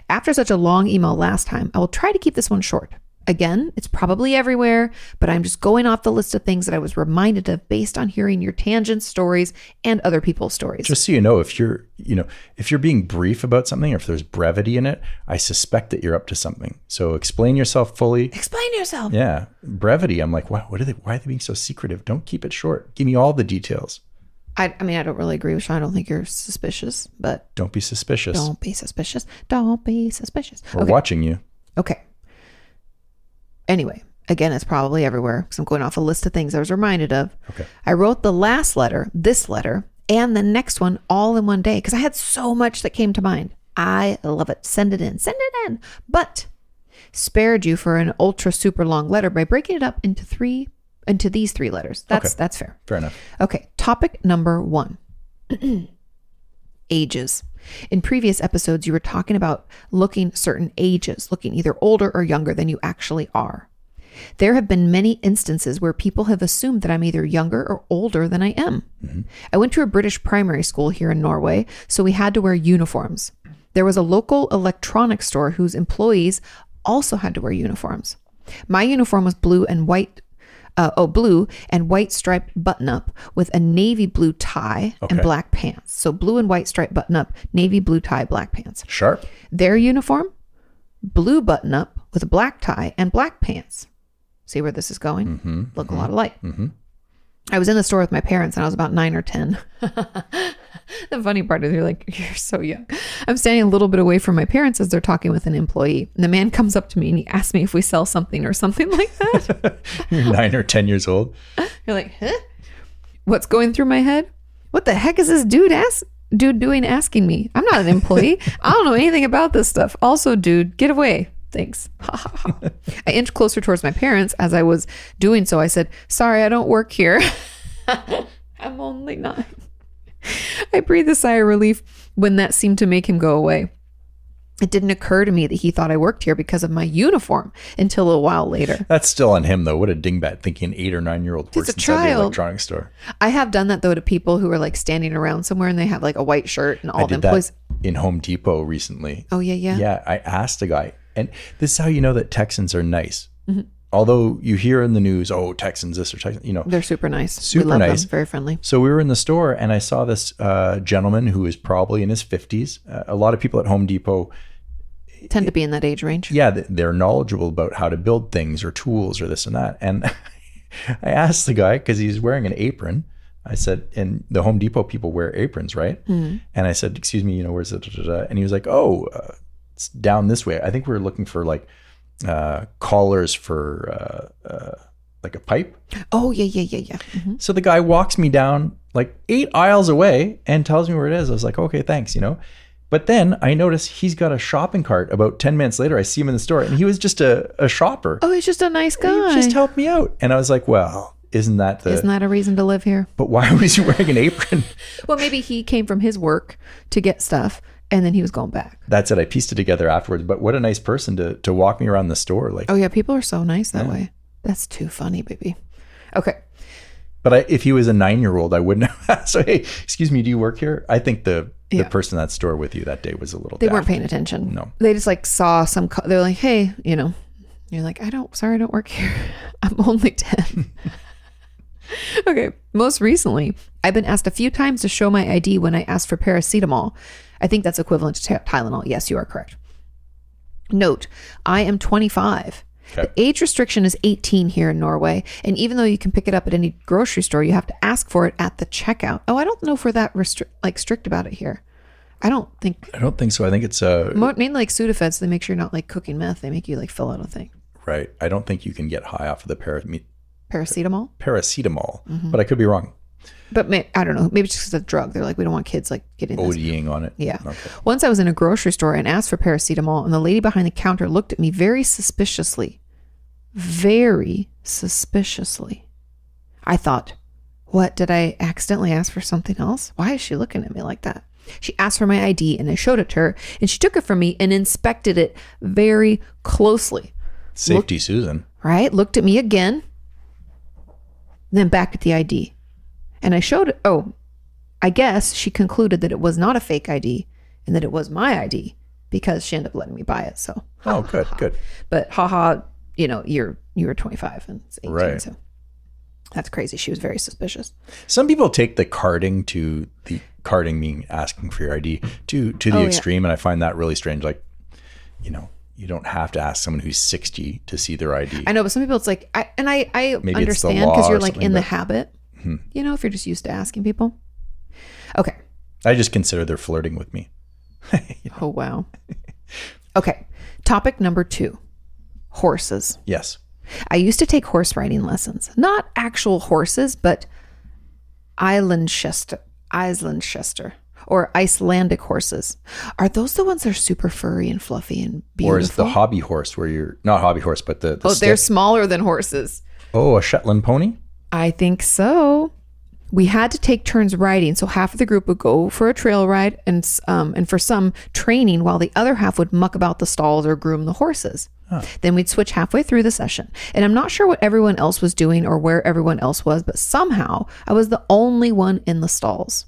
Speaker 1: After such a long email last time, I will try to keep this one short. Again, it's probably everywhere, but I'm just going off the list of things that I was reminded of based on hearing your tangent stories and other people's stories.
Speaker 2: Just so you know, if you're, you know, if you're being brief about something or if there's brevity in it, I suspect that you're up to something. So explain yourself fully.
Speaker 1: Explain yourself.
Speaker 2: Yeah, brevity. I'm like, wow, what are they? Why are they being so secretive? Don't keep it short. Give me all the details.
Speaker 1: I, I mean, I don't really agree with Sean. I don't think you're suspicious, but
Speaker 2: Don't be suspicious.
Speaker 1: don't be suspicious. Don't be suspicious.
Speaker 2: We're watching you.
Speaker 1: Okay. Anyway, again, it's probably everywhere because I'm going off a list of things I was reminded of.
Speaker 2: Okay.
Speaker 1: I wrote the last letter, this letter, and the next one all in one day because I had so much that came to mind. I love it. Send it in. Send it in. But spared you for an ultra super long letter by breaking it up into three into these three letters. That's
Speaker 2: Okay.
Speaker 1: that's fair.
Speaker 2: Fair enough.
Speaker 1: Okay, topic number one ages. In previous episodes, you were talking about looking certain ages, looking either older or younger than you actually are. There have been many instances where people have assumed that I'm either younger or older than I am. I went to a British primary school here in Norway, so we had to wear uniforms. There was a local electronics store whose employees also had to wear uniforms. My uniform was blue and white, uh, oh, blue and white striped button up with a navy blue tie and
Speaker 2: Okay.
Speaker 1: black pants. So blue and white striped button up, navy blue tie, black pants.
Speaker 2: Sharp.
Speaker 1: Their uniform, blue button up with a black tie and black pants. See where this is going? Look a lot alike. I was in the store with my parents and I was about nine or 10. the funny part is you're like, you're so young. I'm standing a little bit away from my parents as they're talking with an employee. And the man comes up to me and he asks me if we sell something or something like that.
Speaker 2: You're nine or ten years old.
Speaker 1: You're like, huh? What's going through my head? What the heck is this dude ask dude doing asking me? I'm not an employee. I don't know anything about this stuff. Also, dude, get away. Thanks. I inched closer towards my parents as I was doing so. I said, Sorry, I don't work here. I'm only nine. I breathed a sigh of relief when that seemed to make him go away. It didn't occur to me that he thought I worked here because of my uniform until a while later.
Speaker 2: That's still on him though. What a dingbat thinking an eight or nine year old works
Speaker 1: a
Speaker 2: inside the
Speaker 1: child.
Speaker 2: electronics store.
Speaker 1: I have done that though to people who are like standing around somewhere and they have like a white shirt and all
Speaker 2: I
Speaker 1: the
Speaker 2: did that
Speaker 1: employees.
Speaker 2: in Home Depot recently.
Speaker 1: Oh yeah, yeah,
Speaker 2: Yeah, I asked a guy, and this is how you know that Texans are nice.
Speaker 1: Mm-hmm.
Speaker 2: Although you hear in the news, oh, Texans this or Texans, you know,
Speaker 1: They're super nice.
Speaker 2: Super
Speaker 1: we love
Speaker 2: nice.
Speaker 1: Them. Very friendly.
Speaker 2: So we were in the store, and I saw this uh, gentleman who is probably in his fifties. Uh, a lot of people at Home Depot,
Speaker 1: Tend to be in that age range.
Speaker 2: yeah, th- they're knowledgeable about how to build things or tools or this and that. And I asked the guy because he's wearing an apron. I said, and the Home Depot people wear aprons, right?
Speaker 1: Hmm.
Speaker 2: And I said, excuse me, you know, where's the? da- da- da?" And he was like, oh, uh, it's down this way. I think we were looking for like uh, collars for uh, uh, like a pipe.
Speaker 1: Oh yeah, yeah, yeah, yeah. Mhm.
Speaker 2: So the guy walks me down like eight aisles away and tells me where it is. I was like, okay, thanks, you know. But then I notice he's got a shopping cart. About 10 minutes later, I see him in the store and he was just a, a shopper.
Speaker 1: Oh, he's just a nice
Speaker 2: He
Speaker 1: guy.
Speaker 2: just helped me out. And I was like, well, Isn't that the?
Speaker 1: Isn't that a reason to live here?
Speaker 2: but why was he wearing an apron?
Speaker 1: Well, maybe he came from his work to get stuff and then he was going back.
Speaker 2: That's it. I pieced it together afterwards. But what a nice person to to walk me around the store. Like,
Speaker 1: Oh, yeah. People are so nice that way. That's too funny, baby. Okay.
Speaker 2: but I, if he was a nine year old, I wouldn't have asked. So, hey, excuse me, do you work here? I think the
Speaker 1: Yeah.
Speaker 2: the person in that store with you that day was a little.
Speaker 1: They
Speaker 2: daft.
Speaker 1: weren't paying attention.
Speaker 2: No.
Speaker 1: They just like saw some, co- they're like, hey, you know, you're like, I don't, sorry, I don't work here. I'm only 10. okay. Most recently, I've been asked a few times to show my ID when I asked for paracetamol. I think that's equivalent to Ty- Tylenol. Yes, you are correct. Note, I am 25.
Speaker 2: Okay.
Speaker 1: The age restriction is 18 here in Norway. And even though you can pick it up at any grocery store, you have to ask for it at the checkout. Oh, I don't know if we're that restri- like strict about it here. I don't think
Speaker 2: I don't think so. I think it's uh,
Speaker 1: Mo- mainly like Sudafeds, they make sure you're not like cooking meth. They make you like fill out a thing.
Speaker 2: right. I don't think you can get high off of the para- me-
Speaker 1: Paracetamol,
Speaker 2: paracetamol,
Speaker 1: Mm-hmm.
Speaker 2: but I could be wrong.
Speaker 1: but may- I don't know. Maybe it's just a drug. They're like, we don't want kids like getting this.
Speaker 2: ODing on it.
Speaker 1: Yeah.
Speaker 2: Oh, Okay.
Speaker 1: Once I was in a grocery store and asked for paracetamol, and the lady behind the counter looked at me very suspiciously. Very suspiciously. I thought, what? Did I accidentally ask for something else? Why is she looking at me like that? She asked for my ID and I showed it to her, and she took it from me and inspected it very closely.
Speaker 2: Safety, Susan.
Speaker 1: right? Looked at me again, then back at the ID. And I showed it. Oh, I guess she concluded that it was not a fake ID and that it was my ID because she ended up letting me buy it. So,
Speaker 2: Oh, good, good.
Speaker 1: but haha, you know, you're you were 25 and it's 18,
Speaker 2: Right.
Speaker 1: so that's crazy. She was very suspicious.
Speaker 2: Some people take the carding to the carding meaning asking for your ID to to the
Speaker 1: Oh, yeah.
Speaker 2: extreme, and I find that really strange. Like, you know, you don't have to ask someone who's sixty to see their ID.
Speaker 1: I know, but some people it's like, I and I I
Speaker 2: Maybe it's the
Speaker 1: understand
Speaker 2: law
Speaker 1: because
Speaker 2: or
Speaker 1: you're like
Speaker 2: something,
Speaker 1: in the
Speaker 2: but- Hmm.
Speaker 1: habit, you know, if you're just used to asking people. Okay.
Speaker 2: I just consider they're flirting with me.
Speaker 1: Oh wow. Okay. Topic number two: horses.
Speaker 2: Yes,
Speaker 1: I used to take horse riding lessons, not actual horses, but Islandchester, Islandchester, or Icelandic horses. Are those the ones that are super furry and fluffy and beautiful?
Speaker 2: or is the hobby horse where you're not hobby horse, but the, the
Speaker 1: oh, they're
Speaker 2: stick-
Speaker 1: smaller than horses.
Speaker 2: oh a Shetland pony.
Speaker 1: I think so. We had to take turns riding, so half of the group would go for a trail ride and s- um, and for some training, while the other half would muck about the stalls or groom the horses. Then we'd switch halfway through the session, and I'm not sure what everyone else was doing or where everyone else was, but somehow I was the only one in the stalls.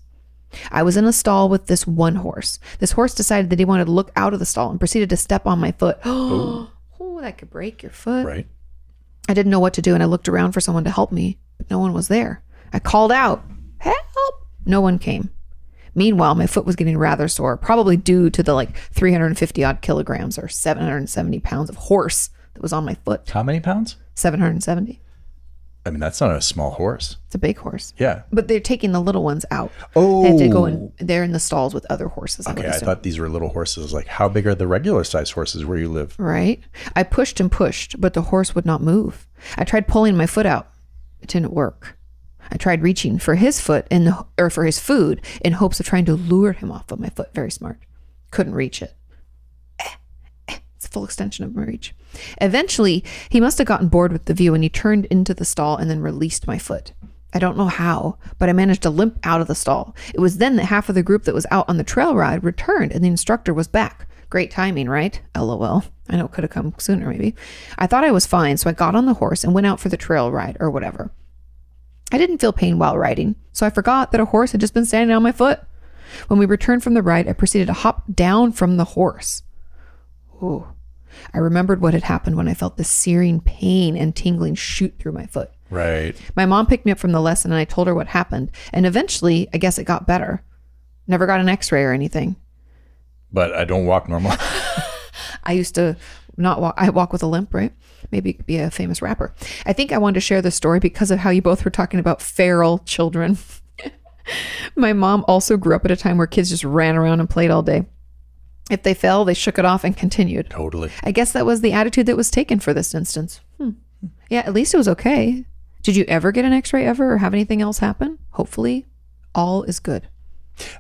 Speaker 1: I was in a stall with this one horse. This horse decided that he wanted to look out of the stall and proceeded to step on my foot. oh, that could break your foot.
Speaker 2: Right.
Speaker 1: I didn't know what to do and I looked around for someone to help me, but no one was there. I called out, Help! No one came. Meanwhile, my foot was getting rather sore, probably due to the like 350 odd kilograms or 770 pounds of horse that was on my foot.
Speaker 2: How many pounds?
Speaker 1: 770.
Speaker 2: I mean, that's not a small horse.
Speaker 1: It's a big horse.
Speaker 2: Yeah.
Speaker 1: But they're taking the little ones out.
Speaker 2: Oh.
Speaker 1: They have to go in, they're in the stalls with other horses.
Speaker 2: Okay,
Speaker 1: I
Speaker 2: I
Speaker 1: would assume.
Speaker 2: thought these were little horses. Like, how big are the regular size horses where you live?
Speaker 1: Right? I pushed and pushed, but the horse would not move. I tried pulling my foot out. It didn't work. I tried reaching for his foot in the, or for his food in hopes of trying to lure him off of my foot. Very smart. Couldn't reach it. Eh, eh, It's a full extension of my reach. Eventually, he must have gotten bored with the view and he turned into the stall and then released my foot. I don't know how, but I managed to limp out of the stall. It was then that half of the group that was out on the trail ride returned and the instructor was back. Great timing, right? LOL. I know it could have come sooner, maybe. I thought I was fine, so I got on the horse and went out for the trail ride or whatever. I didn't feel pain while riding, so I forgot that a horse had just been standing on my foot. When we returned from the ride, I proceeded to hop down from the horse. Ooh. I remembered what had happened when I felt the searing pain and tingling shoot through my foot.
Speaker 2: Right.
Speaker 1: My mom picked me up from the lesson and I told her what happened, and eventually, I guess it got better. Never got an x ray or anything.
Speaker 2: But I don't walk normal.
Speaker 1: I used to not walk. I walk with a limp, right? Maybe you could be a famous rapper. I think I wanted to share this story because of how you both were talking about feral children. My mom also grew up at a time where kids just ran around and played all day. If they fell, they shook it off and continued.
Speaker 2: totally.
Speaker 1: I guess that was the attitude that was taken for this instance. Hmm. Yeah, at least it was okay. Did you ever get an x ray ever or have anything else happen? Hopefully, all is good.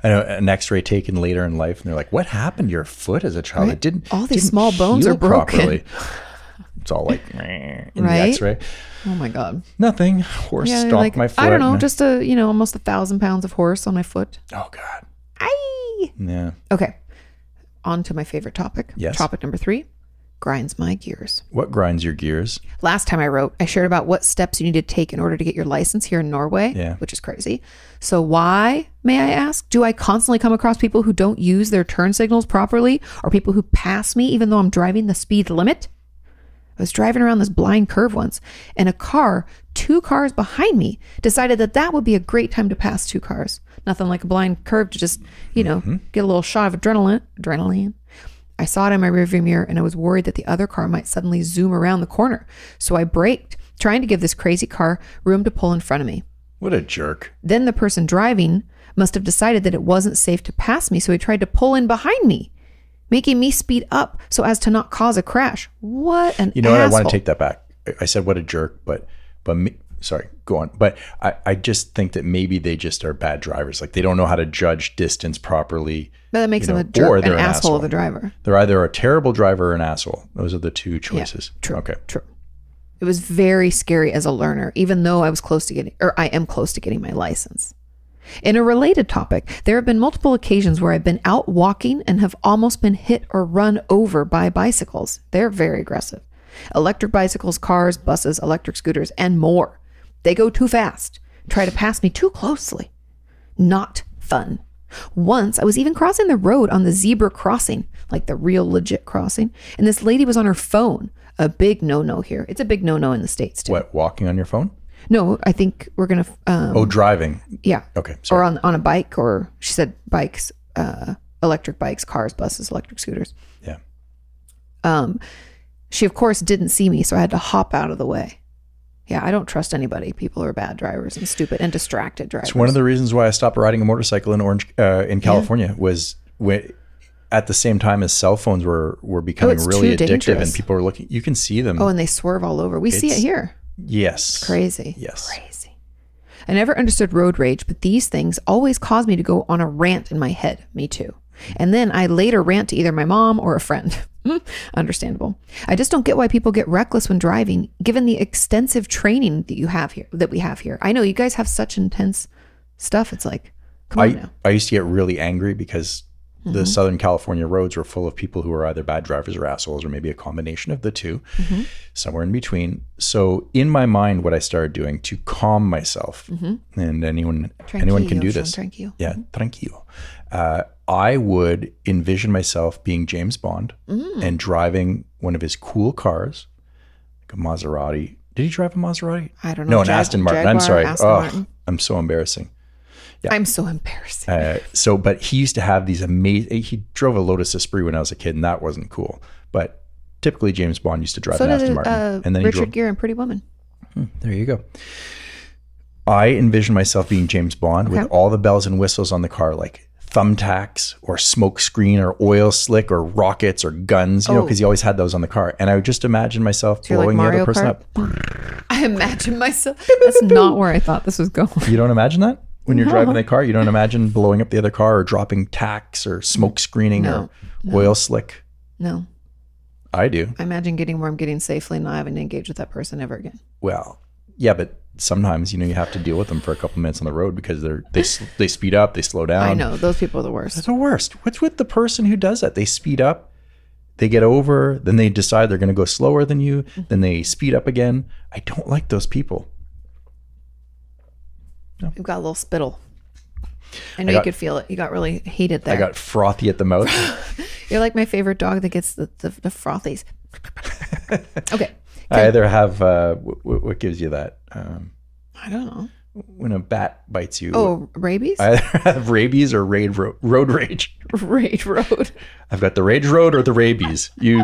Speaker 2: I know an X-ray taken later in life, and they're like, "What happened to your foot as a child? It didn't.
Speaker 1: All these
Speaker 2: didn't
Speaker 1: small bones
Speaker 2: heal
Speaker 1: are broken."
Speaker 2: It's all like in the
Speaker 1: Right?
Speaker 2: X-ray.
Speaker 1: Oh my god.
Speaker 2: Nothing. Horse
Speaker 1: Yeah,
Speaker 2: stomped
Speaker 1: like
Speaker 2: my foot.
Speaker 1: I don't know,
Speaker 2: and-
Speaker 1: just a you know almost a thousand pounds of horse on my foot.
Speaker 2: oh god.
Speaker 1: Aye.
Speaker 2: Yeah.
Speaker 1: Okay. On to my favorite topic.
Speaker 2: Yes.
Speaker 1: Topic number three grinds my gears.
Speaker 2: What grinds your gears?
Speaker 1: Last time I wrote, I shared about what steps you need to take in order to get your license here in Norway,
Speaker 2: Yeah.
Speaker 1: which is crazy. So, why, may I ask, do I constantly come across people who don't use their turn signals properly or people who pass me even though I'm driving the speed limit? I was driving around this blind curve once, and a car, two cars behind me, decided that that would be a great time to pass two cars. Nothing like a blind curve to just, you know, get a little shot of adrenaline. Adrenaline. I saw it in my rearview mirror, and I was worried that the other car might suddenly zoom around the corner. So I braked, trying to give this crazy car room to pull in front of me.
Speaker 2: What a jerk.
Speaker 1: Then the person driving must have decided that it wasn't safe to pass me, so he tried to pull in behind me, making me speed up so as to not cause a crash. What an
Speaker 2: You know what? I want
Speaker 1: asshole.
Speaker 2: to take that back. I- I said what a jerk, but but me, sorry, go on. But I I just think that maybe they just are bad drivers. Like they don't know how to judge distance properly.
Speaker 1: But that makes
Speaker 2: you
Speaker 1: him
Speaker 2: know,
Speaker 1: a jerk,
Speaker 2: or
Speaker 1: an,
Speaker 2: they're an
Speaker 1: asshole of a
Speaker 2: asshole.
Speaker 1: driver.
Speaker 2: They're either a terrible driver or an asshole. Those are the two choices.
Speaker 1: true.
Speaker 2: Okay.
Speaker 1: True. It was very scary as a learner, even though I was close to getting, or I am close to getting my license. In a related topic, there have been multiple occasions where I've been out walking and have almost been hit or run over by bicycles. They're very aggressive. Electric bicycles, cars, buses, electric scooters, and more. They go too fast, try to pass me too closely. Not fun. Once I was even crossing the road on the zebra crossing, like the real legit crossing, and this lady was on her phone. A big no no here. It's a big no no in the States too.
Speaker 2: What? Walking on your phone?
Speaker 1: Mm-hmm. No, I think we're going to, um,
Speaker 2: Oh, driving.
Speaker 1: yeah
Speaker 2: Okay.
Speaker 1: or
Speaker 2: Sorry.
Speaker 1: on on a bike or she said bikes uh electric bikes cars buses electric scooters
Speaker 2: yeah.
Speaker 1: um she of course didn't see me so i had to hop out of the way yeah i don't trust anybody people who are bad drivers and stupid and distracted drivers
Speaker 2: It's one of the reasons why I stopped riding a motorcycle in Orange uh, in California was when, at the same time as cell phones were were becoming
Speaker 1: Oh, it's
Speaker 2: really
Speaker 1: too
Speaker 2: addictive
Speaker 1: dangerous.
Speaker 2: and people were looking. You can see them.
Speaker 1: oh and they swerve all over we see it
Speaker 2: It's-
Speaker 1: here
Speaker 2: yes.
Speaker 1: crazy
Speaker 2: Yes.
Speaker 1: crazy i never understood road rage but these things always cause me to go on a rant in my head me too and then i later rant to either my mom or a friend understandable i just don't get why people get reckless when driving given the extensive training that you have here that we have here i know you guys have such intense stuff it's like come on
Speaker 2: I
Speaker 1: now
Speaker 2: I used to get really angry because
Speaker 1: Mm-hmm.
Speaker 2: the Southern California roads were full of people who were either bad drivers or assholes or maybe a combination of the 2
Speaker 1: Mm-hmm.
Speaker 2: somewhere in between. So in my mind, what I started doing to calm myself, and anyone anyone
Speaker 1: Mm-hmm.
Speaker 2: can
Speaker 1: Tranquillo,
Speaker 2: do
Speaker 1: Sean,
Speaker 2: this.
Speaker 1: tranquillo.
Speaker 2: Yeah, tranquilo. Uh, I would envision myself being James Bond
Speaker 1: Mm.
Speaker 2: and driving one of his cool cars, like a Maserati. Did he drive a Maserati?
Speaker 1: i don't know
Speaker 2: No, an
Speaker 1: Jag-
Speaker 2: Aston Martin. I'm
Speaker 1: Jaguar,
Speaker 2: sorry.
Speaker 1: Aston
Speaker 2: Ugh,
Speaker 1: Martin.
Speaker 2: I'm so embarrassing.
Speaker 1: i'm so embarrassed
Speaker 2: Uh, so, but he used to have these amazing. He drove a Lotus Esprit when I was a kid, and that wasn't cool. But typically, James Bond used to drive
Speaker 1: so
Speaker 2: an Aston
Speaker 1: did
Speaker 2: Martin,
Speaker 1: uh,
Speaker 2: and then he drove
Speaker 1: richard gere and pretty woman
Speaker 2: there you go. I envision myself being James Bond with all the bells and whistles on the car, like thumbtacks or smoke screen or oil slick or rockets or guns, you know,
Speaker 1: Oh.
Speaker 2: because he always had those on the car. And I would just imagine myself
Speaker 1: you're like
Speaker 2: blowing the
Speaker 1: Mario
Speaker 2: other person
Speaker 1: Kart?
Speaker 2: up.
Speaker 1: I imagine myself. That's not where I thought this was going.
Speaker 2: You don't imagine that? When you're driving the car, you don't imagine blowing up the other car or dropping tacks or smoke screening or oil slick.
Speaker 1: No,
Speaker 2: I do.
Speaker 1: I imagine getting where I'm getting safely and not having to engage with that person ever again.
Speaker 2: Well, yeah, but sometimes, you know, you have to deal with them for a couple minutes on the road because they're, they, s- they speed up, they slow down.
Speaker 1: I know those people are the worst.
Speaker 2: Um, That's the worst. What's with the person who does that? They speed up, they get over, then they decide they're going to go slower than you,
Speaker 1: Mm-hmm.
Speaker 2: then they speed up again. I don't like those people.
Speaker 1: You've got a little spittle. I know
Speaker 2: I
Speaker 1: you
Speaker 2: got-
Speaker 1: could feel it. You got really heated there.
Speaker 2: I got frothy at the mouth.
Speaker 1: You're like my favorite dog that gets the, the, the frothies. okay.
Speaker 2: I either have uh, w- w- what gives you that um,
Speaker 1: I don't know.
Speaker 2: when a bat bites you.
Speaker 1: Oh, rabies?
Speaker 2: I either have rabies or raid ro- road rage.
Speaker 1: Raid road.
Speaker 2: I've got the rage road or the rabies. You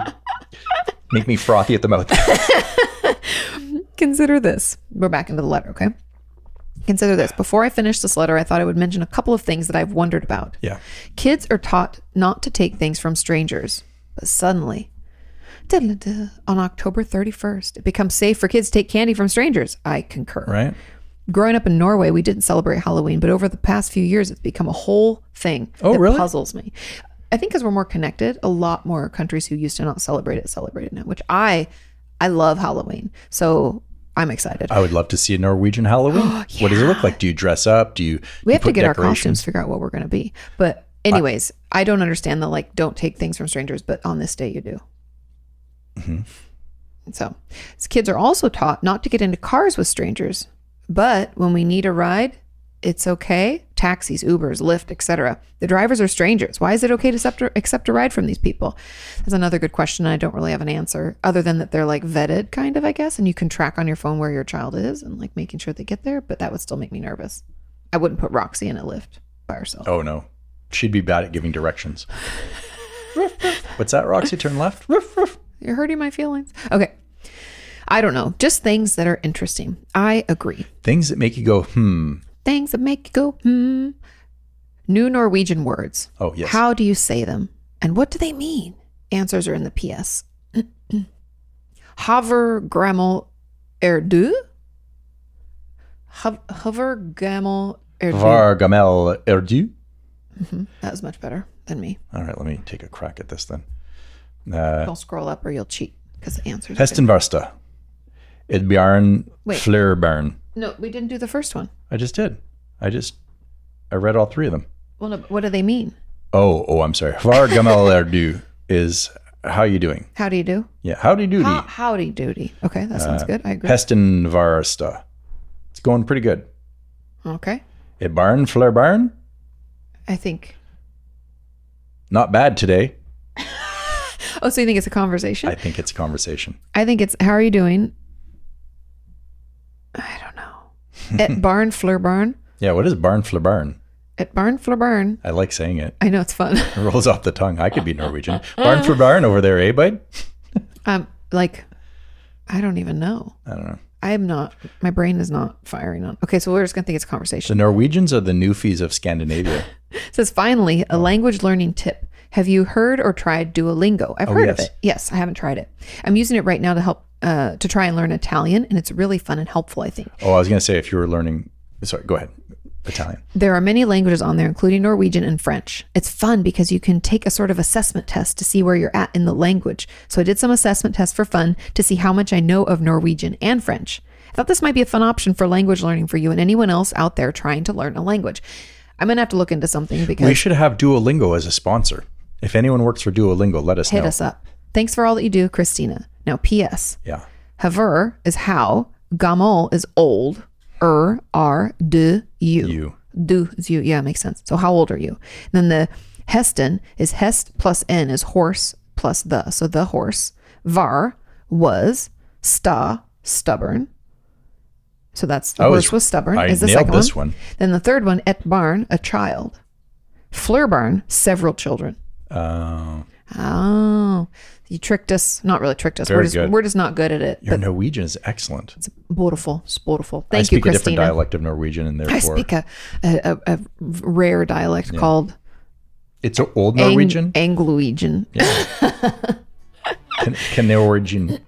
Speaker 2: make me frothy at the mouth.
Speaker 1: Consider this. We're back into the letter, okay? Consider this. Before I finish this letter, I thought I would mention a couple of things that I've wondered about.
Speaker 2: yeah.
Speaker 1: Kids are taught not to take things from strangers, but suddenly, da-da-da, on October 31st, it becomes safe for kids to take candy from strangers. I concur.
Speaker 2: Right.
Speaker 1: Growing up in Norway, we didn't celebrate Halloween, but over the past few years, it's become a whole thing
Speaker 2: Oh,
Speaker 1: that
Speaker 2: really?
Speaker 1: puzzles me. I think because we're more connected, a lot more countries who used to not celebrate it celebrate it now, which I I love Halloween. So I'm excited.
Speaker 2: I would love to see a Norwegian Halloween. What does it look like? Do you dress up? Do you?
Speaker 1: we
Speaker 2: you
Speaker 1: have to
Speaker 2: put
Speaker 1: get our
Speaker 2: decorations?
Speaker 1: costumes, figure out what we're going to be. But, anyways, I, don't understand the like, don't take things from strangers, but on this day you do.
Speaker 2: Mm-hmm.
Speaker 1: So, s- kids are also taught not to get into cars with strangers, but when we need a ride, it's okay. Taxis, Ubers, Lyft, etc. The drivers are strangers. Why is it okay to accept a, accept a ride from these people? That's another good question. and I don't really have an answer other than that they're like vetted, kind of, I guess, and you can track on your phone where your child is and like making sure they get there. But that would still make me nervous. I wouldn't put Roxy in a Lyft by herself.
Speaker 2: Oh no, she'd be bad at giving directions. Ruff, ruff. What's that, Roxy? Turn left. Ruff, ruff.
Speaker 1: You're hurting my feelings. Okay. I don't know. Just things that are interesting. I agree.
Speaker 2: Things that make you go, hmm.
Speaker 1: things that make you go hmm. New Norwegian words.
Speaker 2: Oh yes.
Speaker 1: How do you say them? And what do they mean? Answers are in the PS. Hover grammel erdu? Hov- Hover grammel erdu.
Speaker 2: Vargamel erdu.
Speaker 1: That was much better than me.
Speaker 2: All right, let me take a crack at this then. Uh,
Speaker 1: Don't scroll up or you'll cheat because the answers. are good.
Speaker 2: Hestenvarsta. Edbjørn
Speaker 1: Wait.
Speaker 2: Fleurbarn.
Speaker 1: No, we didn't do the first one.
Speaker 2: I just did. I just I read all three of them.
Speaker 1: Well, no, but what do they mean?
Speaker 2: Oh, oh, I'm sorry. Vargamel erdu is how you doing?
Speaker 1: How do you do?
Speaker 2: Yeah, howdy Uh, doody.
Speaker 1: How, howdy doody. Okay, that Ah, sounds good. I agree.
Speaker 2: Hestenvarsta. It's going pretty good.
Speaker 1: okay.
Speaker 2: Edbjørn Fleurbarn.
Speaker 1: I think.
Speaker 2: Not bad today.
Speaker 1: Oh, so you think it's a conversation?
Speaker 2: I think it's a conversation.
Speaker 1: I think it's how are you doing? I don't know. At Barn Flurburn.
Speaker 2: Yeah, what is barn fleurbarn?
Speaker 1: At Barn Flurburn.
Speaker 2: I like saying it.
Speaker 1: I know it's fun.
Speaker 2: It rolls off the tongue. I could be Norwegian. barn fleurbarn over there, eh, bud?
Speaker 1: Um, like I don't even know.
Speaker 2: I don't know.
Speaker 1: I am not my brain is not firing on. Okay, so we're just gonna think it's a
Speaker 2: The
Speaker 1: conversation.
Speaker 2: Norwegians are the newfies of Scandinavia.
Speaker 1: It says finally, a language learning tip. Have you heard or tried Duolingo? I've
Speaker 2: Oh,
Speaker 1: heard of
Speaker 2: yes.
Speaker 1: it. Yes, I haven't tried it. I'm using it right now to help uh, to try and learn Italian, and it's really fun and helpful, I think.
Speaker 2: Oh, I was going to say if you were learning, sorry, go ahead. Italian.
Speaker 1: There are many languages on there, including Norwegian and French. It's fun because you can take a sort of assessment test to see where you're at in the language. So I did some assessment tests for fun to see how much I know of Norwegian and French. I thought this might be a fun option for language learning for you and anyone else out there trying to learn a language. I'm gonna have to look into something
Speaker 2: We
Speaker 1: because
Speaker 2: should have Duolingo as a sponsor. If anyone works for Duolingo, let us
Speaker 1: hit
Speaker 2: know.
Speaker 1: us up. Thanks for all that you do, Christina. Now, P.S.
Speaker 2: Yeah.
Speaker 1: Haver is how, gamol is old, er are de you.
Speaker 2: You.
Speaker 1: do is you. Yeah, makes sense. So how old are you? Then the Heston is Hest plus N is horse plus the. So the horse. Var was sta stubborn. So that's the
Speaker 2: I
Speaker 1: horse
Speaker 2: was-
Speaker 1: was stubborn.
Speaker 2: Oh, I
Speaker 1: is the
Speaker 2: nailed
Speaker 1: second
Speaker 2: this
Speaker 1: one.
Speaker 2: one.
Speaker 1: Then the third one, et barn, a child. Flurbarn, several children.
Speaker 2: Uh,
Speaker 1: Oh, you tricked us. Not really tricked us. we're
Speaker 2: Very
Speaker 1: just
Speaker 2: good.
Speaker 1: we're just not good at it.
Speaker 2: your
Speaker 1: but
Speaker 2: Norwegian is excellent.
Speaker 1: it's beautiful. It's beautiful.
Speaker 2: I
Speaker 1: Thank
Speaker 2: speak
Speaker 1: you,
Speaker 2: a different
Speaker 1: Christina.
Speaker 2: dialect of Norwegian, and
Speaker 1: I
Speaker 2: therefore
Speaker 1: speak a, a, a, a rare dialect called
Speaker 2: it's a old
Speaker 1: Ang-
Speaker 2: Norwegian.
Speaker 1: Angloegian.
Speaker 2: Can, can Norwegian?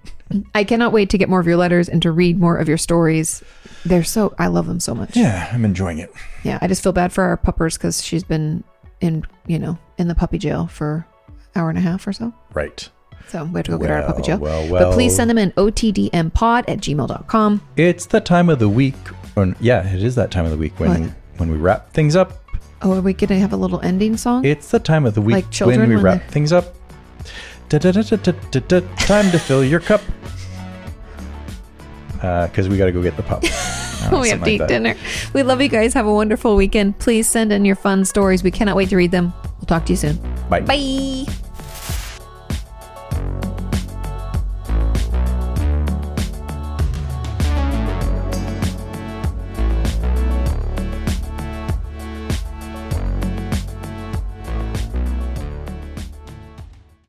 Speaker 1: I cannot wait to get more of your letters and to read more of your stories. They're so I love them so much.
Speaker 2: Yeah, I'm enjoying it.
Speaker 1: Yeah, I just feel bad for our puppers because she's been in you know in the puppy jail for hour and a half or so.
Speaker 2: Right.
Speaker 1: So we have to go get her out of puppy jail.
Speaker 2: Well, well,
Speaker 1: But
Speaker 2: well.
Speaker 1: please send them in otdmpod at gmail.com.
Speaker 2: It's the time of the week, or yeah, it is that time of the week when
Speaker 1: What?
Speaker 2: when we wrap things up.
Speaker 1: Oh, are we gonna have a little ending song?
Speaker 2: It's the time of the week
Speaker 1: Like children
Speaker 2: when we
Speaker 1: when
Speaker 2: wrap
Speaker 1: they're-
Speaker 2: things up. Da-da-da-da-da-da-da. Time to fill your cup. Because we got to go get the pup. Uh,
Speaker 1: we
Speaker 2: something
Speaker 1: have to
Speaker 2: like
Speaker 1: eat
Speaker 2: that.
Speaker 1: dinner. We love you guys. Have a wonderful weekend. Please send in your fun stories. We cannot wait to read them. We'll talk to you soon.
Speaker 2: Bye.
Speaker 1: Bye.